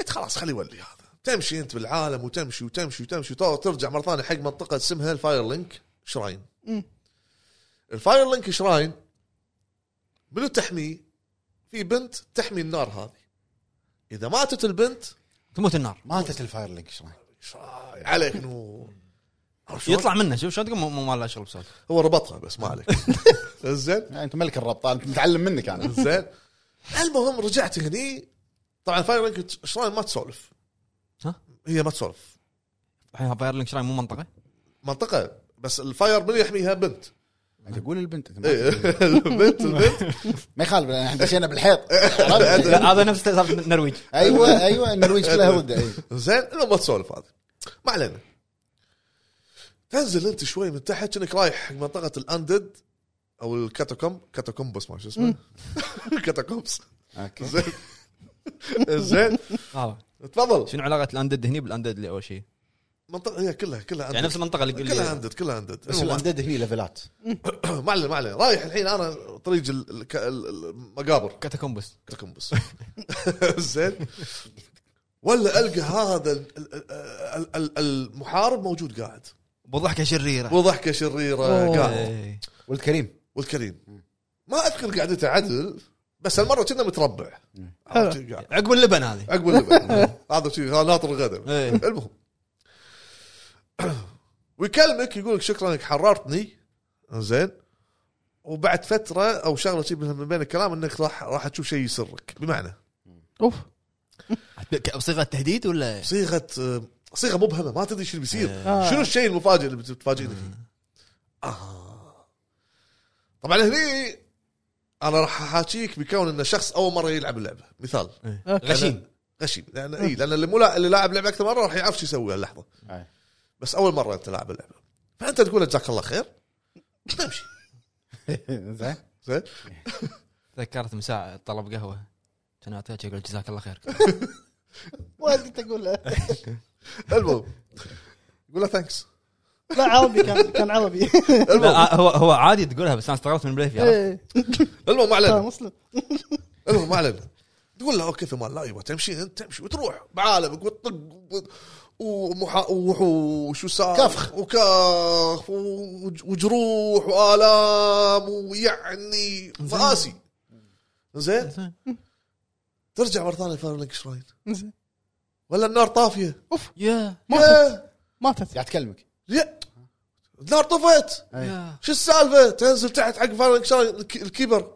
Speaker 4: قلت خلاص خليه يولي هذا تمشي انت بالعالم وتمشي وتمشي وتمشي تو- ترجع مره ثانيه حق منطقه اسمها الفاير لينك شراين
Speaker 3: مم.
Speaker 4: الفاير لينك شراين منو تحميه؟ في بنت تحمي النار هذه اذا ماتت البنت
Speaker 1: تموت النار
Speaker 2: ماتت الفاير لينك ايش رايك؟
Speaker 4: إيش رايك؟ عليك نور عرفت شلون؟
Speaker 1: يطلع منه شوف شلون تقول مو- مو ما له شغل بسالفه
Speaker 4: هو ربطها بس ما عليك [LAUGHS] زين
Speaker 2: يعني انت ملك الربطه انت متعلم منك انا
Speaker 4: زين المهم رجعت هني طبعا فاير لينك شراين ما تسولف
Speaker 1: ها؟
Speaker 4: هي ما تسولف
Speaker 1: الحين فاير لينك شراين مو
Speaker 4: [LAUGHS]
Speaker 1: منطقه
Speaker 4: منطقه بس الفاير من يحميها بنت [LAUGHS]
Speaker 2: انت قول البنت انت ما-
Speaker 4: إيه، البنت البنت
Speaker 2: ما يخالف لأن احنا دشينا [LAUGHS] بالحيط
Speaker 1: لا، هذا نفس سالفه النرويج
Speaker 2: ايوه ايوه النرويج كلها ضده اي
Speaker 4: زين المهم ما تسولف هذه ما علينا تنزل انت شوي من تحت كأنك رايح حق منطقه الاندد او الكاتاكوم كاتاكومبس ما شو اسمه [LAUGHS] كاتاكومبس
Speaker 2: اوكي
Speaker 4: زين زين
Speaker 2: آه.
Speaker 1: هذا.
Speaker 4: تفضل
Speaker 1: شنو علاقه الاندد هني بالاندد اللي اول شيء
Speaker 4: منطقه هي كلها كلها
Speaker 1: يعني نفس
Speaker 4: أندد.
Speaker 1: المنطقه اللي
Speaker 4: كلها
Speaker 1: اللي-
Speaker 4: اندد كلها اندد
Speaker 2: بس الاندد هني ليفلات
Speaker 4: [CLEARS THROAT] ما عليه ما عليه رايح الحين انا طريق ال- الك- ال- المقابر
Speaker 1: كاتاكومبس
Speaker 4: كاتاكومبس [LAUGHS] زين ولا القى هذا ال- ال- ال- ال- المحارب موجود قاعد
Speaker 1: بضحكه شريره
Speaker 4: وضحكه شريره
Speaker 3: أوه.
Speaker 4: قاعد
Speaker 1: إيه.
Speaker 2: ولد كريم
Speaker 4: والكريم ما اذكر قعدته عدل بس هالمره كنا متربع
Speaker 3: حلو.
Speaker 4: عرفت قاعد.
Speaker 1: عقب اللبن هذه
Speaker 4: عقب اللبن
Speaker 3: [LAUGHS]
Speaker 4: هذا شيء هذا ناطر الغداء
Speaker 1: إيه.
Speaker 4: المهم [CLEARS THROAT] ويكلمك يقول لك شكرا انك حررتني زين وبعد فتره او شغله شيء من بين الكلام انك راح راح تشوف شيء يسرك بمعنى
Speaker 3: اوف
Speaker 1: بصيغه تهديد ولا
Speaker 4: صيغه صيغه مبهمه ما تدري شو اللي بيصير
Speaker 3: آه.
Speaker 4: شنو الشيء المفاجئ اللي بتفاجئني فيه؟ آه. طبعا هني انا راح احاكيك بكون انه شخص اول مره يلعب اللعبه مثال
Speaker 1: إيه.
Speaker 3: أوكي.
Speaker 1: غشيم
Speaker 4: غشيم لان اي لان اللي مو لا- اللي لاعب لعبه اكثر مره راح يعرف شو يسوي هاللحظه
Speaker 2: أي.
Speaker 4: بس اول مره انت لاعب اللعبه فانت تقول له جزاك الله خير تمشي
Speaker 2: [LAUGHS] زين
Speaker 4: زين
Speaker 1: تذكرت من ساعه طلب قهوه كان اعطيته يقول جزاك الله
Speaker 4: [LAUGHS]
Speaker 1: خير
Speaker 3: وايد كنت اقول له.
Speaker 4: المهم يقول له ثانكس
Speaker 3: لا عربي كان كان عربي
Speaker 1: لا آه، هو هو عادي تقولها بس انا استغربت من بليف يا
Speaker 3: إيه.
Speaker 4: المهم ما
Speaker 3: كان
Speaker 4: علينا
Speaker 3: مسلم
Speaker 4: المهم ما علينا تقول له اوكي ثمان لا يبا أيوة، تمشي انت تمشي وتروح بعالمك وتطق و- ومحا وحوش وسار
Speaker 2: كفخ.
Speaker 4: وكاخ وج- وجروح والام ويعني مآسي زين
Speaker 1: زين.
Speaker 4: ترجع مره ثانيه فاير لينك شراين
Speaker 3: زين.
Speaker 4: ولا النار طافيه
Speaker 1: يا
Speaker 3: ماتت ماتت
Speaker 2: قاعد تكلمك
Speaker 4: يا النار طفت
Speaker 2: إيه.
Speaker 1: يا
Speaker 4: شو السالفه تنزل تحت حق فاير لينك شراين الك- الكبر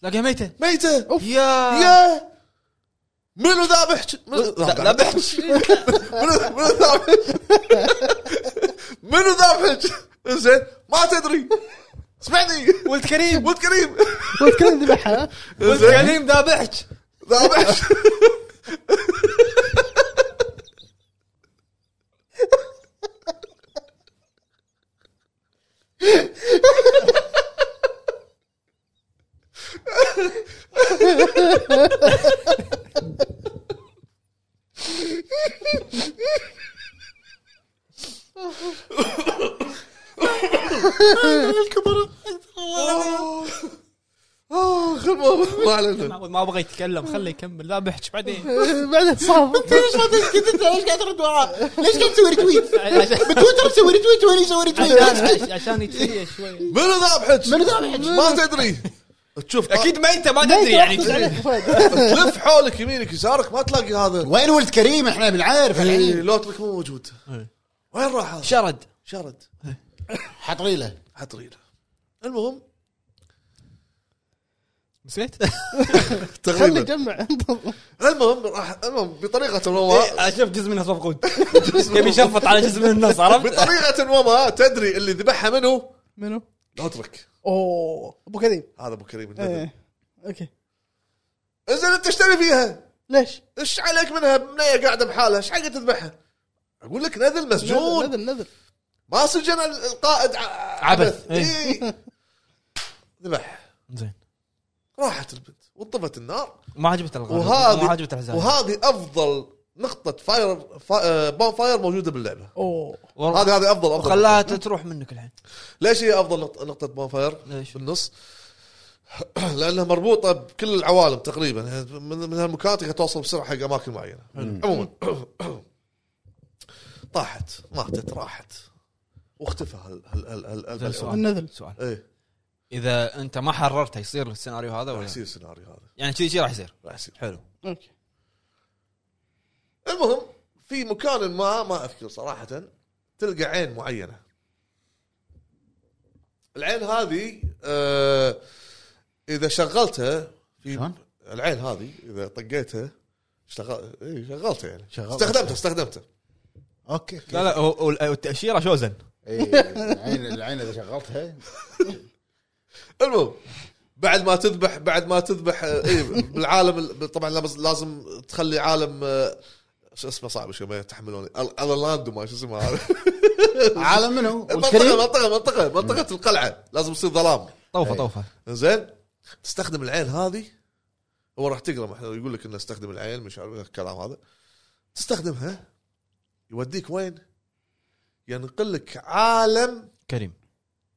Speaker 1: تلاقيها ميته
Speaker 4: ميته
Speaker 1: يا
Speaker 4: يا منو ذابح منو
Speaker 1: آه. لا [LAUGHS] بحش
Speaker 4: منو منو ذابح منو ذابح زين ما تدري اسمعني
Speaker 1: ولد كريم
Speaker 4: ولد كريم
Speaker 3: والكل ذبحها
Speaker 1: ولد
Speaker 4: زين.
Speaker 1: كريم ذابحك
Speaker 4: ذابح [LAUGHS] آه، خل ما- ما علينا
Speaker 1: ما ابغى يتكلم خليه يكمل ذابحك بعدين
Speaker 3: [LAUGHS] إيه، بعدين صار
Speaker 2: ليش ما تسكت انت ليش قاعد ترد وراء؟ ليش قاعد تسوي ريتويت؟
Speaker 1: عشان-
Speaker 2: بتويتر تسوي ريتويت وانا اسوي ريتويت
Speaker 1: عشان عشان يتفيا شوي
Speaker 4: منو ذابحك؟
Speaker 2: منو ذابحك؟
Speaker 4: ما تدري
Speaker 1: [LAUGHS]
Speaker 4: تشوف
Speaker 1: اكيد ميته ما
Speaker 3: [LAUGHS]
Speaker 1: تدري يعني
Speaker 4: تلف حولك يمينك يسارك ما تلاقي
Speaker 2: [LAUGHS]
Speaker 4: هذا
Speaker 2: وين ولد كريم احنا بنعرف
Speaker 4: إيه،
Speaker 2: الحين
Speaker 4: لوترك مو موجود
Speaker 1: إيه.
Speaker 4: وين راح هذا؟
Speaker 1: شرد
Speaker 4: شرد
Speaker 2: حط ريله
Speaker 4: حط ريله المهم
Speaker 1: نسيت؟
Speaker 3: خلي
Speaker 4: تقريبا
Speaker 3: يجمع
Speaker 4: المهم راح المهم بطريقه وما
Speaker 1: إيه، اشوف جزء منها صفقود [LAUGHS] يبي يشفط على جزء من الناس عرفت؟
Speaker 4: بطريقه وما تدري اللي ذبحها منو؟
Speaker 3: منو؟
Speaker 4: لوترك
Speaker 3: اوه ابو كريم
Speaker 4: هذا ابو كريم الندم.
Speaker 3: ايه اوكي
Speaker 4: انزين انت ايش تبي فيها؟
Speaker 3: ليش؟
Speaker 4: ايش عليك منها بنيه قاعده بحالها ايش حقك تذبحها؟ اقول لك نذل مسجون
Speaker 3: نذل نذل
Speaker 4: ما سجن القائد ع-
Speaker 1: عبث.
Speaker 4: إيه. ذبح
Speaker 1: زين
Speaker 4: راحت البنت وانطفت النار
Speaker 1: ما عجبته الغاز
Speaker 4: وهذه
Speaker 1: ما عجبته الحزام
Speaker 4: وهذه افضل نقطه فاير فا... آه، بون فاير موجوده باللعبه
Speaker 3: اوه
Speaker 1: وهذا
Speaker 4: هذه هذه افضل افضل
Speaker 1: وخلاها تروح منك الحين
Speaker 4: ليش هي افضل نقطة- نقطه بون فاير
Speaker 1: ليش؟
Speaker 4: [CLEARS THROAT] بالنص لانها مربوطه بكل العوالم تقريبا من من هالمكان تقدر توصل بسرعه حق اماكن معينه [CLEARS THROAT] عموما طاحت ماتت راحت واختفى هال هال هال هال
Speaker 1: زين
Speaker 4: هال
Speaker 1: سؤال.
Speaker 3: النذل
Speaker 1: سؤال
Speaker 4: ايه
Speaker 1: اذا انت ما حررته يصير السيناريو هذا
Speaker 4: راح
Speaker 1: ولا
Speaker 4: يصير السيناريو هذا
Speaker 1: يعني كذي كذي راح يصير
Speaker 4: راح يصير
Speaker 1: حلو
Speaker 3: اوكي
Speaker 4: المهم في مكان ما ما اذكر صراحه تلقى عين معينه العين هذه آه اذا شغلتها في
Speaker 2: شلون؟
Speaker 4: العين هذه اذا طقيتها اشتغل إيه شغلتها يعني
Speaker 2: شغلت.
Speaker 4: استخدمتها استخدمتها
Speaker 2: اوكي
Speaker 1: لا لا هو- هو- والتاشيره شوزن
Speaker 2: إيه، العين العين اذا شغلتها
Speaker 4: المهم بعد ما تذبح بعد ما تذبح آه، اي بالعالم ال- طبعا لابس- لازم تخلي عالم آه، شو اسمه صعب شوي ما يتحملوني ال- الاندو ما شو اسمه هذا
Speaker 2: عالم منو؟
Speaker 4: منطقه
Speaker 2: والكريم
Speaker 4: منطقه منطقه منطقه القلعه لازم يصير ظلام
Speaker 1: طوفه
Speaker 2: إيه.
Speaker 1: طوفه
Speaker 4: زين تستخدم العين هذه هو راح تقرا مح- يقول لك انه استخدم العين مش عارف الكلام هذا تستخدمها يوديك وين؟ ينقلك عالم
Speaker 1: كريم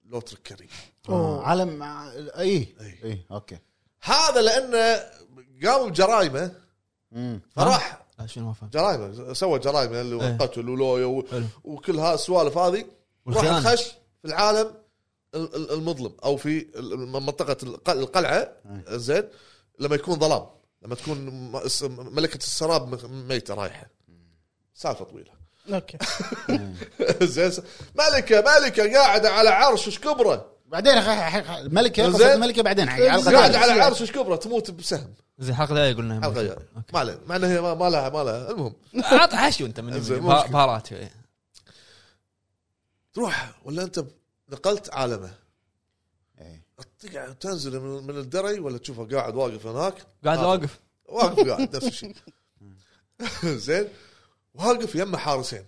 Speaker 4: لوتر كريم
Speaker 2: آه، إيه. عالم مع- اي
Speaker 4: إي.
Speaker 2: اي اوكي
Speaker 4: هذا لانه قام بجرائمه
Speaker 2: مم.
Speaker 4: فراح
Speaker 1: لا آه، شنو ما فهمت
Speaker 4: جرائمه سوى جرائمه اللي هو
Speaker 1: إيه.
Speaker 4: قتل ولويا و-
Speaker 1: حلو
Speaker 4: وكل هالسوالف هذه راح
Speaker 1: والخيانه
Speaker 4: خش في العالم ال- ال- المظلم او في ال- ال- منطقه الق- القلعه
Speaker 1: إيه.
Speaker 2: أي.
Speaker 4: زين لما يكون ظلام لما تكون م- اس- ملكه السراب م- ميته رايحه سالفه طويله
Speaker 3: اوكي
Speaker 4: [LAUGHS] زين س- ملكه ملكه قاعده على عرش ايش كبره
Speaker 2: بعدين أخ- أخ- أخ- ملكه
Speaker 4: زين.
Speaker 2: قصة الملكه بعدين
Speaker 1: يعني
Speaker 2: حق على
Speaker 4: قاعده
Speaker 2: القتال
Speaker 4: على عرش ايش كبره تموت بسهم
Speaker 1: زين الحلقه الجايه قلنا
Speaker 4: حلقه جاية. ما عليه مع انها هي ما ما لها ما لها المهم
Speaker 1: عط حشو انت من إيه.
Speaker 4: زين،
Speaker 1: من
Speaker 4: مو
Speaker 1: بها-
Speaker 4: مشكلة.
Speaker 1: بهارات شوي.
Speaker 4: تروح ولا انت نقلت عالمه
Speaker 2: إي.
Speaker 4: تقع- تنزل من من الدري ولا تشوفه قاعد واقف هناك
Speaker 1: قاعد
Speaker 4: آخر.
Speaker 1: واقف
Speaker 4: واقف قاعد نفس الشيء [LAUGHS] زين واقف يم حارسين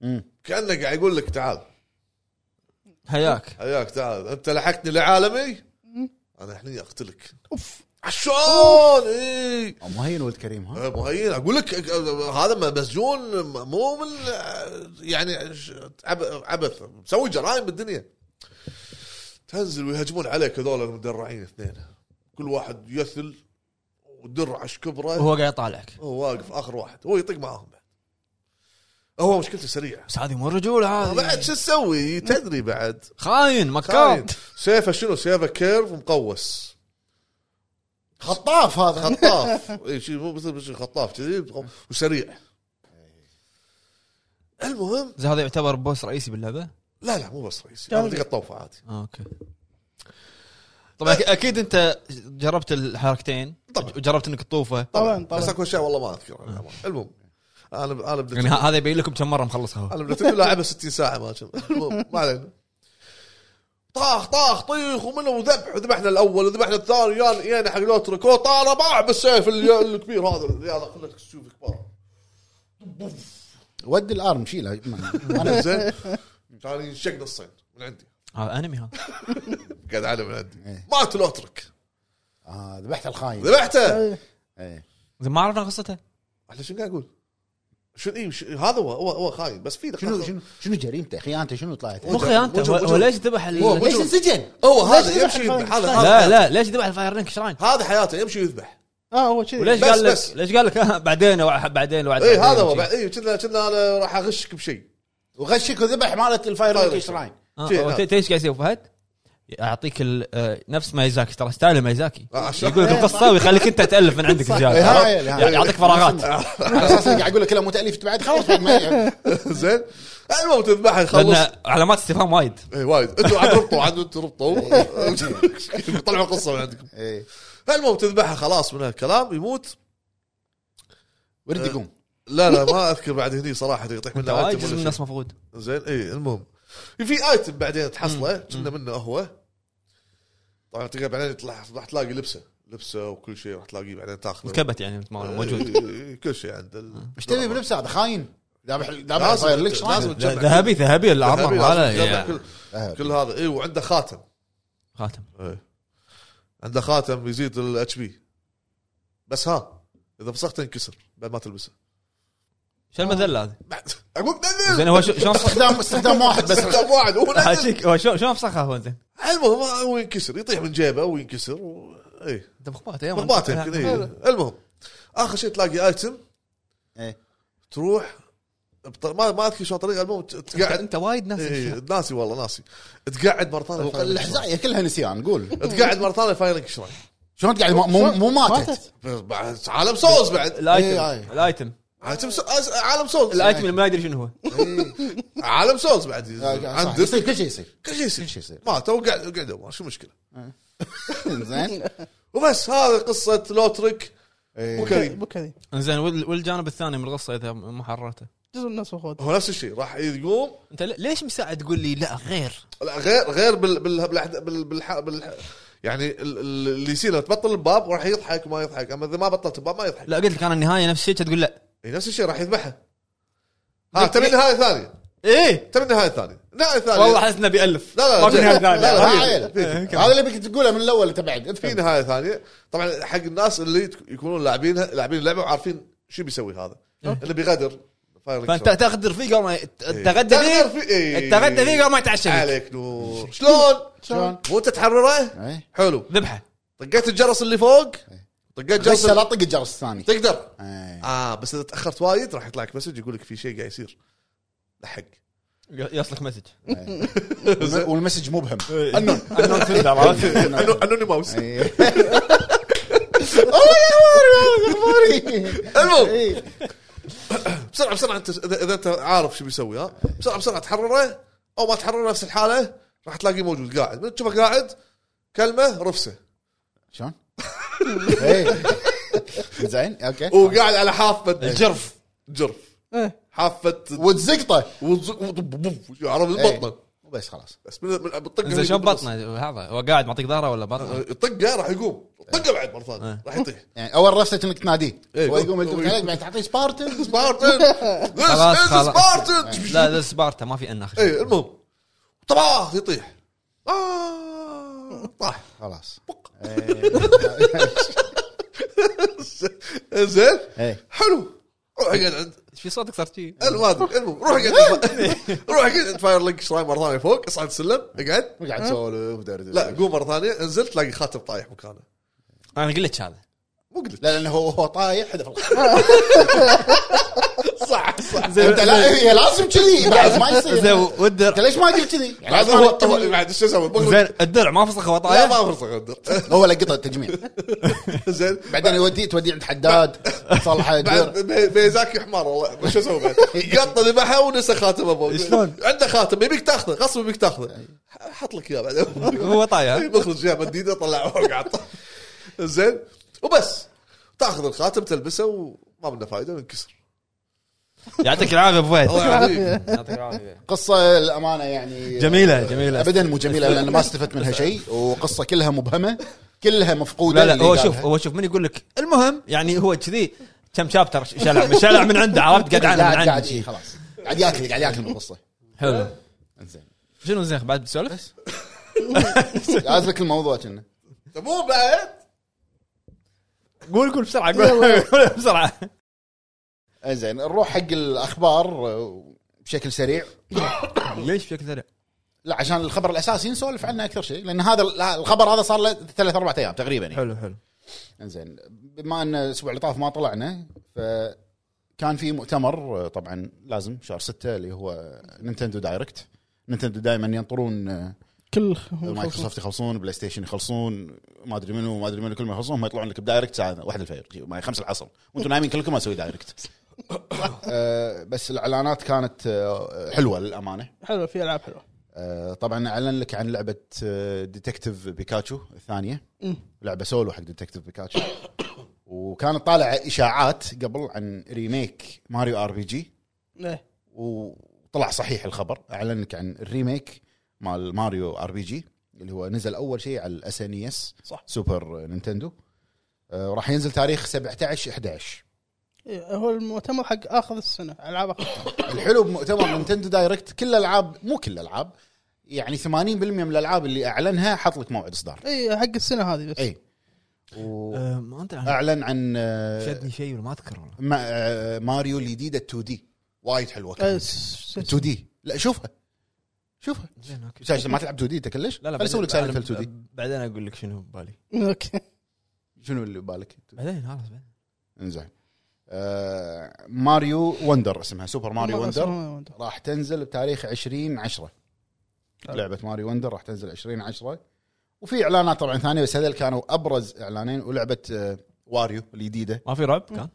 Speaker 2: مم.
Speaker 4: كانه قاعد يقول لك تعال
Speaker 1: هياك
Speaker 4: حياك تعال انت لحقتني لعالمي انا هني اقتلك
Speaker 3: اوف
Speaker 4: عشان إيه! اي
Speaker 2: أو مهين ولد كريم ها
Speaker 4: مهين اقول لك أه، هذا ما- مسجون م- مو من أه، يعني ش- عب- عبث مسوي جرائم بالدنيا تنزل ويهجمون عليك هذول المدرعين اثنين كل واحد يثل ودرع شكبره
Speaker 1: وهو قاعد يطالعك
Speaker 4: هو واقف اخر واحد هو يطق معاهم بعد هو مشكلته سريعه
Speaker 1: بس هذه مو رجوله هذه
Speaker 4: بعد شو تسوي تدري بعد
Speaker 1: خاين
Speaker 4: خاين.
Speaker 1: مكان
Speaker 4: سيفه شنو سيفه كيرف مقوس
Speaker 2: خطاف هذا [LAUGHS]
Speaker 4: خطاف اي شيء مو مثل مثل خطاف كذي وسريع المهم
Speaker 1: زين هذا يعتبر بوس رئيسي باللعبه
Speaker 4: لا لا مو بس رئيسي
Speaker 3: كامل.
Speaker 2: طيب.
Speaker 4: هذا تقطع طوفه عادي
Speaker 1: آه، اوكي طبعا أك- اكيد انت جربت الحركتين
Speaker 4: طبعاً.
Speaker 1: وجربت انك تطوفه
Speaker 3: طبعا
Speaker 4: بس
Speaker 3: طبعا
Speaker 4: اكو اشياء والله ما
Speaker 2: آه.
Speaker 4: اذكرها للأمانة. المهم انا ب- انا بديت
Speaker 1: يعني ه- هذا يبين لكم كم مره مخلصها هو
Speaker 4: انا بلاتينيو لاعبها 60 ساعه ما كم المهم، ما علينا طاخ طاخ طيخ ومنه وذبح ذبحنا الاول وذبحنا الثاني يانا يانا حق لوترك وطار باع بالسيف اللي- الكبير هذا اللي هذا خليك تشوف كبار
Speaker 2: ود الارم شيله ما- [LAUGHS] أنا-
Speaker 4: [LAUGHS] زين كان ينشق نصين من عندي
Speaker 1: هذا انمي آه، هذا
Speaker 4: قاعد على من عندي
Speaker 2: إيه.
Speaker 4: مات لوترك
Speaker 2: آه، ذبحت الخاين
Speaker 4: ذبحته
Speaker 3: إيه.
Speaker 2: إيه.
Speaker 1: زين ما عرفنا قصته
Speaker 4: احنا شنو قاعد اقول؟ شنو إيه، ش- هذا هو هو هو خاين بس في دقة
Speaker 2: شنو
Speaker 4: خاصة.
Speaker 2: شنو شنو جريمته خيانته شنو طلعت
Speaker 1: مو خيانته
Speaker 4: وجه-
Speaker 1: هو- هو
Speaker 4: وجه.
Speaker 1: ليش ذبح ال-
Speaker 4: هو-
Speaker 2: ليش انسجن؟
Speaker 4: هو هذا
Speaker 3: ليش
Speaker 4: يمشي
Speaker 3: يذبح
Speaker 4: يذبح
Speaker 3: خاين؟
Speaker 4: هذا
Speaker 1: لا
Speaker 4: هذا
Speaker 1: لا ليش ذبح الفاير لينك شراين
Speaker 4: هذا حياته يمشي ويذبح
Speaker 3: اه هو كذي
Speaker 1: وليش
Speaker 4: إيه، بس-
Speaker 1: قال
Speaker 4: بس.
Speaker 1: لك ليش قال لك آه، بعدين وع- بعدين وعد
Speaker 4: اي إيه، هذا هو بعد- اي كنا كنا انا راح اغشك بشيء [LAUGHS]
Speaker 2: وغشك وذبح مالت الفاير
Speaker 4: طيب.
Speaker 2: شراين
Speaker 4: شيء
Speaker 1: هو
Speaker 4: هذا.
Speaker 1: آه، ت- تدري ايش قاعد يسوي فهد؟ اعطيك ال- آه، نفس مايزاكي ترى ستايل مايزاكي
Speaker 4: آه، عشان-
Speaker 1: يقول لك القصه ويخليك انت تالف من عندك
Speaker 2: إيه،
Speaker 1: زياده
Speaker 2: هاي- هاي. آه،
Speaker 1: يعني يعطيك فراغات
Speaker 2: [LAUGHS] على اساس إني قاعد اقول لك لا مو تاليف بعد خلاص بعد ما يعرف.
Speaker 4: زين المهم تذبحه يخلص
Speaker 1: لان علامات استفهام وايد
Speaker 4: اي وايد انتوا عاد ربطوا [LAUGHS] عاد انتوا ربطوا طلعوا قصه من عندكم
Speaker 2: إيه.
Speaker 4: المهم تذبحها خلاص من هالكلام يموت
Speaker 2: ورد يقوم
Speaker 4: إيه. لا لا ما اذكر بعد هني صراحه
Speaker 1: انت
Speaker 4: يطيح منه
Speaker 1: وايد
Speaker 4: ايتم
Speaker 1: جزء من
Speaker 4: ولا شيء.
Speaker 1: الناس مفقود
Speaker 4: زين اي المهم في ايتم بعدين تحصله كنا منه هو طبعا تلقى بعدين يطلع راح تلاقي لبسه لبسه وكل شيء راح تلاقيه بعدين تاخذه إيه،
Speaker 1: كبت يعني مثل ما هو موجود
Speaker 4: إي- إي- إي، كل شيء عند ال-
Speaker 2: ايش تبي بنفسه هذا خاين ذابح ذابح
Speaker 4: لازم-
Speaker 2: الفاير لينك
Speaker 4: لازم
Speaker 2: شراين
Speaker 1: ذ-
Speaker 4: تجمع
Speaker 1: ذهبي ذهبي
Speaker 4: كل- إيه،
Speaker 1: الارمر
Speaker 4: لازم
Speaker 1: ماله
Speaker 4: تجمع
Speaker 1: يا-
Speaker 4: كل- كل هذا اي وعنده خاتم
Speaker 1: خاتم
Speaker 4: إي. عنده خاتم يزيد الاتش بي بس ها اذا مسخته ينكسر بعد ما تلبسه
Speaker 1: شو المذله هذه؟
Speaker 4: بعد اقول نزل
Speaker 1: زين هو شو- شلون
Speaker 2: [LAUGHS]
Speaker 1: صخ-
Speaker 2: استخدام استخدام واحد بس
Speaker 4: بس
Speaker 1: [LAUGHS]
Speaker 4: واحد هو نزل.
Speaker 1: حاشيك هو شلون شلون فسخها هو زين؟
Speaker 4: المهم هو ينكسر يطيح من جيبه وينكسر و... إيه. اي
Speaker 1: انت مخباته يا
Speaker 4: مقبات يمكن إيه. اي المهم اخر شيء تلاقي ايتم
Speaker 2: إيه.
Speaker 4: تروح بطر... ما ما اذكر شو طريقه المهم ت- تقعد
Speaker 1: انت وايد ناس
Speaker 4: إيه، ناسي والله ناسي تقعد مره ثانيه الفايرنج شرايح.
Speaker 2: الحزايه كلها نسيان قول
Speaker 4: تقعد مره ثانيه فايرنج شرايح
Speaker 2: شلون قاعد مو- مو مو ماتت
Speaker 4: بعد عالم سولز بعد
Speaker 1: الايتم
Speaker 2: إيه،
Speaker 1: الايتم
Speaker 4: عالم سو- أس- عالم سولز
Speaker 1: الايتم اللي ما يدري شنو هو
Speaker 4: عالم سولز بعد
Speaker 2: آه، صح.
Speaker 4: عندك
Speaker 2: يصير كل شيء [LAUGHS] يصير
Speaker 4: كل شيء يصير
Speaker 2: كل شيء يصير.
Speaker 4: ما تو قاعد قاعد ما شو مشكله
Speaker 2: [LAUGHS] زين
Speaker 4: وبس هذه قصه لوتريك
Speaker 2: إيه.
Speaker 4: وكريم
Speaker 3: بو كذي
Speaker 1: زين وال- والجانب الثاني من القصه اذا ما حررته
Speaker 3: جزء من الناس وخوض
Speaker 4: هو نفس الشيء راح يقوم
Speaker 1: انت لي- ليش مساعد تقول لي لا غير
Speaker 4: لا، غير غير بال بال بال بال بال بال يعني ال- ال- اللي يصير لو تبطل الباب وراح يضحك وما يضحك اما اذا ما بطلت الباب ما يضحك
Speaker 1: لا قلت لك انا النهايه نفس الشيء تقول لا
Speaker 4: إي، نفس الشيء راح يذبحها ها تبي نهايه ثانيه
Speaker 1: ايه
Speaker 4: تبي نهايه ثانيه نهايه ثانيه
Speaker 1: والله حاسس انه بيالف
Speaker 4: لا، لا،
Speaker 1: ما في
Speaker 4: لا،
Speaker 1: نهاية
Speaker 4: لا،
Speaker 1: ثانية.
Speaker 4: لا، لا،
Speaker 1: [LAUGHS]
Speaker 2: ها
Speaker 4: فيه،
Speaker 2: [LAUGHS] عيل.
Speaker 4: فيه.
Speaker 2: هذا اللي بك تقوله من الاول تبعد
Speaker 4: في
Speaker 2: افهم
Speaker 4: نهايه ثانيه طبعا حق الناس اللي يت- يكونون لاعبينها لاعبين اللعبه وعارفين شو بيسوي هذا انه بيغادر فاير
Speaker 1: فانت
Speaker 4: إكسر.
Speaker 1: تغدر فيه قبل ما يت-
Speaker 4: إي.
Speaker 1: تغدى
Speaker 4: إيه.
Speaker 1: فيه
Speaker 4: تغدر فيه إي.
Speaker 1: تغدى فيه قبل ما يتعشى فيك.
Speaker 4: عليك نور شلون؟
Speaker 2: شلون؟
Speaker 4: مو انت تحرره؟
Speaker 2: إيه.
Speaker 4: حلو
Speaker 1: ذبحه
Speaker 4: طقيت الجرس اللي فوق طقيت جرس
Speaker 2: لسه لا طق الجرس الثاني
Speaker 4: تقدر
Speaker 2: [LAUGHS] إيه.
Speaker 4: اه بس اذا تاخرت وايد راح يطلع لك مسج يقول لك في شيء قاعد يصير لحق
Speaker 1: يصلك مسج
Speaker 2: والم- والمسج مبهم
Speaker 4: إيه.
Speaker 2: النون
Speaker 4: [LAUGHS]
Speaker 2: النون تندر عرفت؟
Speaker 4: انه انوني ماوس
Speaker 2: إيه. [LAUGHS] أوه، يا أخباري، يا أخباري.
Speaker 4: المهم
Speaker 2: إيه.
Speaker 4: بسرعه بسرعه انت اذا إذا انت عارف شو بيسوي ها بسرعه بسرعه تحرره او ما تحرره نفس الحاله راح تلاقيه موجود قاعد من تشوفه قاعد كلمه رفسه
Speaker 2: شلون؟ إيه. [LAUGHS] زين اوكي
Speaker 4: وقاعد على حافه
Speaker 1: الجرف
Speaker 4: جرف
Speaker 3: إيه.
Speaker 4: حافه
Speaker 2: وتزقطه
Speaker 4: وتزق- وطب- بوف، عرف من
Speaker 2: إيه.
Speaker 4: بطنه
Speaker 2: وبس خلاص
Speaker 4: بس من من- بتطقه
Speaker 1: زين شو
Speaker 4: يقوم بالنص.
Speaker 1: بطنه هذا هو قاعد معطيك ظهره ولا
Speaker 4: إيه.
Speaker 1: بطنه
Speaker 4: طقه راح يقوم طقه بعد مره ثانيه
Speaker 1: إيه.
Speaker 4: راح يطيح
Speaker 2: يعني اول رفسه انك تناديه
Speaker 4: إيه.
Speaker 2: هو يقوم يدق عليك بعدين تعطيه سبارتن
Speaker 4: سبارتن
Speaker 1: [LAUGHS] خلاص،
Speaker 4: ذيس از
Speaker 1: خلاص.
Speaker 4: سبارتن
Speaker 1: لا ذا سبارتا ما في ان اخر شيء
Speaker 4: اي إيه، المهم طباخ يطيح آه، طاح
Speaker 2: خلاص
Speaker 4: زين
Speaker 2: [LAUGHS] إيه.
Speaker 4: حلو روح اقعد عند
Speaker 1: ايش في صوتك صار شي
Speaker 4: أنا ما ادري المهم روح اقعد [LAUGHS] عند- روح اقعد عند فاير لينك شراي مره ثانيه فوق اصعد السلم اقعد
Speaker 2: وقاعد تسولف ودردش
Speaker 4: لا قوم مره ثانيه انزل تلاقي خاتم طايح مكانه
Speaker 1: انا قلت هذا
Speaker 4: مو قلت
Speaker 2: لا لانه هو هو طايح [LAUGHS] هدف
Speaker 4: صح صح
Speaker 2: انت [LAUGHS] لا هي لازم كذي بعد ما
Speaker 1: زين
Speaker 2: يصير
Speaker 1: والدرع
Speaker 2: انت ليش ما قلت كذي؟ يعني
Speaker 4: بعد
Speaker 2: لازم
Speaker 4: هو
Speaker 2: هو
Speaker 4: هو- بعد شو اسوي؟ بقول-
Speaker 1: زين الدرع ما فسخ
Speaker 4: لا
Speaker 1: وطايح
Speaker 4: ما فرصه اقدر
Speaker 2: هو لقطه التجميع
Speaker 4: [LAUGHS] زين
Speaker 2: بعدين يوديه توديه عند حداد صلحه
Speaker 4: بعد
Speaker 2: يدور.
Speaker 4: بي- بيزاكي حمار والله شو اسوي [LAUGHS] بعد؟ قط ذبحه ونسى خاتمه فوق
Speaker 1: شلون؟
Speaker 4: عنده خاتم يبيك تاخذه غصب يبيك تاخذه حط لك اياه [LAUGHS] بعدين
Speaker 1: هو طايح
Speaker 4: المخرج جاب مديده طلع ورق عطه زين وبس تاخذ الخاتم تلبسه وما منه فائده وينكسر
Speaker 1: يعطيك العافيه ابو
Speaker 4: الله
Speaker 1: [LAUGHS]
Speaker 4: [LAUGHS]
Speaker 1: فهد
Speaker 4: يعافيك
Speaker 1: يعطيك العافيه
Speaker 2: قصه الامانه يعني
Speaker 1: جميله جميله
Speaker 2: ابدا مو جميله لان ما استفدت منها شيء وقصه كلها مبهمه كلها مفقوده
Speaker 1: لا لا
Speaker 2: اللي
Speaker 1: هو
Speaker 2: قالها.
Speaker 1: شوف هو شوف من يقول لك المهم يعني هو كذي كم شابتر شلع [LAUGHS] شلع من عنده عرفت قد
Speaker 2: قاعد
Speaker 1: عن
Speaker 2: قاعد
Speaker 1: عنده
Speaker 2: إيه، خلاص قاعد ياكل قاعد ياكل من القصه
Speaker 1: حلو
Speaker 2: زين
Speaker 1: [LAUGHS] شنو زين بعد بتسولف؟
Speaker 2: عازلك الموضوع كنا
Speaker 4: مو بعد
Speaker 1: قول قول بسرعه قول قول بسرعه
Speaker 2: زين نروح حق الاخبار آه، بشكل سريع
Speaker 1: [LAUGHS] ليش بشكل سريع؟
Speaker 2: لا عشان الخبر الاساسي نسولف عنه اكثر شيء لان هذا لا، الخبر هذا صار له ثلاث اربع ايام تقريبا يعني
Speaker 1: حلو حلو
Speaker 2: انزين بما ان الاسبوع اللي طاف ما طلعنا فكان في مؤتمر آه، طبعا لازم شهر ستة اللي هو نينتندو دايركت نينتندو دائما ينطرون آه،
Speaker 3: كل
Speaker 2: مايكروسوفت يخلصون بلاي ستيشن يخلصون ما ادري منو ما ادري منو كل ما يخلصون هم يطلعون لك بدايركت الساعه 1 الفجر ما 5 العصر وانتم نايمين كلكم ما اسوي دايركت آه، بس الاعلانات كانت آه، حلوه للامانه
Speaker 3: حلوه في العاب حلوه
Speaker 2: آه، طبعا اعلن لك عن لعبه آه، ديتكتيف بيكاتشو الثانيه
Speaker 3: مم.
Speaker 2: لعبه سولو حق ديتكتيف بيكاتشو وكانت طالعه اشاعات قبل عن ريميك ماريو ار بي جي
Speaker 3: ايه
Speaker 2: وطلع صحيح الخبر اعلن لك عن الريميك مال ماريو ار بي جي اللي هو نزل اول شيء على E الاس ان اس
Speaker 3: صح.
Speaker 2: سوبر نينتندو آه، راح ينزل تاريخ 17 11
Speaker 3: إيه، هو المؤتمر حق اخر السنه العاب اخر السنه
Speaker 2: الحلو بمؤتمر نينتندو دايركت كل الالعاب مو كل الالعاب يعني 80% من الالعاب اللي اعلنها حط لك موعد اصدار
Speaker 3: اي إيه، حق السنه هذه بس
Speaker 2: اي واعلن
Speaker 1: أه، ما ادري أنا
Speaker 2: إيه. عن آه،
Speaker 1: شدني شيء ولا ما اذكر والله.
Speaker 2: ما آه، ماريو الجديده 2 دي وايد حلوه
Speaker 1: أه.
Speaker 3: آه،
Speaker 2: كانت
Speaker 3: س-
Speaker 2: 2 دي لا شوفها شوفها
Speaker 1: زين اوكي
Speaker 2: سايس، ما تلعب 2 دي انت كلش؟
Speaker 1: لا لا
Speaker 2: خلي اسوي لك سايلنت 2 دي
Speaker 1: بعدين اقول لك شنو ببالي
Speaker 3: اوكي
Speaker 2: شنو اللي ببالك؟
Speaker 1: بعدين خلاص بعدين
Speaker 2: انزين آه، ماريو وندر اسمها سوبر ماريو وندر
Speaker 3: ماريو وندر
Speaker 2: راح تنزل بتاريخ 20 10
Speaker 1: أه.
Speaker 3: حلو.
Speaker 2: لعبه ماري وندر راح تنزل 20 10 وفي اعلانات طبعا ثانيه بس هذول كانوا ابرز اعلانين ولعبه آه، واريو الجديده
Speaker 1: ما في رعب كان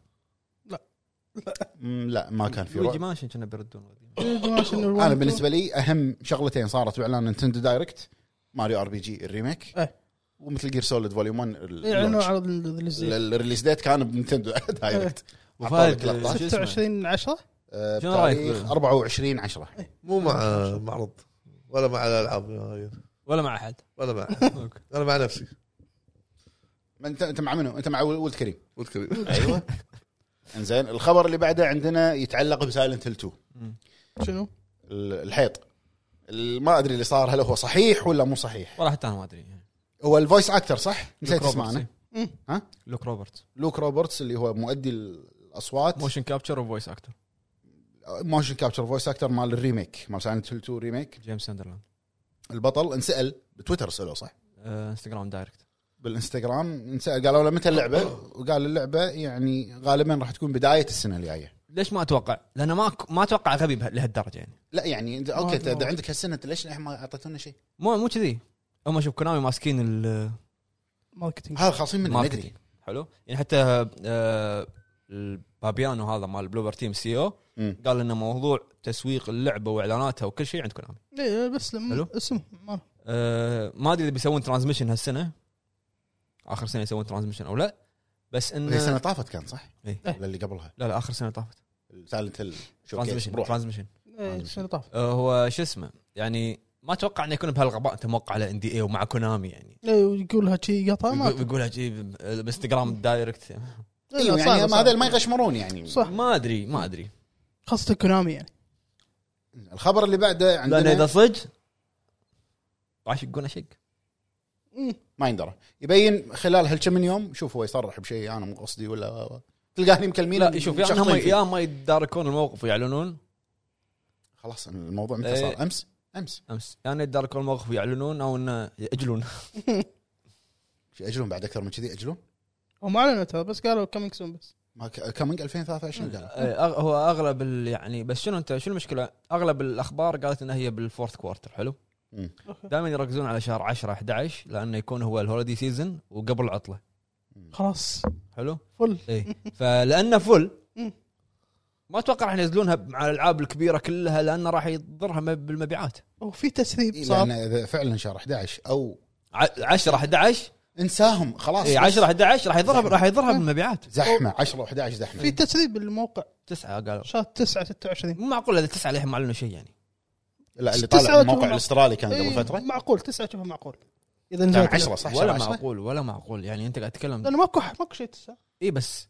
Speaker 2: مم، لا ما كان في
Speaker 1: لويجي
Speaker 2: رعب.
Speaker 1: مانشن كنا بيردون
Speaker 3: إيه، ديمانشن
Speaker 2: انا
Speaker 3: الوندر.
Speaker 2: بالنسبه لي اهم شغلتين صارت باعلان نينتندو دايركت ماريو ار بي جي الريميك
Speaker 3: إيه.
Speaker 2: ومثل جير سوليد فوليوم 1
Speaker 1: إيه، يعني
Speaker 3: يعلنوا
Speaker 2: ال-
Speaker 3: إيه، عرض
Speaker 2: ال-
Speaker 3: الزين
Speaker 2: الريليز ديت كان بنينتندو [LAUGHS] دايركت
Speaker 1: وفهد،
Speaker 2: أعطاك لقطات.
Speaker 1: شو اسمه؟
Speaker 3: 26 10
Speaker 2: آه،
Speaker 1: إيه. شنو رأيك
Speaker 2: بتاريخ
Speaker 1: فيه؟
Speaker 2: 24 10
Speaker 4: مو مع معرض ولا مع الالعاب هاي،
Speaker 1: ولا مع احد
Speaker 4: ولا مع
Speaker 1: أوكي.
Speaker 4: انا مع نفسي
Speaker 2: انت انت مع منو؟ انت مع ولد كريم
Speaker 4: والكريم
Speaker 2: ايوه انزين الخبر اللي بعده عندنا يتعلق بسايلنت هيل 2
Speaker 3: شنو؟
Speaker 2: ال- الحيط ال- ما ادري اللي صار هل هو صحيح ولا مو صحيح
Speaker 1: والله حتى انا ما ادري
Speaker 2: هو الفويس اكتر صح نسيت
Speaker 1: لوك
Speaker 2: اسمه انا
Speaker 1: روبرتس.
Speaker 3: مم.
Speaker 2: ها؟
Speaker 1: لوك روبرتس
Speaker 2: لوك روبرتس اللي هو مؤدي الاصوات
Speaker 1: موشن كابتشر وفويس اكتر
Speaker 2: موشن كابتشر فويس اكتر مال الريميك مال سايلنت هيل 2 ريميك
Speaker 1: جيمس ساندرلاند
Speaker 2: البطل انسال بتويتر سالوه صح
Speaker 1: آه، انستغرام دايركت
Speaker 2: بالانستغرام انسال قالوا له متى اللعبه وقال اللعبه يعني غالبا راح تكون بدايه السنه الجايه
Speaker 1: ليش ما اتوقع؟ لان ما ما اتوقع غبي بها- لهالدرجه يعني
Speaker 2: لا يعني انت اوكي انت
Speaker 3: أدري.
Speaker 2: إذا عندك هالسنه أنت ليش ما اعطيتونا شيء
Speaker 1: مو مو كذي هم شوف كونامي ماسكين ال-
Speaker 3: ماركتينج
Speaker 2: هذا خالصين منه ندري
Speaker 1: ماركتينج حلو يعني حتى آه، البابيانو هذا مال بلوبر تيم سي او
Speaker 2: مم.
Speaker 1: E قال ان موضوع تسويق اللعبه واعلاناتها وكل شيء عند كونامي
Speaker 3: إيه، بس لم-
Speaker 1: حلو.
Speaker 3: اسمه ما
Speaker 1: آه، ما ادري اذا بيسوون ترانزميشن هالسنه اخر سنه يسوون ترانزميشن او لا بس
Speaker 2: هي السنه
Speaker 1: انه
Speaker 2: طافت كان صح؟
Speaker 1: إيه.
Speaker 2: ولا اللي قبلها
Speaker 1: لا لا اخر سنه طافت
Speaker 2: سايلنت هيل
Speaker 1: ترانزميشن ترانزميشن
Speaker 3: إيه، السنه طافت
Speaker 1: آه، هو شو اسمه يعني ما اتوقع انه يكون بهالغباء انت موقع على ان دي اي ومع كونامي يعني
Speaker 3: إيه، ويقولها شي قطع ما
Speaker 1: يقول- يقولها شي ب- بانستغرام دايركت
Speaker 3: إيه،
Speaker 2: ايوه
Speaker 3: صعبة،
Speaker 2: يعني هم
Speaker 3: صعبة.
Speaker 2: هذول ما يغشمرون يعني
Speaker 3: صح
Speaker 1: ما ادري ما ادري
Speaker 3: خاصه كونامي يعني
Speaker 2: الخبر اللي بعده
Speaker 1: لان اذا
Speaker 2: عندنا
Speaker 1: صدق راح يقون اشق
Speaker 3: مم.
Speaker 2: ما يندرى يبين خلال هالكم من يوم شوف هو يصرح بشيء انا مو قصدي ولا تلقاهم مكلمين
Speaker 1: لا شوف يا هم يعني-
Speaker 2: مشخطين فيه.
Speaker 1: يا ما يتداركون الموقف ويعلنون
Speaker 2: خلاص الموضوع متى
Speaker 1: إيه.
Speaker 2: صار امس امس
Speaker 1: امس يا يعني يتداركون الموقف ويعلنون او انه ياجلون
Speaker 2: [LAUGHS] شو ياجلون بعد اكثر من كذي ياجلون
Speaker 3: هو ما اعلنتها بس قالوا كامينج سون بس
Speaker 2: ما كامينج 2023 قالوا
Speaker 1: إيه، أغ- هو اغلب ال- يعني بس شنو انت شنو المشكله؟ اغلب الاخبار قالت انها هي بالفورث كوارتر حلو؟
Speaker 2: مم.
Speaker 1: دائما يركزون على شهر 10 11 لانه يكون هو الهوليدي سيزون وقبل العطله
Speaker 3: خلاص
Speaker 1: حلو؟
Speaker 3: فل
Speaker 1: [LAUGHS] اي فلانه فل
Speaker 3: مم.
Speaker 1: ما اتوقع راح ينزلونها مع الالعاب الكبيره كلها لانه راح يضرها م- بالمبيعات
Speaker 3: وفي تسريب
Speaker 2: إيه،
Speaker 3: صار
Speaker 2: لان اذا فعلا شهر 11 او
Speaker 1: ع- 10 11
Speaker 2: انساهم خلاص
Speaker 3: إيه،
Speaker 1: اي
Speaker 2: بس.
Speaker 1: 10 11 راح يضرها راح يضرها بالمبيعات
Speaker 2: زحمه 10 و11 زحمه
Speaker 3: في تسريب بالموقع
Speaker 1: تسعه قالوا
Speaker 3: شات 9 26
Speaker 1: مو معقول اذا تسعه للحين ما اعلنوا شيء يعني
Speaker 2: لا اللي
Speaker 3: تسعة
Speaker 2: طالع
Speaker 3: وتهم-
Speaker 2: الموقع الاسترالي كان
Speaker 3: إيه،
Speaker 2: قبل فتره
Speaker 3: معقول 9 شوفها معقول اذا
Speaker 2: كان
Speaker 3: نزلت
Speaker 2: 10 نعم، صح
Speaker 1: ولا
Speaker 2: شهر 10
Speaker 1: معقول ولا معقول يعني انت قاعد تتكلم
Speaker 3: لانه ماكو ماكو شيء 9
Speaker 1: اي بس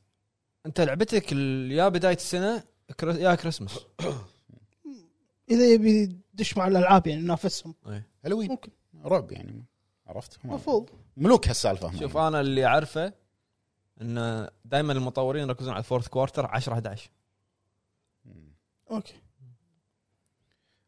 Speaker 1: انت لعبتك ال- يا بدايه السنه كر- يا كريسماس
Speaker 3: اذا يبي يدش مع الالعاب يعني ينافسهم
Speaker 2: هالوين
Speaker 3: ممكن
Speaker 2: رعب يعني عرفت هم
Speaker 3: المفروض
Speaker 2: ملوك هالسالفه هم
Speaker 1: شوف انا اللي اعرفه ان دائما المطورين يركزون على الفورث كوارتر 10 11
Speaker 3: اوكي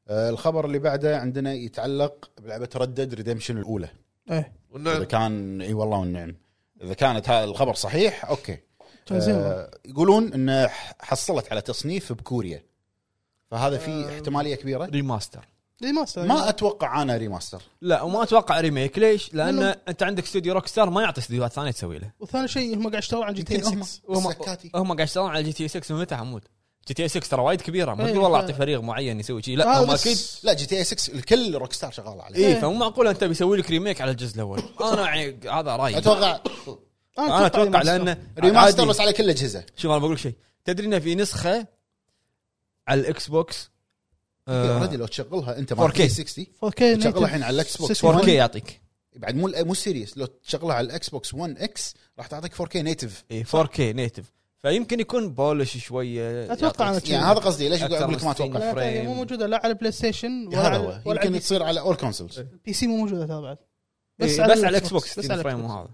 Speaker 2: آه، الخبر اللي بعده عندنا يتعلق بلعبه ردد ريديمشن الاولى
Speaker 3: ايه
Speaker 2: اذا
Speaker 4: والنعم
Speaker 2: كان اي والله والنعم اذا كانت هذا الخبر صحيح اوكي
Speaker 3: كان زين والله.
Speaker 2: آه، يقولون انه ح- حصلت على تصنيف بكوريا فهذا
Speaker 3: آه.
Speaker 2: في احتماليه كبيره
Speaker 1: ريماستر
Speaker 3: ليه ما استوى؟
Speaker 1: طيب.
Speaker 2: ما اتوقع انا ريماستر
Speaker 1: لا وما اتوقع ريميك ليش؟ لان
Speaker 3: لأنه-
Speaker 1: انت عندك استوديو روك ستار ما يعطي استديوهات ثانيه تسوي له
Speaker 3: وثاني شيء هم قاعد يشتغلون على جي تي إيه
Speaker 2: يمكن هم
Speaker 3: 6
Speaker 1: إيه، هم
Speaker 2: سكاتي.
Speaker 1: هم قاعد يشتغلون على جي تي إيه 6 من متى حمود؟ جي تي 6 ترى وايد كبيره ما
Speaker 3: إيه،
Speaker 1: تقول والله
Speaker 3: ف-
Speaker 1: اعطي فريق معين يسوي شيء
Speaker 3: آه،
Speaker 1: لا هم إيه،
Speaker 3: بس-
Speaker 1: اكيد
Speaker 2: لا جي تي اي 6 الكل روك ستار شغال عليه
Speaker 1: اي فمو معقول انت بيسوي لك ريميك على الجزء [LAUGHS] الاول انا يعني هذا رايي [COUGHS]
Speaker 2: اتوقع
Speaker 1: انا اتوقع
Speaker 3: ريماستر.
Speaker 1: لان
Speaker 2: ريماستر
Speaker 1: عادي.
Speaker 2: بس على كل الاجهزه
Speaker 1: شوف انا بقول لك شيء تدري انه في نسخه على الاكس بوكس آه،
Speaker 2: اوريدي لو تشغلها انت مال
Speaker 1: 4K.
Speaker 2: 360
Speaker 3: 4K
Speaker 2: تشغله
Speaker 3: native
Speaker 2: الحين على الإكس بوكس.
Speaker 3: 60.
Speaker 1: 4K يعطيك
Speaker 2: بعد
Speaker 1: إيه،
Speaker 2: مو مو سيريس لو تشغلها على الاكس بوكس 1 اكس راح تعطيك 4K نيتف
Speaker 1: اي 4K نيتف فيمكن يكون بولش شويه
Speaker 3: أتوقع أنا
Speaker 1: يعطيك-
Speaker 3: كذي.
Speaker 5: يعني هذا قصدي ليش
Speaker 1: أكثر
Speaker 5: اقول لك ما
Speaker 1: من
Speaker 5: اتوقع
Speaker 1: ستين.
Speaker 3: لا، لا،
Speaker 1: فريم.
Speaker 3: مو موجوده لا على البلاي ستيشن ولا
Speaker 5: هذا هو
Speaker 3: على ولا
Speaker 5: يمكن
Speaker 3: على
Speaker 5: تصير على اول كونسولز
Speaker 3: البي سي مو موجوده ترى بعد
Speaker 1: إيه، بس على الاكس بوكس 60 فريم وهذا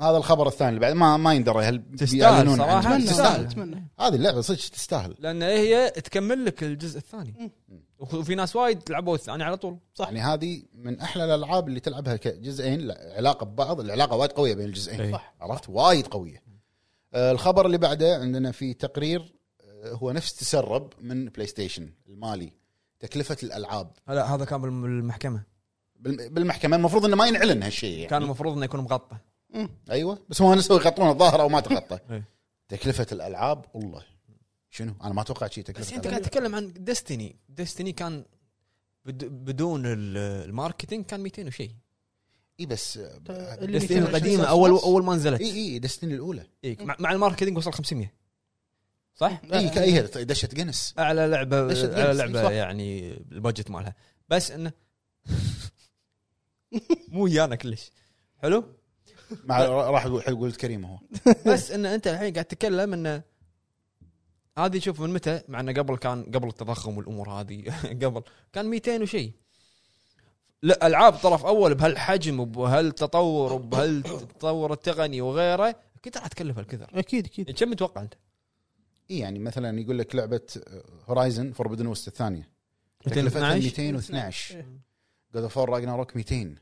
Speaker 2: هذا الخبر الثاني اللي بعد ما ما يندرى هل
Speaker 1: تستاهل
Speaker 2: بيعلنون عنه؟
Speaker 1: صراحة.
Speaker 3: اتمنى
Speaker 1: تستاهل.
Speaker 3: اتمنى
Speaker 2: هذه اللعبه صدق تستاهل
Speaker 1: لان إيه هي تكمل لك الجزء الثاني
Speaker 2: مم.
Speaker 1: وفي ناس وايد لعبوا الثاني على طول
Speaker 3: صح
Speaker 2: يعني هذه من احلى الالعاب اللي تلعبها كجزئين لا، علاقه ببعض العلاقه وايد قويه بين الجزئين
Speaker 1: إيه.
Speaker 2: صح عرفت وايد قويه آه، الخبر اللي بعده عندنا في تقرير آه، هو نفس تسرب من بلاي ستيشن المالي تكلفه الالعاب
Speaker 1: لا هذا كان بالمحكمه
Speaker 2: بالم- بالمحكمه المفروض انه ما ينعلن هالشيء يعني
Speaker 1: كان المفروض انه يكون مغطى
Speaker 2: ايوه بس ما نسوي يغطون الظاهر او ما تغطى
Speaker 1: إيه.
Speaker 2: تكلفه الالعاب والله شنو انا ما اتوقع شيء
Speaker 1: بس
Speaker 2: تكلفه
Speaker 1: انت قاعد تتكلم عن ديستني ديستني كان بد- بدون ال- الماركتينج كان 200 وشيء
Speaker 2: اي بس آه،
Speaker 3: اللي
Speaker 1: ديستني
Speaker 3: 220
Speaker 1: القديمه
Speaker 3: صوص.
Speaker 1: اول اول ما نزلت
Speaker 2: اي اي دستني الاولى
Speaker 1: إيه، مع مع الماركتينج وصل 500 صح؟
Speaker 2: اي ك- إي، هي دشت جنس
Speaker 1: اعلى لعبه
Speaker 2: ليش
Speaker 1: اعلى
Speaker 2: تقلص؟
Speaker 1: لعبه
Speaker 2: صح.
Speaker 1: يعني البادجت مالها بس انه [LAUGHS] مو ويانا كلش حلو
Speaker 2: مع راح اقول حق ولد كريم هو
Speaker 1: بس ان انت الحين قاعد تتكلم انه هذه شوف من متى مع انه قبل كان قبل التضخم والامور هذه [LAUGHS] قبل كان 200 وشيء لا العاب طرف اول بهالحجم وبهالتطور وبهالتطور التقني وغيره كنت راح تكلف الكثر
Speaker 3: اكيد اكيد
Speaker 1: كم متوقع انت؟
Speaker 2: اي يعني مثلا يقول لك لعبه هورايزن فوربدن وست الثانيه تكلفتها 212
Speaker 3: إيه.
Speaker 2: جود اوف فور روك 200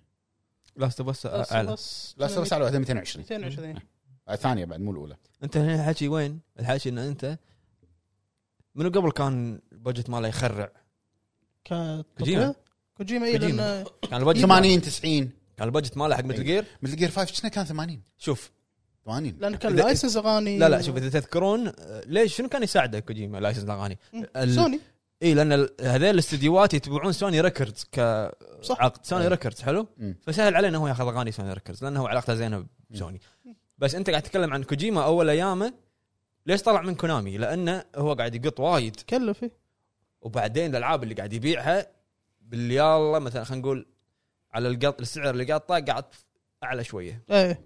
Speaker 1: لاست بس
Speaker 3: بس-
Speaker 1: اعلى
Speaker 3: بس-
Speaker 2: لا سوى على واحده 220
Speaker 3: 220
Speaker 2: الثانيه آه، بعد مو الاولى
Speaker 1: انت هنا الحكي وين؟ الحكي ان انت منو قبل كان البادجت ماله يخرع؟
Speaker 3: ك-
Speaker 1: كوجيما.
Speaker 3: كوجيما إيه، اي
Speaker 1: كوجيما.
Speaker 3: لان
Speaker 1: كان البادجت
Speaker 2: 80 90
Speaker 1: كان البادجت ماله حق مثل جير
Speaker 2: مثل جير 5 شنو كان 80
Speaker 1: شوف
Speaker 2: 80
Speaker 3: لان كان
Speaker 1: إذا-
Speaker 3: لايسنس اغاني
Speaker 1: لا لا شوف اذا تذكرون آه، ليش شنو كان يساعده كوجيما لايسنس الاغاني؟ ال-
Speaker 3: سوني
Speaker 1: اي لان ال- هذيل الاستديوهات يتبعون سوني ريكوردز
Speaker 3: صح.
Speaker 1: كعقد سوني ريكوردز حلو؟
Speaker 2: مم.
Speaker 1: فسهل عليه انه هو ياخذ اغاني سوني ريكوردز لانه هو علاقته زينه بسوني بس انت قاعد تتكلم عن كوجيما اول ايامه ليش طلع من كونامي؟ لانه هو قاعد يقط وايد
Speaker 3: تكلف إيه.
Speaker 1: وبعدين الالعاب اللي قاعد يبيعها باليالا مثلا خلينا نقول على القط السعر اللي قاطه قاعد اعلى شويه
Speaker 3: ايه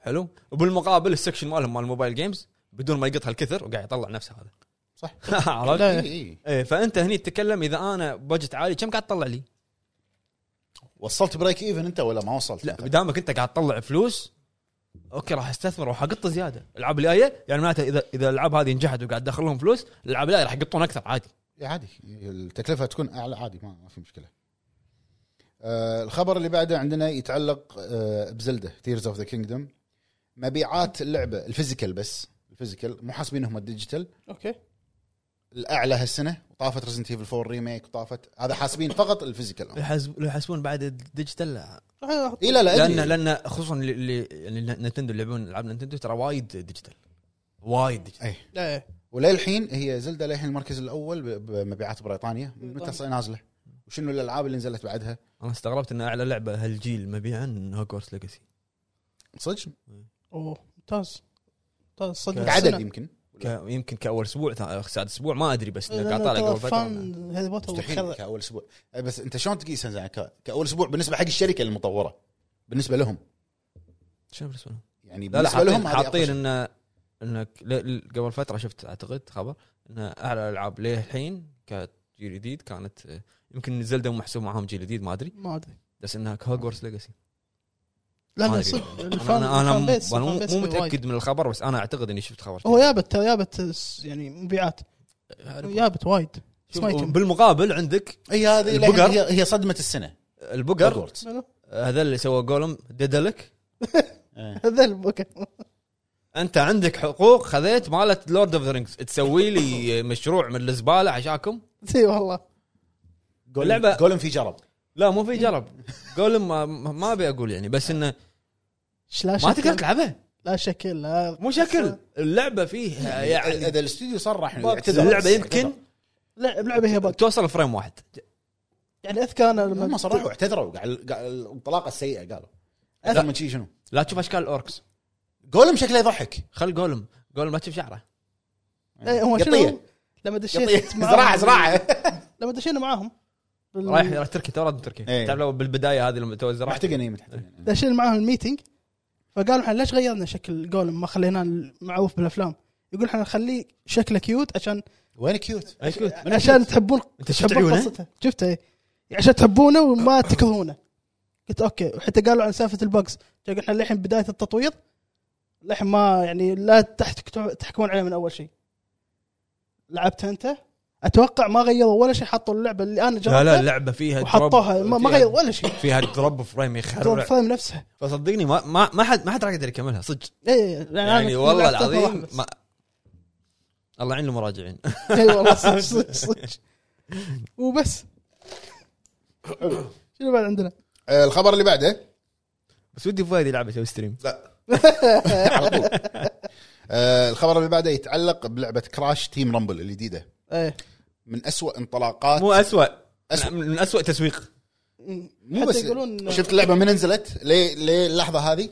Speaker 1: حلو وبالمقابل السكشن مالهم مال الموبايل جيمز بدون ما يقطها الكثر وقاعد يطلع نفسه هذا
Speaker 2: صح.
Speaker 1: [LAUGHS] عرفت؟
Speaker 3: لا.
Speaker 2: اي اي
Speaker 1: ايه فانت هني تتكلم اذا انا بجت عالي كم قاعد تطلع لي؟
Speaker 2: وصلت بريك ايفن انت ولا ما وصلت؟
Speaker 1: لا دامك انت قاعد تطلع فلوس اوكي راح استثمر وراح اقط زياده، الالعاب اللي جايه يعني معناته اذا اذا الالعاب هذه نجحت وقاعد داخل لهم فلوس، الالعاب اللي جاية راح يقطون اكثر عادي.
Speaker 2: إي إيه، عادي التكلفه تكون اعلى عادي ما, ما في مشكله. آه الخبر اللي بعده عندنا يتعلق آه بزلده تيرز اوف ذا كينجدوم مبيعات اللعبه الفيزيكال بس الفيزيكال مو حاسبينهم الديجيتال
Speaker 3: اوكي
Speaker 2: الاعلى هالسنه وطافت ريزنت ايفل 4 ريميك وطافت هذا حاسبين فقط الفيزيكال
Speaker 1: يحسب- يحسبون بعد الديجيتال لا.
Speaker 3: راح-
Speaker 2: اي لا لا
Speaker 1: لان
Speaker 2: أدري.
Speaker 1: لان خصوصا اللي- اللي يعني نتندو اللي يلعبون العاب نتندو ترى وايد ديجيتال وايد ديجيتال
Speaker 3: لا إيه.
Speaker 2: وللحين هي زلده للحين المركز الاول ب- بمبيعات بريطانيا متى
Speaker 3: بريطانيا.
Speaker 2: صار نازله وشنو الالعاب اللي نزلت بعدها
Speaker 1: انا استغربت ان اعلى لعبه هالجيل مبيعا هوكورس ليجاسي
Speaker 2: صدق
Speaker 3: اوه ممتاز ممتاز صدق
Speaker 2: كعدد يمكن
Speaker 1: يمكن كاول اسبوع تا- سادس اسبوع ما ادري بس إنه قاعد طالع
Speaker 3: قاطع
Speaker 1: قبل فتره
Speaker 3: فان هذي بطل
Speaker 2: مستحيل
Speaker 3: خذ-
Speaker 2: كاول اسبوع بس انت شلون تقيسها زين ك- كاول اسبوع بالنسبه حق الشركه المطوره بالنسبه لهم
Speaker 1: شنو بالنسبه لهم؟
Speaker 2: يعني
Speaker 1: لا لا
Speaker 2: بالنسبه
Speaker 1: حاطين
Speaker 2: لهم هذه أقل
Speaker 1: حاطين
Speaker 2: شيء.
Speaker 1: انه انك ل- ل- قبل فتره شفت اعتقد خبر ان اعلى الالعاب للحين كجيل جديد كانت آه، يمكن زلدا محسوب معاهم جيل جديد ما ادري
Speaker 3: ما ادري
Speaker 1: بس انها هوجورس ليجاسي
Speaker 3: لا
Speaker 1: ما
Speaker 3: لا
Speaker 1: أدري.
Speaker 3: صدق
Speaker 1: انا
Speaker 3: الفان
Speaker 1: انا, طيب. أنا
Speaker 3: الفان
Speaker 1: مو-
Speaker 3: بيس-
Speaker 1: أنا مو-
Speaker 3: الفان بيس
Speaker 1: مو
Speaker 3: وايد.
Speaker 1: متاكد من الخبر بس انا اعتقد اني شفت خبر
Speaker 3: هو يابت يابت س- يعني مبيعات يعني
Speaker 1: هاري
Speaker 3: يابت وايد
Speaker 1: شوف،
Speaker 3: ما يتم.
Speaker 1: بالمقابل عندك
Speaker 2: اي هذه للحين
Speaker 1: البقر.
Speaker 2: هي هي صدمه السنه
Speaker 1: البقر
Speaker 2: هوجورتس.
Speaker 3: منو؟
Speaker 1: هذا اللي سوى جولم ديدلك
Speaker 2: إيه.
Speaker 3: هذا [LAUGHS] اوكي
Speaker 1: انت عندك حقوق خذيت مالت لورد اوف ذا رينجز تسوي لي مشروع من الزباله عشاكم
Speaker 3: اي والله
Speaker 2: جولم-
Speaker 1: اللعبة-
Speaker 2: جولم في جرب
Speaker 1: لا مو في
Speaker 2: [LAUGHS]
Speaker 1: جرب جولم ما, ما ابي اقول يعني بس انه
Speaker 3: ش- لا
Speaker 1: ما تقدر
Speaker 3: شكل
Speaker 1: تلعبها
Speaker 3: لا شكل لا
Speaker 1: مو شكل اللعبه
Speaker 2: [LAUGHS]
Speaker 1: فيها يعني
Speaker 2: اذا الاستوديو صرح إنه يعتذر
Speaker 1: اللعبه يمكن
Speaker 2: اعتذر.
Speaker 3: لعب لعبه هي بق
Speaker 1: توصل فريم واحد
Speaker 3: يعني اذكر انا
Speaker 2: هم
Speaker 3: لما
Speaker 2: صرحوا واعتذروا قال قال- الانطلاقه السيئه قالوا اكثر من شيء شنو
Speaker 1: لا تشوف اشكال الاوركس
Speaker 2: جولم شكله يضحك
Speaker 1: خل جولم جولم لا تشوف شعره
Speaker 3: إيه، هو شنو
Speaker 2: قطية.
Speaker 3: لما
Speaker 2: قطية. [LAUGHS]
Speaker 3: دشيت معاهم-
Speaker 2: زراعه زراعه
Speaker 3: لما دشينا معاهم بال-
Speaker 1: رايح رايح تركيا تو راد تركيا
Speaker 2: إيه.
Speaker 1: تعرف لو بالبدايه هذه لما تو [LAUGHS] زراعة.
Speaker 2: محتقن اي محتقن
Speaker 3: دشينا معاهم الميتنج فقالوا احنا ليش غيرنا شكل جولم ما خليناه المعروف بالافلام يقول احنا نخليه شكله كيوت عشان
Speaker 6: وين كيوت؟
Speaker 1: أيكوت.
Speaker 3: عشان تحبون
Speaker 1: انت شفت
Speaker 3: تحبون
Speaker 1: عيونه؟
Speaker 3: قصته شفته إيه. عشان تحبونه وما تكرهونه قلت اوكي وحتى قالوا عن سالفه الباكس احنا للحين بدايه التطوير للحين ما يعني لا تحت- تحكمون عليه من اول شيء لعبتها انت اتوقع ما غيروا ولا شيء حطوا اللعبه اللي
Speaker 6: لا
Speaker 3: انا
Speaker 6: لا
Speaker 3: جربتها
Speaker 6: اللعبه فيها drop-
Speaker 3: وحطوها ما ما
Speaker 6: فيها-
Speaker 3: غيروا ولا
Speaker 1: [LAUGHS]
Speaker 3: شيء
Speaker 6: فيها دروب فريم يخرب
Speaker 3: دور فريم نفسها
Speaker 1: فصدقني ما ما ما حد ما حد راح يقدر يكملها صدق
Speaker 3: اي يعني, أنا
Speaker 1: يعني والله
Speaker 3: لعبت مرة
Speaker 1: العظيم
Speaker 3: واحدة بس.
Speaker 1: ما الله يعين المراجعين [LAUGHS]
Speaker 3: [LAUGHS] اي أيوة، والله صدق صدق صدق [LAUGHS] وبس شنو بعد عندنا؟
Speaker 2: آه، الخبر اللي بعده
Speaker 1: بس ودي فؤاد يلعب يسوي ستريم
Speaker 4: لا
Speaker 2: على طول [LAUGHS] آه، الخبر اللي بعده يتعلق بلعبه كراش تيم رامبل الجديده
Speaker 3: ايه
Speaker 2: من أسوأ انطلاقات
Speaker 1: مو اسوء
Speaker 2: أسوأ.
Speaker 1: من اسوء تسويق
Speaker 2: مو
Speaker 3: حتى
Speaker 2: بس
Speaker 3: يقولون
Speaker 2: شفت اللعبه من نزلت ليه ليه اللحظه هذه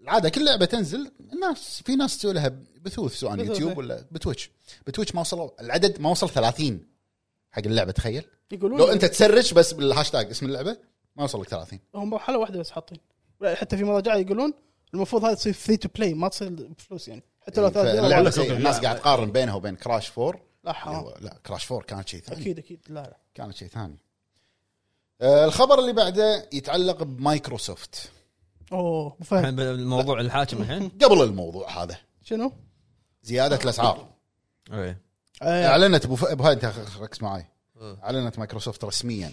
Speaker 2: العاده كل لعبه تنزل الناس في ناس تسوي لها بثوث سواء
Speaker 3: بثوث، إيه.
Speaker 2: يوتيوب ولا بتويتش بتويتش ما وصلوا العدد ما وصل 30 حق اللعبه تخيل
Speaker 3: يقولون
Speaker 2: لو انت تسرش بس بالهاشتاج اسم اللعبه ما وصل لك 30
Speaker 3: هم مرحله واحده بس حاطين ولا حتى في مراجعه يقولون المفروض هذه تصير فري تو بلاي ما تصير بفلوس يعني حتى
Speaker 2: إيه،
Speaker 3: لو ثلاث دولار
Speaker 2: فاللعبة سيئة. الناس قاعد تقارن بينها وبين كراش 4
Speaker 3: لا
Speaker 2: اللي
Speaker 3: حرام
Speaker 2: هو- لا كراش 4 كانت شيء ثاني
Speaker 3: اكيد اكيد لا لا
Speaker 2: كانت شيء ثاني آه، الخبر اللي بعده يتعلق بمايكروسوفت
Speaker 3: اوه مو
Speaker 1: الحين
Speaker 3: فاهم
Speaker 1: الموضوع الحاكم الحين
Speaker 2: قبل الموضوع هذا
Speaker 3: شنو؟
Speaker 2: زياده الاسعار
Speaker 1: إيه.
Speaker 3: آه،
Speaker 2: اعلنت ابو ف- ابو هاي انت ركز معي اعلنت مايكروسوفت رسميا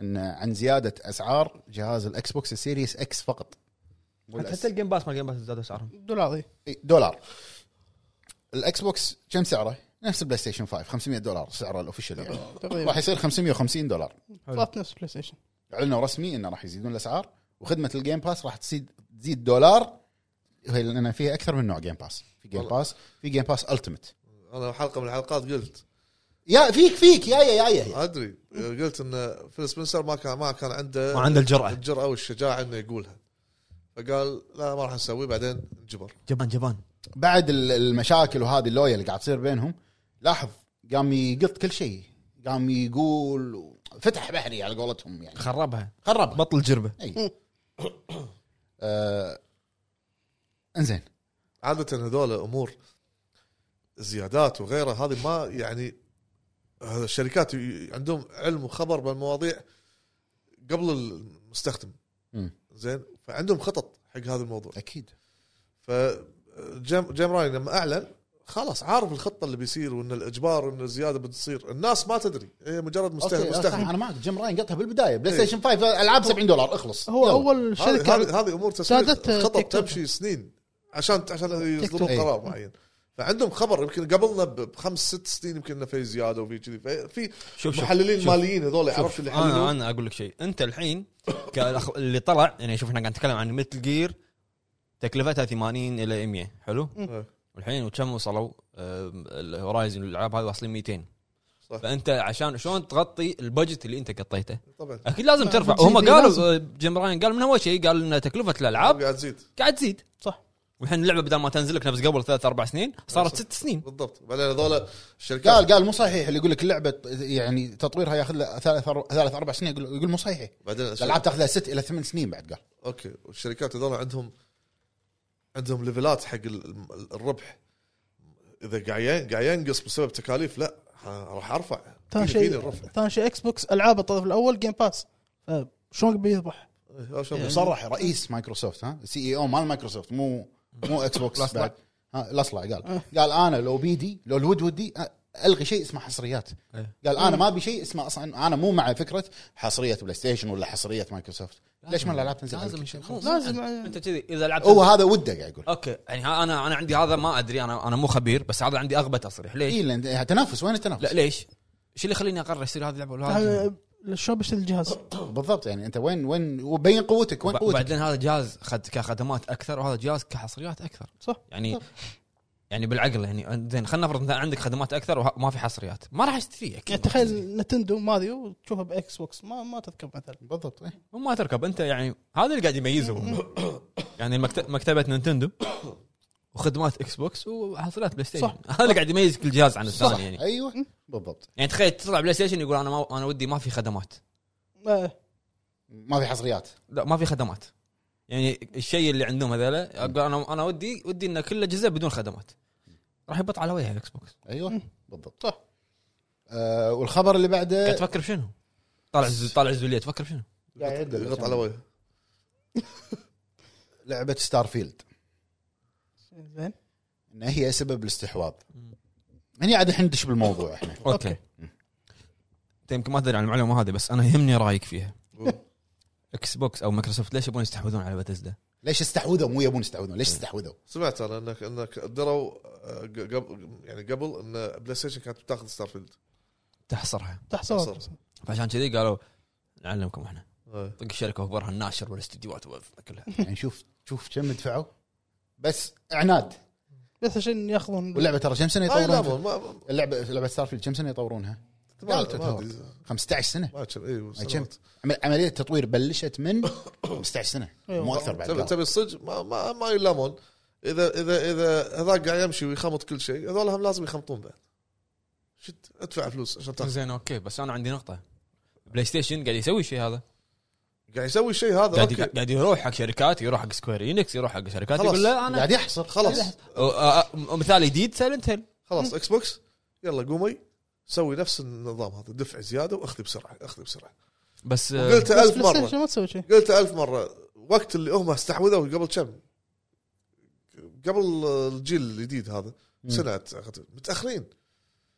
Speaker 2: ان عن زياده اسعار جهاز الاكس بوكس السيريس اكس فقط
Speaker 1: حتى الجيم باس ما الجيم باس زادوا اسعارهم
Speaker 3: دولار إيه. ذي
Speaker 2: إي، إيه، دولار الاكس بوكس كم سعره؟ نفس البلاي ستيشن 5 500 دولار سعره الاوفيشال يعني راح
Speaker 3: تقريبا
Speaker 2: يصير 550 دولار
Speaker 3: صارت نفس بلاي ستيشن
Speaker 2: اعلنوا رسمي انه راح يزيدون الاسعار وخدمه الجيم باس راح تزيد تزيد دولار وهي لان فيها اكثر من نوع جيم باس في جيم
Speaker 4: والله.
Speaker 2: باس في جيم باس التيمت
Speaker 4: انا حلقه من الحلقات قلت
Speaker 2: يا فيك فيك يا يا يا يا
Speaker 4: ادري قلت ان فيل سبنسر ما كان ما كان عنده
Speaker 1: ما عنده الجرأه
Speaker 4: الجرأه والشجاعه انه يقولها فقال لا ما راح نسويه بعدين انجبر
Speaker 1: جبان جبان
Speaker 2: بعد ال- المشاكل وهذه اللويا اللي قاعد تصير بينهم لاحظ قام يقط كل شيء قام يقول و- فتح بحري على قولتهم يعني
Speaker 1: خربها
Speaker 2: خربها
Speaker 1: بطل جربه
Speaker 2: اي آه، انزين
Speaker 4: عاده هذول امور زيادات وغيرها هذه ما يعني هذا الشركات ي- عندهم علم وخبر بالمواضيع قبل المستخدم
Speaker 2: مم.
Speaker 4: زين فعندهم خطط حق هذا الموضوع
Speaker 2: اكيد
Speaker 4: ف جيم جيم راين لما اعلن خلاص عارف الخطه اللي بيصير وان الاجبار وان الزياده بتصير الناس ما تدري هي مجرد
Speaker 2: أوكي،
Speaker 4: مستهدف
Speaker 2: آه، صح،
Speaker 4: مستهدف
Speaker 2: انا معك جيم راين قطها بالبدايه بلاي
Speaker 4: إي.
Speaker 2: ستيشن 5 العاب 70 دولار اخلص
Speaker 3: هو
Speaker 2: يلا.
Speaker 3: اول
Speaker 4: هذه
Speaker 3: شركه
Speaker 4: هذه- هذه امور تسويق
Speaker 3: سادت، آه، تيك
Speaker 4: خطط
Speaker 3: توك.
Speaker 4: تمشي سنين عشان عشان يصدرون
Speaker 2: إيه.
Speaker 4: قرار معين فعندهم خبر يمكن قبلنا ب- بخمس ست سنين يمكن انه في زياده وفي كذي في- في
Speaker 1: شوف شوف
Speaker 4: محللين
Speaker 1: شوف.
Speaker 4: ماليين هذول عرفت اللي
Speaker 1: انا
Speaker 4: يحللون
Speaker 1: انا اقول لك شيء انت الحين [COUGHS] كالأخ- اللي طلع يعني شوف احنا قاعد نتكلم عن متل جير تكلفتها 80 الى 100 حلو
Speaker 4: إيه.
Speaker 1: والحين وكم وصلوا آه، آم، الهورايزن والالعاب هذه واصلين 200
Speaker 4: صح.
Speaker 1: فانت عشان شلون تغطي البجت اللي انت قطيته
Speaker 4: طبعا
Speaker 1: اكيد لازم ترفع
Speaker 3: بتزيد،
Speaker 1: هم
Speaker 3: إيه، لازم.
Speaker 1: قالوا آه، جيم راين قال من اول شيء قال ان تكلفه الالعاب
Speaker 4: قاعد تزيد
Speaker 1: قاعد تزيد
Speaker 3: صح.
Speaker 1: والحين اللعبه بدل ما تنزل لك نفس قبل ثلاث اربع سنين صارت ست سنين
Speaker 4: بالضبط بعدين هذول
Speaker 2: قال
Speaker 4: الشركات
Speaker 2: قال مو صحيح اللي يقول لك اللعبه يعني تطويرها ياخذ له ثلاث أر- ثلاث اربع سنين يقول يقول مو صحيح
Speaker 4: بعدين الشركات-
Speaker 2: الالعاب تاخذ لها ست الى ثمان سنين بعد قال
Speaker 4: اوكي والشركات هذول عندهم عندهم ليفلات حق ال- ال- الربح اذا قاعد ين- قاعد ينقص بسبب تكاليف لا ح- راح ارفع
Speaker 3: ثاني
Speaker 4: فيني- فيني
Speaker 3: شيء
Speaker 4: الرفع
Speaker 3: ثاني شيء اكس بوكس العاب الطرف الاول جيم باس شلون بيذبح؟
Speaker 4: إيه، آه، شلون
Speaker 3: يعني
Speaker 1: يعني
Speaker 4: بس-
Speaker 2: وصرح رئيس مايكروسوفت ها سي اي او مال مايكروسوفت مو
Speaker 1: [LAUGHS]
Speaker 2: مو اكس بوكس بعد ها الاصلع
Speaker 1: آه.
Speaker 2: قال قال انا لو بيدي لو الود ودي أ- الغي شيء اسمه حصريات
Speaker 1: إيه.
Speaker 2: قال انا ما ابي شيء اسمه اصلا انا مو مع فكره حصريه بلاي ستيشن ولا حصريه مايكروسوفت ليش ما الالعاب تنزل على
Speaker 1: لازم
Speaker 2: كل شيء؟
Speaker 1: مو-
Speaker 2: خلاص.
Speaker 3: لازم.
Speaker 1: انت كذي اذا لعبت
Speaker 2: هو هذا وده قاعد يقول
Speaker 1: اوكي يعني ها انا انا عندي هذا ما ادري انا انا مو خبير بس هذا عندي اغبى تصريح ليش؟
Speaker 2: اي لان إيه، تنافس وين التنافس؟
Speaker 1: لا ليش؟ شو اللي يخليني اقرر يصير هذه اللعبه ولا هذه؟
Speaker 3: شلون بشتري الجهاز؟
Speaker 2: بالضبط يعني انت وين وين وبين قوتك وين قوتك
Speaker 1: وبعدين هذا جهاز خد كخدمات اكثر وهذا جهاز كحصريات اكثر
Speaker 3: صح.
Speaker 1: يعني يعني بالعقل يعني زين خلينا نفرض مثلا عندك خدمات اكثر وما في حصريات ما راح اشتري اكيد
Speaker 3: يعني تخيل نتندو ماريو تشوفها باكس بوكس ما ما تذكر مثلا
Speaker 2: بالضبط إيه.
Speaker 1: وما تركب انت يعني هذا اللي قاعد يميزه هم. يعني المكت- مكتبه نينتندو وخدمات اكس بوكس وحصريات بلاي ستيشن هذا اللي قاعد يميز كل جهاز عن
Speaker 2: صح
Speaker 1: الثاني يعني
Speaker 2: ايوه بالضبط
Speaker 1: يعني تخيل تطلع بلاي ستيشن يقول انا ما انا ودي ما في خدمات
Speaker 3: آه،
Speaker 2: ما في حصريات
Speaker 1: لا ما في خدمات يعني الشيء اللي عندهم هذول اقول انا انا ودي ودي انه كله جزء بدون خدمات راح يبط على وجه الاكس بوكس
Speaker 2: ايوه
Speaker 3: مم.
Speaker 2: بالضبط
Speaker 3: صح.
Speaker 2: آه والخبر اللي
Speaker 1: قاعد
Speaker 2: بعده
Speaker 1: تفكر بشنو؟ طالع زو- طالع الزوليه تفكر بشنو؟
Speaker 2: قاعد
Speaker 4: يغط على وجهه
Speaker 2: لعبه ستار فيلد
Speaker 3: زين
Speaker 2: ان هي سبب الاستحواذ
Speaker 1: مم.
Speaker 2: هني عاد الحين ندش بالموضوع احنا
Speaker 1: اوكي انت يمكن ما تدري عن المعلومه هذه بس انا يهمني رايك فيها
Speaker 3: [LAUGHS]
Speaker 1: اكس بوكس او مايكروسوفت ليش يبون يستحوذون على بتزدا؟
Speaker 2: ليش استحوذوا مو يبون يستحوذون ليش استحوذوا؟
Speaker 4: سمعت انا انك انك دروا آه، قبل يعني قبل ان بلاي ستيشن كانت بتاخذ ستارفيلد
Speaker 1: تحصرها
Speaker 3: تحصل
Speaker 4: تحصل.
Speaker 1: فعشان كذي قالوا نعلمكم احنا
Speaker 4: آه.
Speaker 1: طق الشركه وبرها الناشر والاستديوهات كلها
Speaker 2: يعني شوف شوف كم دفعوا بس عناد
Speaker 3: بس عشان ياخذون
Speaker 2: واللعبه ترى كم سنه
Speaker 4: ما
Speaker 2: يطورونها؟
Speaker 4: يلامون ما ما-
Speaker 2: اللعبه لعبه ستار فيلد كم سنه يطورونها؟
Speaker 4: ما
Speaker 2: قالت
Speaker 4: ما أدري.
Speaker 2: 15 سنه
Speaker 4: ما كم ايوه
Speaker 2: كم؟
Speaker 4: سنوات.
Speaker 2: عمل- عمليه التطوير بلشت من 15 سنه مو اكثر بعد
Speaker 4: تبي
Speaker 2: قال.
Speaker 4: تبي الصج ما ما ما يلامون اذا اذا اذا هذاك قاعد يمشي ويخمط كل شيء هذول هم لازم يخمطون بعد شت ادفع فلوس عشان تاخذ
Speaker 1: زين اوكي بس انا عندي نقطه بلاي ستيشن قاعد يسوي شيء هذا
Speaker 4: قاعد يسوي الشيء هذا
Speaker 1: قاعد
Speaker 4: اوكي
Speaker 1: قاعد يروح حق شركات يروح حق سكوير انكس يروح حق شركات
Speaker 4: خلاص.
Speaker 1: يقول لا انا
Speaker 2: قاعد يحصر
Speaker 4: خلاص
Speaker 1: أو- أ- أ- مثال جديد سايلنت هيل
Speaker 4: خلاص اكس بوكس يلا قومي سوي نفس النظام هذا دفع زياده واخذي بسرعه اخذي بسرعه
Speaker 1: بس آه،
Speaker 3: بس
Speaker 4: قلت ألف
Speaker 3: بلاي
Speaker 4: مره
Speaker 3: ستيشن ما تسوي شيء
Speaker 4: قلت ألف مرة وقت اللي هم استحوذوا قبل كم قبل الجيل الجديد هذا سنة أعتقد. متأخرين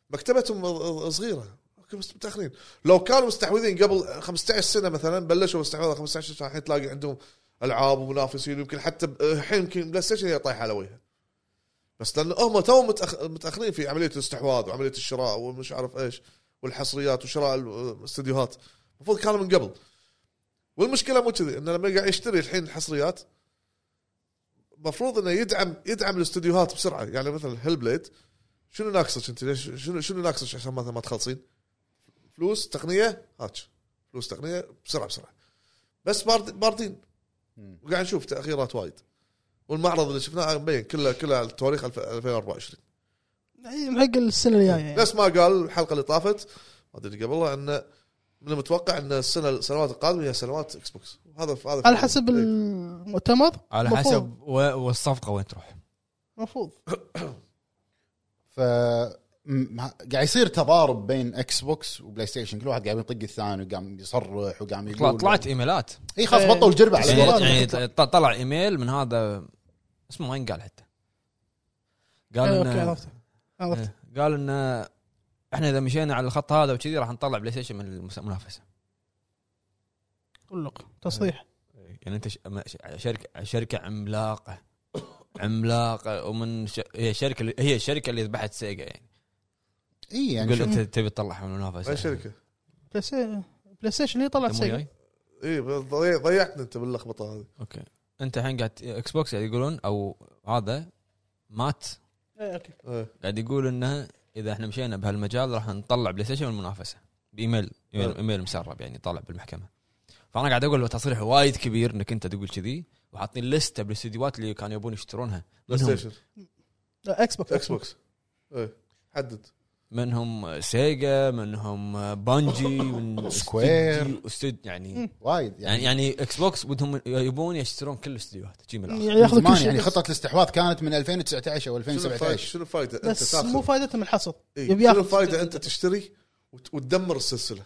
Speaker 4: مكتبتهم صغيرة بس متأخرين لو كانوا مستحوذين قبل 15 سنة مثلا بلشوا يستحوذوا 15 سنة الحين تلاقي عندهم ألعاب ومنافسين يمكن حتى ب- الحين يمكن بلاي ستيشن هي طايحة على وجهها بس لأن هم توهم متأخ- متأخرين في عملية الاستحواذ وعملية الشراء ومش عارف إيش والحصريات وشراء الاستديوهات المفروض كانوا من قبل والمشكله مو كذي انه لما قاعد يشتري الحين الحصريات المفروض انه يدعم يدعم الاستديوهات بسرعه يعني مثلا هيل بليد شنو ناقصك انت ليش شنو شنو ناقصك عشان مثلا ما تخلصين؟ فلوس تقنيه هاتش فلوس تقنيه بسرعه بسرعه بس بارد- باردين
Speaker 2: مم.
Speaker 4: وقاعد نشوف تاخيرات وايد والمعرض اللي شفناه مبين كله كله على التواريخ 2024
Speaker 3: حق السنه الجايه يعني.
Speaker 4: نفس ما قال الحلقه اللي طافت ما ادري اللي قبلها انه من المتوقع ان السنه السنوات القادمه هي سنوات اكس بوكس هذا هذا
Speaker 3: على حسب
Speaker 4: إيه.
Speaker 3: المؤتمر
Speaker 1: على
Speaker 3: مفروض-
Speaker 1: حسب و- والصفقه وين تروح
Speaker 3: مفروض
Speaker 2: ف م- ه- قاعد يصير تضارب بين اكس بوكس وبلاي ستيشن كل واحد قاعد يطق الثاني وقام يصرح وقام
Speaker 1: طلع-
Speaker 2: يقول
Speaker 1: طلعت ايميلات
Speaker 2: اي خلاص بطلوا الجربه على
Speaker 1: يعني- يعني
Speaker 2: قولتهم.
Speaker 1: ط- طلع ايميل من هذا اسمه ما ينقال حتى
Speaker 3: إيه،
Speaker 1: قال
Speaker 3: اوكي
Speaker 1: انه
Speaker 3: عرفت عرفت
Speaker 1: إيه، قال انه احنا اذا مشينا على الخط هذا وكذي راح نطلع بلاي ستيشن من المس- المنافسه
Speaker 3: طلق تصريح
Speaker 1: يعني انت ش- أما ش- شركه شركه عملاقه عملاقه ومن ش... هي الشركه اللي... هي الشركه اللي ذبحت سيجا يعني
Speaker 2: اي يعني
Speaker 1: تقول
Speaker 2: شوف-
Speaker 1: انت تبي تطلعها من المنافسه
Speaker 4: اي شركه
Speaker 3: بلاي ستيشن- بلاي ستيشن هي طلعت
Speaker 1: انت يعني. مو
Speaker 3: سيجا
Speaker 1: جاي؟
Speaker 4: اي إيه، ضيع- ضيعتنا انت باللخبطه هذه
Speaker 1: اوكي انت الحين قاعد اكس بوكس قاعد يقولون او هذا مات
Speaker 3: إيه، اوكي
Speaker 4: إيه.
Speaker 1: قاعد يقول انه اذا احنا مشينا بهالمجال راح نطلع بلاي ستيشن من المنافسه بايميل ايميل,
Speaker 4: أه.
Speaker 1: إيميل مسرب يعني طالع بالمحكمه فانا قاعد اقول له تصريح وايد كبير انك انت تقول كذي وحاطين لسته بالاستديوهات اللي كانوا يبون يشترونها
Speaker 4: بلاي
Speaker 1: منهم
Speaker 4: ستيشن
Speaker 3: لا اكس بوكس
Speaker 4: اكس بوكس اي حدد
Speaker 1: منهم سيجا منهم بانجي من
Speaker 2: سكوير.
Speaker 1: استديو- استد يعني
Speaker 3: مم.
Speaker 2: وايد
Speaker 1: يعني
Speaker 2: يعني
Speaker 1: يعني اكس بوكس بدهم يبون يشترون كل الاستديوهات جي من الاخر
Speaker 3: يعني ياخذ كل
Speaker 2: زمان
Speaker 3: شيء
Speaker 2: يعني
Speaker 3: بس.
Speaker 2: خطه الاستحواذ كانت من 2019 او
Speaker 4: شنو الفايده
Speaker 2: 2017
Speaker 4: شنو الفايده انت
Speaker 3: بس مو
Speaker 4: تاخذ
Speaker 3: فائدته من الحصر
Speaker 4: إيه،
Speaker 3: يبي
Speaker 4: شنو
Speaker 3: ياخذ
Speaker 4: الفايده انت تشتري وت- وتدمر السلسله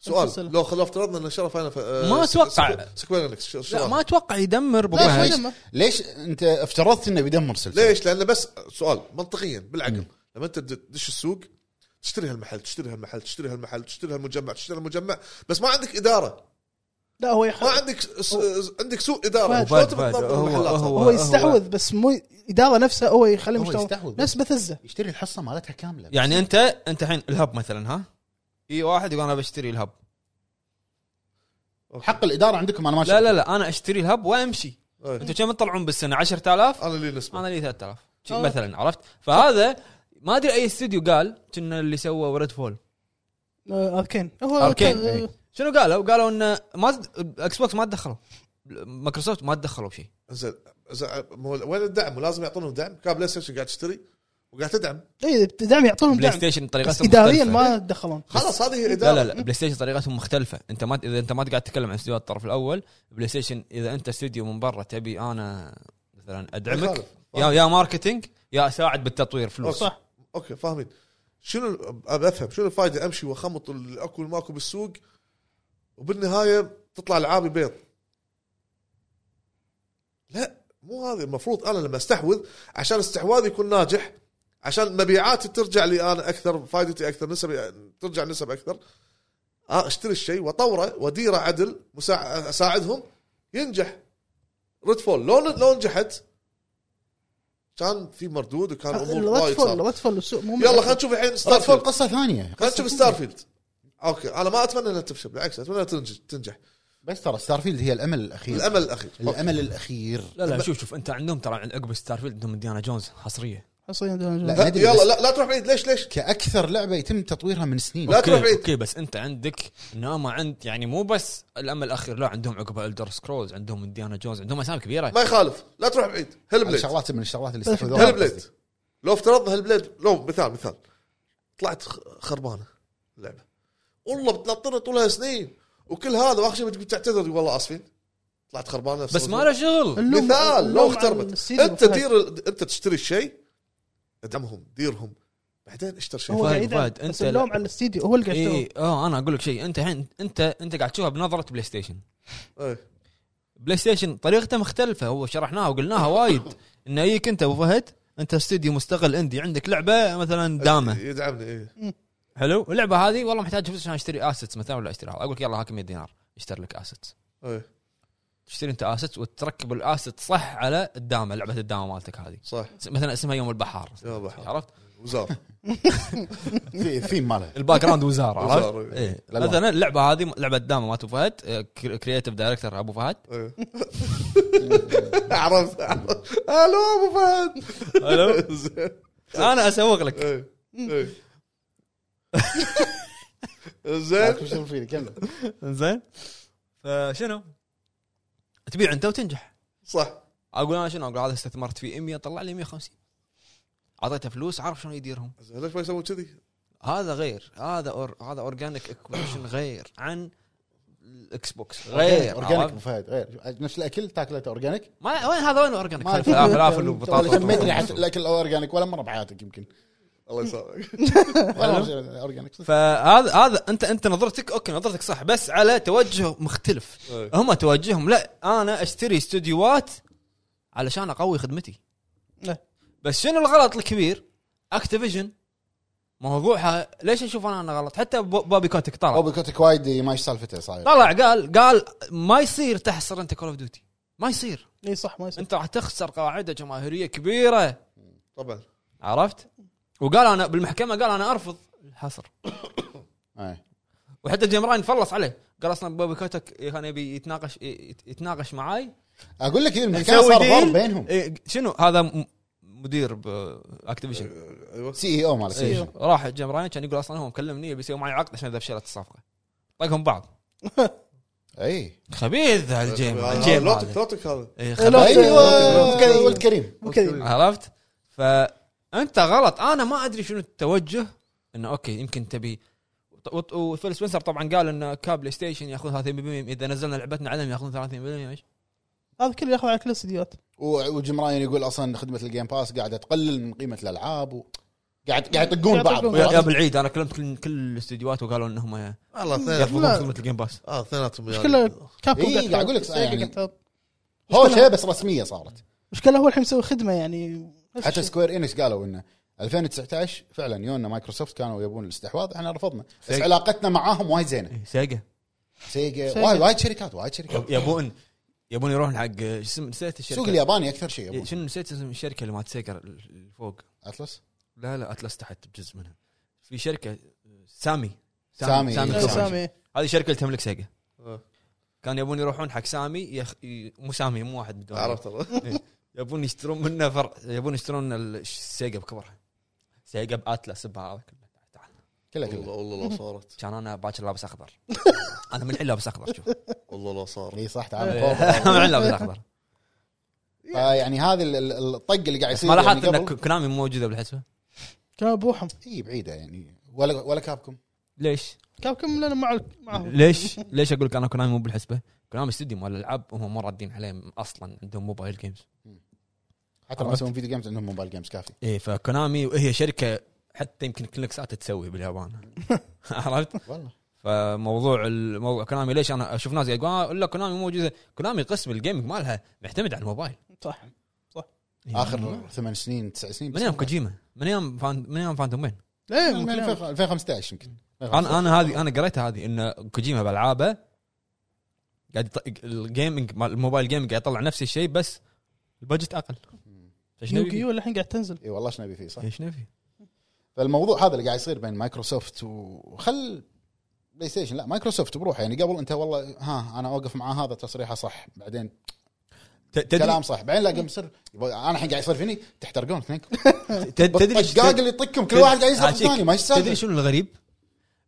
Speaker 3: السلسلة.
Speaker 4: سؤال لو لو افترضنا ان شرى فاينل
Speaker 1: ما أتوقع.
Speaker 4: آه، سكوير انكس
Speaker 1: لا ما اتوقع يدمر
Speaker 2: ليش-
Speaker 1: بكره
Speaker 2: ليش- ليش انت افترضت انه بيدمر سلسله
Speaker 4: ليش؟ لان بس سؤال منطقيا بالعقل
Speaker 2: مم.
Speaker 4: لما انت تدش السوق تشتري هالمحل تشتري هالمحل تشتري هالمحل تشتري هالمجمع تشتري هالمجمع بس ما عندك اداره
Speaker 3: لا هو
Speaker 4: ما
Speaker 3: يح-
Speaker 4: عندك س... عندك سوء اداره
Speaker 3: فهد.
Speaker 4: شلون
Speaker 1: فهد،
Speaker 4: تبي
Speaker 1: فهد.
Speaker 4: تضبط
Speaker 1: هو-
Speaker 4: المحلات
Speaker 1: هو-
Speaker 4: هذه؟
Speaker 3: هو يستحوذ بس مو الاداره نفسها هو يخليهم
Speaker 2: هو
Speaker 3: يشتغلون
Speaker 2: يستحوذ
Speaker 3: نفس بثزه
Speaker 2: يشتري الحصه مالتها كامله
Speaker 1: يعني انت انت الحين الهب مثلا ها اي واحد يقول انا بشتري الهب
Speaker 4: أوكي.
Speaker 2: حق الاداره عندكم انا ما
Speaker 1: لا
Speaker 2: شفت.
Speaker 1: لا لا انا اشتري الهب وامشي
Speaker 4: إيه.
Speaker 1: انتم كم تطلعون بالسنه 10000
Speaker 4: انا لي نسبه
Speaker 1: انا لي 3000 شي
Speaker 3: آه.
Speaker 1: مثلا عرفت فهذا ما ادري اي استوديو قال كنا اللي سوى ريد فول
Speaker 3: آه، اركين هو
Speaker 1: أركين،
Speaker 3: آه،
Speaker 2: إيه.
Speaker 1: شنو قالوا؟ قالوا انه ما اكس بوكس ما تدخلوا مايكروسوفت ما تدخلوا بشيء
Speaker 4: زين زين مو- وين الدعم؟ ولازم يعطونهم دعم كان بلاي ستيشن قاعد تشتري وقاعد تدعم
Speaker 3: اي إيه، دعم يعطونهم
Speaker 1: بلاي
Speaker 3: دعم
Speaker 1: ستيشن
Speaker 3: بس
Speaker 1: طريقتهم
Speaker 3: اداريا
Speaker 1: مختلفة.
Speaker 3: ما تدخلون
Speaker 4: خلاص هذه هي اداره
Speaker 1: لا لا لا بلاي ستيشن طريقتهم مختلفه انت ما اذا انت ما قاعد تتكلم عن استديوهات الطرف الاول بلاي ستيشن اذا انت استوديو من برا تبي انا مثلا ادعمك
Speaker 4: يخالف.
Speaker 1: يا يا ماركتينج يا اساعد بالتطوير فلوس
Speaker 4: صح اوكي فاهمين شنو ال- ابي افهم شنو الفائده امشي واخمط الاكو الماكو بالسوق وبالنهايه تطلع العابي بيض لا مو هذا المفروض انا لما استحوذ عشان استحواذي يكون ناجح عشان مبيعاتي ترجع لي انا اكثر فائدتي اكثر نسب ترجع نسب اكثر آه، اشتري الشيء واطوره واديره عدل مساع- اساعدهم ينجح ريد فول لو لو نجحت كان في مردود
Speaker 3: آه،
Speaker 4: وكان امور وايد
Speaker 3: ريدفول
Speaker 4: صار.
Speaker 3: ريدفول السوق مو
Speaker 4: يلا خلينا نشوف الحين ستار
Speaker 2: ريدفول
Speaker 4: فيلد
Speaker 2: قصه ثانيه
Speaker 4: خلينا نشوف ستار فيلد اوكي انا ما اتمنى انها تفشل بالعكس اتمنى انها تنجح تنجح
Speaker 2: بس ترى ستار فيلد هي الامل الاخير
Speaker 4: الامل الاخير
Speaker 2: الامل الاخير
Speaker 1: لا لا شوف شوف انت عندهم ترى عقب ستار فيلد عندهم انديانا جونز حصريه
Speaker 3: حصريا
Speaker 2: لا.
Speaker 3: دون-
Speaker 4: لا،
Speaker 2: أدري
Speaker 4: يلا
Speaker 2: بس-
Speaker 4: لا, لا تروح بعيد ليش ليش
Speaker 2: كاكثر لعبه يتم تطويرها من سنين
Speaker 4: لا
Speaker 1: أوكي،
Speaker 4: تروح بعيد.
Speaker 1: اوكي بس انت عندك ناما عند يعني مو بس الامل الاخير لا عندهم عقب الدر سكرولز عندهم انديانا جونز عندهم اسامي كبيره
Speaker 4: ما يخالف لا تروح بعيد هيل
Speaker 2: هذه
Speaker 4: بليد
Speaker 2: شغلات من الشغلات اللي
Speaker 3: هل
Speaker 2: استحوذوها
Speaker 4: هيل بليد لو افترضنا هيل بليد لو مثال مثال طلعت خ- خربانه اللعبه والله بتنطرها طولها سنين وكل هذا واخر شيء بتقول تعتذر والله اسفين طلعت خربانه نفس
Speaker 1: بس
Speaker 4: الرسم.
Speaker 1: ما له شغل
Speaker 3: اللوم-
Speaker 4: مثال لو
Speaker 3: اللوم على
Speaker 4: اختربت
Speaker 3: السيدي
Speaker 4: انت
Speaker 3: والخلايا.
Speaker 4: دير انت تشتري الشيء ادعمهم ديرهم بعدين اشتر شيء
Speaker 3: هو
Speaker 1: فهد،
Speaker 3: قاعد يدعم،
Speaker 1: فهد،
Speaker 3: بس
Speaker 1: أنت
Speaker 3: اللوم
Speaker 1: لا-
Speaker 3: على الاستديو هو اللي قاعد يشتغل
Speaker 1: اي اه انا اقول لك شيء انت الحين انت انت قاعد تشوفها بنظره بلاي ستيشن
Speaker 4: ايه.
Speaker 1: بلاي ستيشن طريقته مختلفه هو شرحناها وقلناها وايد انه يجيك انت ابو فهد انت استديو مستقل اندي عندك لعبه مثلا دامه
Speaker 4: يدعمني ايه
Speaker 1: حلو اللعبه هذه والله محتاج فلوس عشان اشتري اسيتس مثلا ولا اشتري هذا اقول لك يلا هاك 100 دينار اشتري لك اسيتس
Speaker 4: ايه
Speaker 1: تشتري انت اسيتس وتركب الاسيت صح على الدامه لعبه الدامه مالتك هذه
Speaker 4: صح
Speaker 1: مثلا اسمها يوم البحار
Speaker 4: يوم البحار.
Speaker 1: عرفت
Speaker 4: وزاره
Speaker 2: في- الثيم مالها
Speaker 1: الباك جراوند [LAUGHS] وزاره عرفت
Speaker 4: وزارة.
Speaker 1: إيه.
Speaker 2: لا.
Speaker 1: مثلا اللعبه هذه لعبه دامه مالت ابو فهد آه، كرييتيف دايركتور ابو فهد
Speaker 4: ايه.
Speaker 1: [LAUGHS]
Speaker 4: [LAUGHS] عرفت عرفت. الو ابو فهد [LAUGHS]
Speaker 1: حلو
Speaker 4: زين.
Speaker 1: انا اسوق لك
Speaker 4: ايه. [LAUGHS] ايه.
Speaker 2: لا
Speaker 4: زين
Speaker 2: تكون شغل فيني، كمل.
Speaker 1: زين فشنو؟ تبيع انت وتنجح
Speaker 4: صح
Speaker 1: اقول انا شنو اقول هذا استثمرت فيه 100 طلع لي 150 اعطيته فلوس عارف شلون يديرهم
Speaker 4: زين، ليش ما يسوون كذي؟
Speaker 1: هذا غير هذا أور... هذا اورجانيك اكويشن غير عن الاكس بوكس غير
Speaker 2: اورجانيك
Speaker 1: عرفت؟
Speaker 2: ابو فهد غير نفس الاكل تاكلته اورجانيك
Speaker 1: ما وين هذا وين اورجانيك؟
Speaker 2: ما-
Speaker 1: فلافل فلافل
Speaker 2: ولا شميتني
Speaker 1: وبطاطا
Speaker 2: حتى الاكل اورجانيك ولا مره
Speaker 1: [LAUGHS]
Speaker 2: بحياتك يمكن
Speaker 4: الله يسامحك
Speaker 2: ولا مرة شيء اورجانيك صدق.
Speaker 1: فهذا هذا انت انت نظرتك اوكي نظرتك صح بس على توجه مختلف
Speaker 4: إيه.
Speaker 1: هم توجههم لا انا اشتري استديوهات علشان اقوي خدمتي
Speaker 3: إيه.
Speaker 1: بس شنو الغلط الكبير؟ اكتيفيجن موضوعها ليش نشوف انا انا غلط حتى بو- بوبي كوتك
Speaker 2: او
Speaker 1: طلع
Speaker 2: بيكوتك وايد ما ايش سالفته صاير
Speaker 1: طلع قال قال ما يصير تحصر انت كول اوف ديوتي ما يصير
Speaker 3: اي إيه، صح ما يصير
Speaker 1: انت راح تخسر قاعده جماهيريه كبيره
Speaker 4: طبعا
Speaker 1: عرفت؟ وقال انا بالمحكمه قال انا ارفض الحصر
Speaker 2: إيه.
Speaker 1: وحتى جيم راين فلص عليه قال اصلا بوبي كوتك كان يبي يتناقش يت- يتناقش معاي
Speaker 2: اقول لك إيه، المكان صار ضرب بينهم
Speaker 1: إيه، شنو هذا م- مدير باكتيفيشن
Speaker 4: ايوه
Speaker 2: سي اي او مالك
Speaker 1: إيه، راح جيم راين كان يقول اصلا هو مكلمني يبي يسوي معي عقد عشان اذا فشلت الصفقه طقهم طيب، بعض
Speaker 2: اي
Speaker 1: خبيث هالجيم
Speaker 2: آه،
Speaker 4: هذا
Speaker 1: الجيم
Speaker 4: لوتك
Speaker 1: هذا.
Speaker 4: لوتك هذا
Speaker 1: إيه،
Speaker 3: إيه، لا،
Speaker 1: خبيث.
Speaker 2: ايوه ولد كريم
Speaker 3: وكذي
Speaker 1: عرفت؟ فانت غلط انا ما ادري شنو التوجه انه اوكي يمكن تبي وط- وط- وفيل سبنسر طبعا قال ان كابلاي ستيشن ياخذ 30% اذا نزلنا لعبتنا عليهم ياخذون 30% ايش؟
Speaker 3: هذا كله ياخذ على كل الاستديوهات
Speaker 2: و- وجيم راين يقول اصلا خدمه الجيم باس قاعده تقلل من قيمه الالعاب و... قاعد قاعد يطقون بعض
Speaker 3: يطقون
Speaker 1: ويا يا
Speaker 2: عرفت؟
Speaker 1: بالعيد انا كلمت كل كل الاستديوهات وقالوا انهم
Speaker 4: والله اثنين
Speaker 1: يرفضون
Speaker 3: لا.
Speaker 1: خدمه الجيم باس
Speaker 4: اه اثنيناتهم يعني.
Speaker 3: مشكله كاب
Speaker 2: إيه، قاعد أقول لك يعني- هوشه
Speaker 3: مشكلة-
Speaker 2: بس رسميه صارت
Speaker 3: مشكله هو الحين مسوي خدمه يعني نفس
Speaker 2: حتى
Speaker 3: الشيء.
Speaker 2: سكوير انكس قالوا انه 2019 فعلا يونا مايكروسوفت كانوا يبون الاستحواذ احنا رفضنا بس
Speaker 1: سيجا.
Speaker 2: علاقتنا معاهم وايد زينه
Speaker 1: إيه، سيجا
Speaker 2: سيجا
Speaker 3: سيجا.
Speaker 2: وايد وايد شركات وايد شركات
Speaker 1: يبون يبون يروحون حق شو اسم نسيت
Speaker 2: السوق
Speaker 1: الشركه
Speaker 2: الياباني اكثر شيء يبون
Speaker 1: شنو نسيت اسم الشركه اللي مالت سيجا اللي فوق
Speaker 2: اتلس
Speaker 1: لا لا اتلس تحت بجزء منها في شركه سامي سامي,
Speaker 2: سامي. إيه،
Speaker 3: إيه،
Speaker 1: كوربوريشن.
Speaker 3: سامي
Speaker 1: هذه شركه اللي تملك سيجا
Speaker 4: آه.
Speaker 1: كانوا يبون يروحون حق سامي يخ... ي- مو سامي مو واحد بدون [LAUGHS]
Speaker 4: عرفت الله
Speaker 1: يبون يشترون منه فرع يبون يشترون ال- السيجا بكبرها سيجا باتلس بهذا كله تعال.
Speaker 2: كله
Speaker 4: والله
Speaker 2: كله
Speaker 4: والله لو صارت
Speaker 1: كان انا باكر لابس
Speaker 2: [LAUGHS]
Speaker 1: اخضر انا من الحين لابس اخضر شوف
Speaker 4: والله لو
Speaker 1: [LAUGHS]
Speaker 4: صارت
Speaker 2: اي صح تعال فوق.
Speaker 1: انا من الحين لابس
Speaker 2: [LAUGHS]
Speaker 1: اخضر
Speaker 2: فيعني هذا ال- ال- الطق اللي قاعد
Speaker 1: بس
Speaker 2: يصير
Speaker 1: ما لاحظت
Speaker 2: يعني
Speaker 1: ان
Speaker 2: قبل-
Speaker 1: ك- كونامي مو موجوده بالحسبه
Speaker 3: كان ابوهم
Speaker 2: اي بعيده يعني ولا ولا كابكم
Speaker 1: ليش؟
Speaker 3: كاب كم لنا مع معهم
Speaker 1: ليش؟ ليش اقول لك انا كونامي مو بالحسبه؟ كونامي استديو مال الالعاب هم مو رادين عليهم اصلا عندهم موبايل جيمز
Speaker 2: حتى لما
Speaker 1: عرفت.
Speaker 2: يسوون فيديو جيمز عندهم موبايل جيمز كافي
Speaker 1: ايه فكونامي هي شركه حتى يمكن كلينكسات تسوي
Speaker 2: [LAUGHS]
Speaker 1: باليابان عرفت؟
Speaker 2: والله
Speaker 1: فموضوع الموضوع كونامي ليش انا اشوف ناس يقول آه، لا كونامي موجوده كونامي قسم الجيمنج مالها معتمد على الموبايل يعني
Speaker 3: صح
Speaker 2: اخر ثمان سنين تسع سنين
Speaker 1: من يوم كوجيما من يوم فان من يوم فانتوم وين
Speaker 3: ليه
Speaker 2: من
Speaker 3: ممكن
Speaker 2: 2015 يمكن
Speaker 1: انا انا هذه انا قريتها هذه ان كوجيما بالعابه قاعد يط... الجيمنج مال الموبايل جيمنج قاعد يطلع نفس الشيء بس البادجت اقل فشنو
Speaker 3: يوكيو
Speaker 1: يبي؟
Speaker 3: الحين قاعد تنزل
Speaker 2: اي والله ايش نبي فيه صح
Speaker 1: ايش نبي؟
Speaker 2: فالموضوع هذا اللي قاعد يصير بين مايكروسوفت وخل بلاي ستيشن لا مايكروسوفت بروحه يعني قبل انت والله ها انا اوقف مع هذا تصريحه صح بعدين
Speaker 1: ت- تدري
Speaker 2: كلام صح بعدين لا قام يصير يبا- انا الحين قاعد يصير فيني تحترقون اثنينكم
Speaker 1: ت- [LAUGHS] تدري
Speaker 2: الدقاق اللي يطقكم كل واحد قاعد يصير
Speaker 1: عاشيك.
Speaker 2: الثاني ما ايش
Speaker 1: تدري
Speaker 2: السالفة؟
Speaker 1: شنو الغريب؟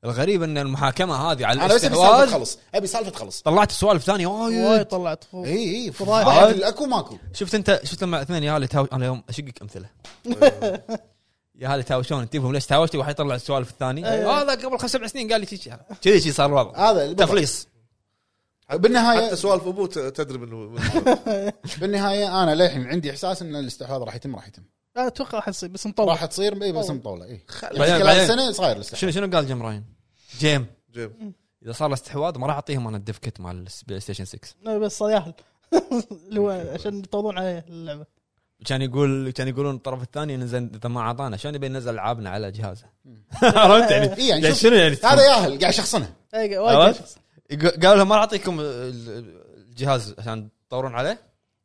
Speaker 1: الغريب ان المحاكمه هذه على
Speaker 2: انا بس ابي سالفه
Speaker 1: الاستحواذ
Speaker 2: تخلص ابي سالفه تخلص
Speaker 1: طلعت سوالف آه، ثانيه
Speaker 3: وايد
Speaker 1: وايد
Speaker 3: طلعت فوق
Speaker 2: اي اي
Speaker 3: فضايح.
Speaker 2: فضايح اللي اكو ماكو
Speaker 1: شفت انت شفت لما اثنين يا اللي تاو... انا اليوم اشقك
Speaker 2: [LAUGHS]
Speaker 1: امثله يا هالي تاوشون تبهم ليش تاوشتي واحد يطلع السؤال في الثاني
Speaker 3: أيوة.
Speaker 1: هذا قبل خمس سبع سنين قال لي شي- كذي شي صار الوضع
Speaker 2: هذا أيوه. آه، بالضبط.
Speaker 1: تفليص
Speaker 2: بالنهايه
Speaker 4: حتى سوالف ابوه ت- تدري منه
Speaker 2: بالنهايه انا للحين عندي احساس ان الاستحواذ راح يتم راح يتم
Speaker 3: لا اتوقع راح يصير بس مطول
Speaker 2: راح تصير اي بس مطوله اي
Speaker 1: بعدين-
Speaker 2: خلال
Speaker 1: بعدين.
Speaker 2: سنه صاير الاستحواذ
Speaker 1: شنو شنو قال جيم راين؟ جيم
Speaker 4: جيم
Speaker 1: اذا صار الاستحواذ ما راح اعطيهم انا الديف كيت مال البلاي ستيشن 6
Speaker 3: لا، بس صياح [LAUGHS] اللي هو عشان يطولون عليه اللعبه
Speaker 1: كان يقول كان يقولون الطرف الثاني انزين اذا ما اعطانا شلون يبي ننزل العابنا على جهازه؟ [LAUGHS] عرفت يعني
Speaker 2: اي يعني
Speaker 1: يعني
Speaker 2: شوف
Speaker 1: شنو يعني
Speaker 2: هذا ياهل قاعد يشخصنها
Speaker 3: إيه، وايد
Speaker 1: عرفت؟
Speaker 3: شخص.
Speaker 1: يق- قالوا لهم ما راح اعطيكم ال- الجهاز عشان تطورون عليه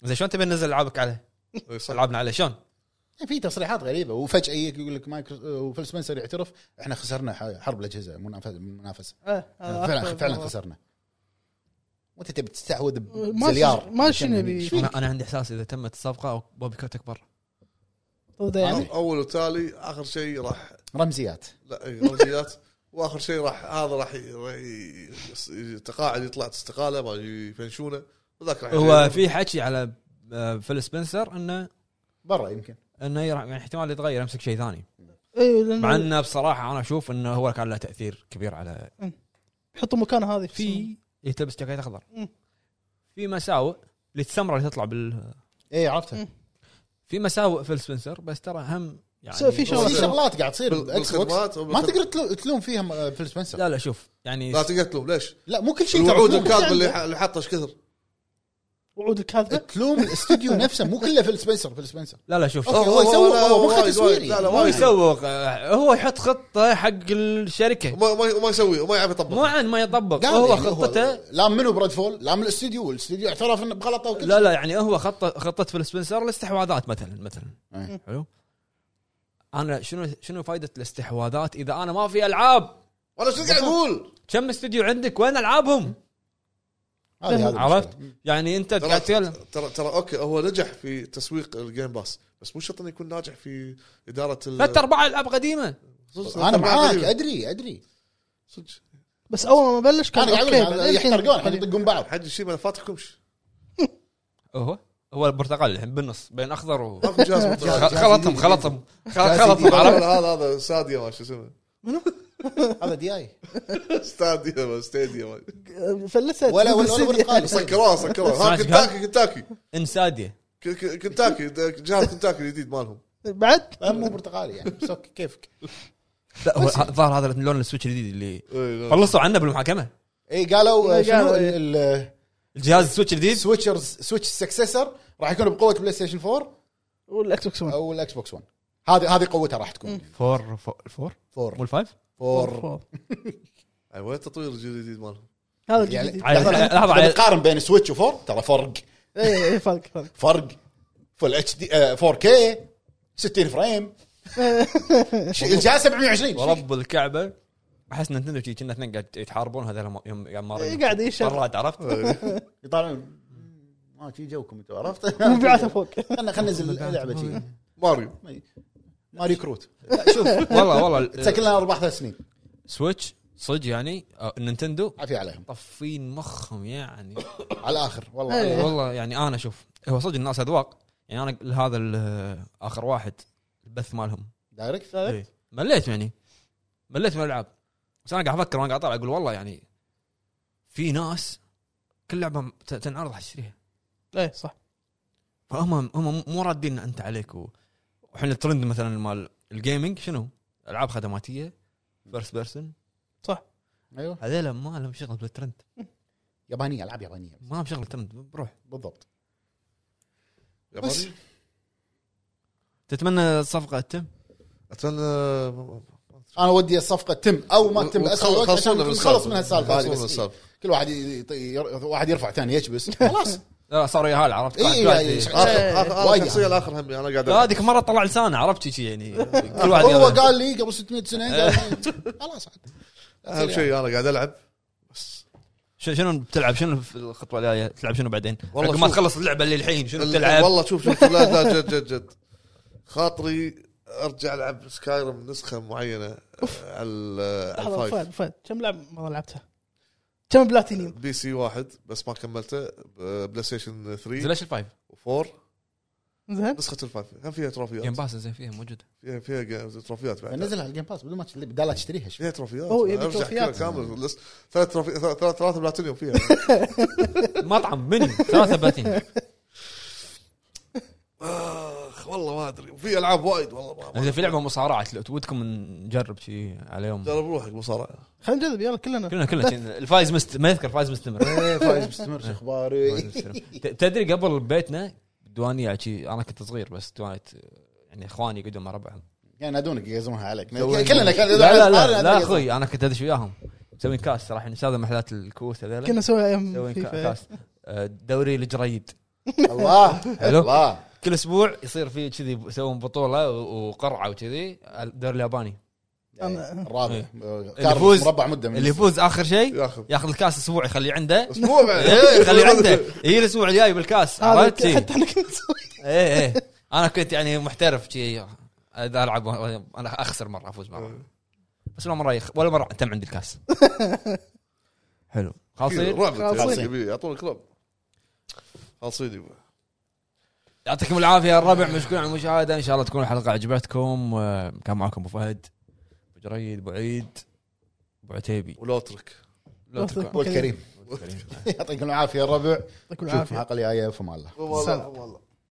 Speaker 1: زين شلون تبي ننزل العابك عليه؟
Speaker 4: إي إيه، صح.
Speaker 1: العابنا عليه شلون؟
Speaker 2: في تصريحات غريبه وفجاه يجيك يقول لك مايكرو آه، وفيل سبنسر يعترف احنا خسرنا ح- حرب الاجهزه منافسه منافسه
Speaker 3: إيه، هذا
Speaker 2: فعلا
Speaker 3: أكبر
Speaker 2: فعلا
Speaker 3: موضوع.
Speaker 2: خسرنا وانت تبي تستحوذ
Speaker 3: آه، ما
Speaker 2: بزليار
Speaker 3: شنو- ما شنو يبي.
Speaker 2: إيش فيك؟
Speaker 1: انا انا عندي احساس اذا تمت الصفقه بوبي كوت اكبر
Speaker 3: طب ده يعني
Speaker 4: اول وتالي اخر شيء راح
Speaker 2: رمزيات
Speaker 4: لا إي، رمزيات واخر شيء راح هذا راح ي- راح ي- يص- يتقاعد يطلع استقاله ما يفنشونه وذاك راح
Speaker 1: هو
Speaker 4: يجي.
Speaker 1: في حكي على آه، فيل سبنسر انه
Speaker 2: برا يمكن
Speaker 1: انه يرا- يعني احتمال يتغير يمسك شيء ثاني
Speaker 3: اي لان
Speaker 1: مع انه بصراحه انا اشوف انه هو كان له تاثير كبير على
Speaker 3: يحطوا مكانه هذه
Speaker 1: في اللي تلبس جاكيت اخضر
Speaker 3: مم.
Speaker 1: في مساوئ للسمره اللي تطلع بال
Speaker 2: اي عرفتها
Speaker 3: مم.
Speaker 1: في مساوئ فيل سبنسر بس ترى هم يعني
Speaker 3: سو في
Speaker 2: في
Speaker 3: شغله
Speaker 2: شغلات قاعد تصير
Speaker 4: بال-
Speaker 2: باكس بوكس
Speaker 4: بالخدمات
Speaker 2: ما تقدر تلو- تلوم فيها م- فيل سبنسر
Speaker 1: لا لا شوف يعني
Speaker 4: لا تقدر تلوم ليش؟
Speaker 2: لا مو كل شيء ترى
Speaker 4: الوعود
Speaker 2: تلوم.
Speaker 4: الكاذبه اللي ح- اللي حاطه ايش كثر؟
Speaker 3: وعود الكاذبه
Speaker 2: [LAUGHS] تلوم الاستوديو نفسه مو كله فيل سبنسر فيل سبنسر
Speaker 1: لا لا شوف
Speaker 2: هو
Speaker 1: شوف.
Speaker 2: يسوق،
Speaker 4: لا،
Speaker 2: هو مخه
Speaker 4: وايد-
Speaker 2: تصويري.
Speaker 4: وايد. لا لا
Speaker 2: ما
Speaker 1: هو
Speaker 4: وايد.
Speaker 1: يسوق آه، هو يحط خطه حق الشركه
Speaker 4: ما ما ما يسوي وما يعرف
Speaker 1: مو
Speaker 4: يطبق
Speaker 1: عن ما يطبق
Speaker 2: قال
Speaker 1: هو
Speaker 2: يعني
Speaker 1: خطته
Speaker 2: لام منو براد فول لام الاستوديو والاستوديو اعترف انه بغلطه وكل
Speaker 1: لا لا يعني هو خطه خطه فيل سبنسر الاستحواذات مثلا مثلا
Speaker 2: أي.
Speaker 1: حلو انا شنو شنو فائده الاستحواذات اذا انا ما في العاب
Speaker 4: انا شو قاعد اقول؟
Speaker 1: كم استوديو عندك وين العابهم
Speaker 2: هذه- هذه المشكلة.
Speaker 1: عرفت يعني انت
Speaker 4: ترى
Speaker 1: قاعد تتكلم
Speaker 4: ترى ترى اوكي هو نجح في تسويق الجيم باس بس مو شرط انه يكون ناجح في اداره ال-
Speaker 1: ثلاث ارباع العاب قديمه
Speaker 4: صدق، ثلاث
Speaker 2: انا
Speaker 4: أرباع
Speaker 2: معاك
Speaker 4: قريب.
Speaker 2: ادري ادري
Speaker 4: صدق
Speaker 3: بس اول ما بلش كان
Speaker 2: انا
Speaker 3: اوكي
Speaker 2: قاعد
Speaker 3: بعدين
Speaker 2: أقول
Speaker 3: الحين- يعني
Speaker 2: يحترقون الحين يطقون بعض
Speaker 4: حد يشيل ملفات حكمش
Speaker 1: هو هو البرتقال الحين بالنص بين اخضر و
Speaker 4: ماكو
Speaker 1: [LAUGHS]
Speaker 4: جهاز متناغم.
Speaker 1: خ- خلطهم خلطهم خ- خلطهم
Speaker 4: هذا
Speaker 1: عرفت
Speaker 4: هذا هذا ساديا ما شو اسمه
Speaker 2: هذا [LAUGHS] دياي
Speaker 4: ستاديا ما ستاديا ما
Speaker 3: فلست
Speaker 2: ولا ولا [LAUGHS] ولا برتقالي صدق
Speaker 4: سكروها سكروها
Speaker 1: [LAUGHS] سمعت
Speaker 4: ها
Speaker 1: قال؟
Speaker 4: كنتاكي كنتاكي
Speaker 1: انساديه
Speaker 4: ك- ك- كنتاكي جهاز كنتاكي الجديد مالهم
Speaker 3: بعد
Speaker 2: مو برتقالي [LAUGHS] يعني بس اوكي كيفك
Speaker 1: لا هو ه- ظهر هذا لون السويتش الجديد اللي
Speaker 4: إي، إيه، لا.
Speaker 1: خلصوا عنه بالمحاكمه
Speaker 2: اي قالوا آه، شنو
Speaker 3: إيه، قالوا
Speaker 2: ال- ال-
Speaker 1: الجهاز السويتش الجديد
Speaker 2: السويتشرز سويتش سكسسر راح يكون بقوه بلاي ستيشن 4
Speaker 3: والاكس بوكس 1
Speaker 2: او الاكس بوكس 1 هذه هذه قوتها راح تكون
Speaker 1: فور فور- فور
Speaker 2: 4
Speaker 1: مو الفايف
Speaker 2: 4
Speaker 4: أي، وين التطوير الجديد مالهم
Speaker 3: هذا [LAUGHS]
Speaker 2: يعني
Speaker 3: الجديد
Speaker 2: لحظه
Speaker 1: لحظة،
Speaker 2: لحظه
Speaker 1: لحظة.
Speaker 2: بتقارن بين سويتش و4 ترى فرق
Speaker 3: اي إي، فرق
Speaker 1: [LAUGHS]
Speaker 3: فرق
Speaker 2: فرق فول اتش دي آه، 4K 60 فريم
Speaker 3: [LAUGHS]
Speaker 2: ش- الجهاز 720
Speaker 1: ورب الكعبه احس نتندو شي كنا اثنين قاعد يتحاربون هذول يوم يوم ماريو
Speaker 3: إيه، قاعد يشرب.
Speaker 1: مرات
Speaker 3: [LAUGHS]
Speaker 1: عرفت
Speaker 2: يطالعون ما شي جوكم انتم عرفت [LAUGHS]
Speaker 3: مبيعاته فوق
Speaker 2: خلنا خلنا [LAUGHS] ننزل لعبه شي
Speaker 4: ماريو
Speaker 2: ماري كروت
Speaker 1: شوف والله والله
Speaker 2: تسكر لنا اربع ثلاث سنين
Speaker 1: سويتش صدق يعني آه، نينتندو
Speaker 2: عافيه عليهم
Speaker 1: طفين مخهم يعني
Speaker 2: على الاخر
Speaker 3: إيه.
Speaker 2: والله
Speaker 1: والله يعني انا شوف هو صدق الناس اذواق يعني انا هذا ال- اخر واحد البث مالهم
Speaker 2: دايركت
Speaker 1: إيه. مليت يعني مليت من الالعاب بس انا قاعد افكر وانا قاعد اطالع اقول والله يعني إيه، في ناس كل لعبه م- ت- تنعرض راح تشتريها
Speaker 3: اي صح
Speaker 1: فهم هم مو رادين انت عليك و- وحين الترند مثلا مال الجيمنج شنو؟ العاب خدماتيه فيرست بيرسون
Speaker 2: ايوه
Speaker 1: هذيلا ما لهم شغل بالترند
Speaker 2: يابانيه العاب يابانيه
Speaker 1: ما لهم شغل بالترند بروح
Speaker 2: بالضبط
Speaker 4: ياباني؟
Speaker 1: تتمنى الصفقه تتم؟
Speaker 4: اتمنى
Speaker 2: انا ودي الصفقه تم او ما تم باسرع وقت عشان
Speaker 4: خلصونا من
Speaker 2: نخلص من هالسالفه هذه
Speaker 4: خلصونا من
Speaker 2: بس. إيه،
Speaker 4: السالفه
Speaker 2: كل واحد يط- ير- واحد يرفع ثاني يكبس خلاص
Speaker 1: لا صار يا هال عرفت؟
Speaker 4: إيه،
Speaker 2: إي،
Speaker 1: قاعد-
Speaker 2: إي،
Speaker 1: قاعد-
Speaker 2: إي، شغال.
Speaker 4: اخر اخر
Speaker 2: إيه، وايد. يعني.
Speaker 4: آخر شخصيه الاخر هم انا قاعد
Speaker 1: لا، هذيك مره طلع لسانه عرفت شي
Speaker 4: [LAUGHS]
Speaker 1: يعني كل واحد
Speaker 2: هو
Speaker 1: يلا.
Speaker 2: قال لي قبل 600 سنه قال لي، خلاص عاد.
Speaker 4: اهم شيء انا قاعد العب بس
Speaker 1: شنو- شنو بتلعب شنو في الخطوه الجايه تلعب شنو بعدين؟
Speaker 4: والله
Speaker 1: والله ما
Speaker 4: شوف.
Speaker 1: تخلص اللعبه اللي الحين شنو بتلعب؟
Speaker 4: والله شوف شوف لا لا جد جد جد خاطري ارجع العب سكايرم نسخه معينه آه، على على
Speaker 3: لحظه أبو فهد
Speaker 4: الفايف
Speaker 3: أبو فهد كم لعب ما لعبتها؟ كم بلاتينيوم؟
Speaker 4: آه، بي سي واحد بس ما كملته آه، بلاي ستيشن 3
Speaker 1: ليش الفايف؟
Speaker 4: و4
Speaker 3: زين
Speaker 4: نسخه الفايف هم فيها
Speaker 1: جيم
Speaker 4: تروفيات
Speaker 1: باس زين فيها موجوده
Speaker 4: فيها فيها جا- تروفيات بعد
Speaker 2: يعني. نزل على الجيم باس بدون ما تشتري- بدال لا تشتريها شوف.
Speaker 4: فيها تروفيات
Speaker 3: هو يبي
Speaker 4: أرجع
Speaker 3: تروفيات.
Speaker 4: كامل الليست. ثلاث تروفي ثلاث ثلاث بلاتينيوم فيها
Speaker 1: مطعم [LAUGHS] مني 33
Speaker 4: اخ والله ما ادري وفي العاب وايد والله ما- ما
Speaker 1: اذا في لعبه مصارعه تل- ودكم نجرب شي على يوم
Speaker 4: جرب روحك مصارعه
Speaker 3: خلينا نجرب يلا كلنا
Speaker 1: كلنا كلنا شي- الفايز مست... ما يذكر فايز
Speaker 3: [LAUGHS]
Speaker 1: مستمر
Speaker 2: إيه، فايز مستمر شو
Speaker 1: فايز
Speaker 2: اخباري
Speaker 1: مستمر. ت- تدري قبل بيتنا دوانية شي انا كنت صغير بس دوانية يعني اخواني يقعدون مع ربعهم
Speaker 2: يعني نادونك يقزمونها عليك
Speaker 1: يسوون-
Speaker 2: كلنا كان
Speaker 1: لا لا لا, لا اخوي انا كنت ادش وياهم مسوين كاس راح نسوي محلات الكوس
Speaker 3: كنا
Speaker 1: هذول
Speaker 3: نسوي ايام
Speaker 1: مسوين كا-
Speaker 3: فيفا
Speaker 1: كاس آه، دوري الجريد
Speaker 2: الله
Speaker 1: حلو.
Speaker 2: الله
Speaker 1: كل اسبوع يصير في كذي يسوون بطوله و- وقرعه وكذي الدوري الياباني
Speaker 3: أنا-
Speaker 2: الرابع
Speaker 1: إيه.
Speaker 2: كارلوس
Speaker 1: يفوز-
Speaker 2: مربع مده من
Speaker 1: اللي يفوز اخر شيء
Speaker 4: ياخذ
Speaker 1: ياخذ الكاس اسبوع يخليه
Speaker 3: [LAUGHS]
Speaker 1: عنده
Speaker 4: اسبوع بعد
Speaker 1: إيه، خليه عنده
Speaker 4: [LAUGHS]
Speaker 1: يجي الاسبوع الجاي بالكاس
Speaker 3: هذا
Speaker 1: عرفت شي؟
Speaker 3: حتى انا كنت
Speaker 1: [LAUGHS]
Speaker 3: أسوي.
Speaker 1: ايه ايه انا كنت يعني محترف شي اذا العب انا اخسر مره افوز مره بس ولا مره يخ... ولا مره تم عندي الكاس حلو خالصين
Speaker 4: رعب
Speaker 2: خالصين.
Speaker 4: يبي- يعطونك رعب خالصين يبا.
Speaker 1: يعطيكم العافيه يا الربع مشكور على المشاهده ان شاء الله تكون الحلقه عجبتكم آه، كان معكم ابو فهد ابو جريد ابو عيد ابو عتيبي
Speaker 4: ولو اترك
Speaker 1: لا تركوا.
Speaker 2: والكريم يعطيكم العافيه الربع
Speaker 3: يعطيكم
Speaker 2: نشوفكم
Speaker 3: العافيه
Speaker 2: الحلقه الجايه فما الله
Speaker 4: والله والله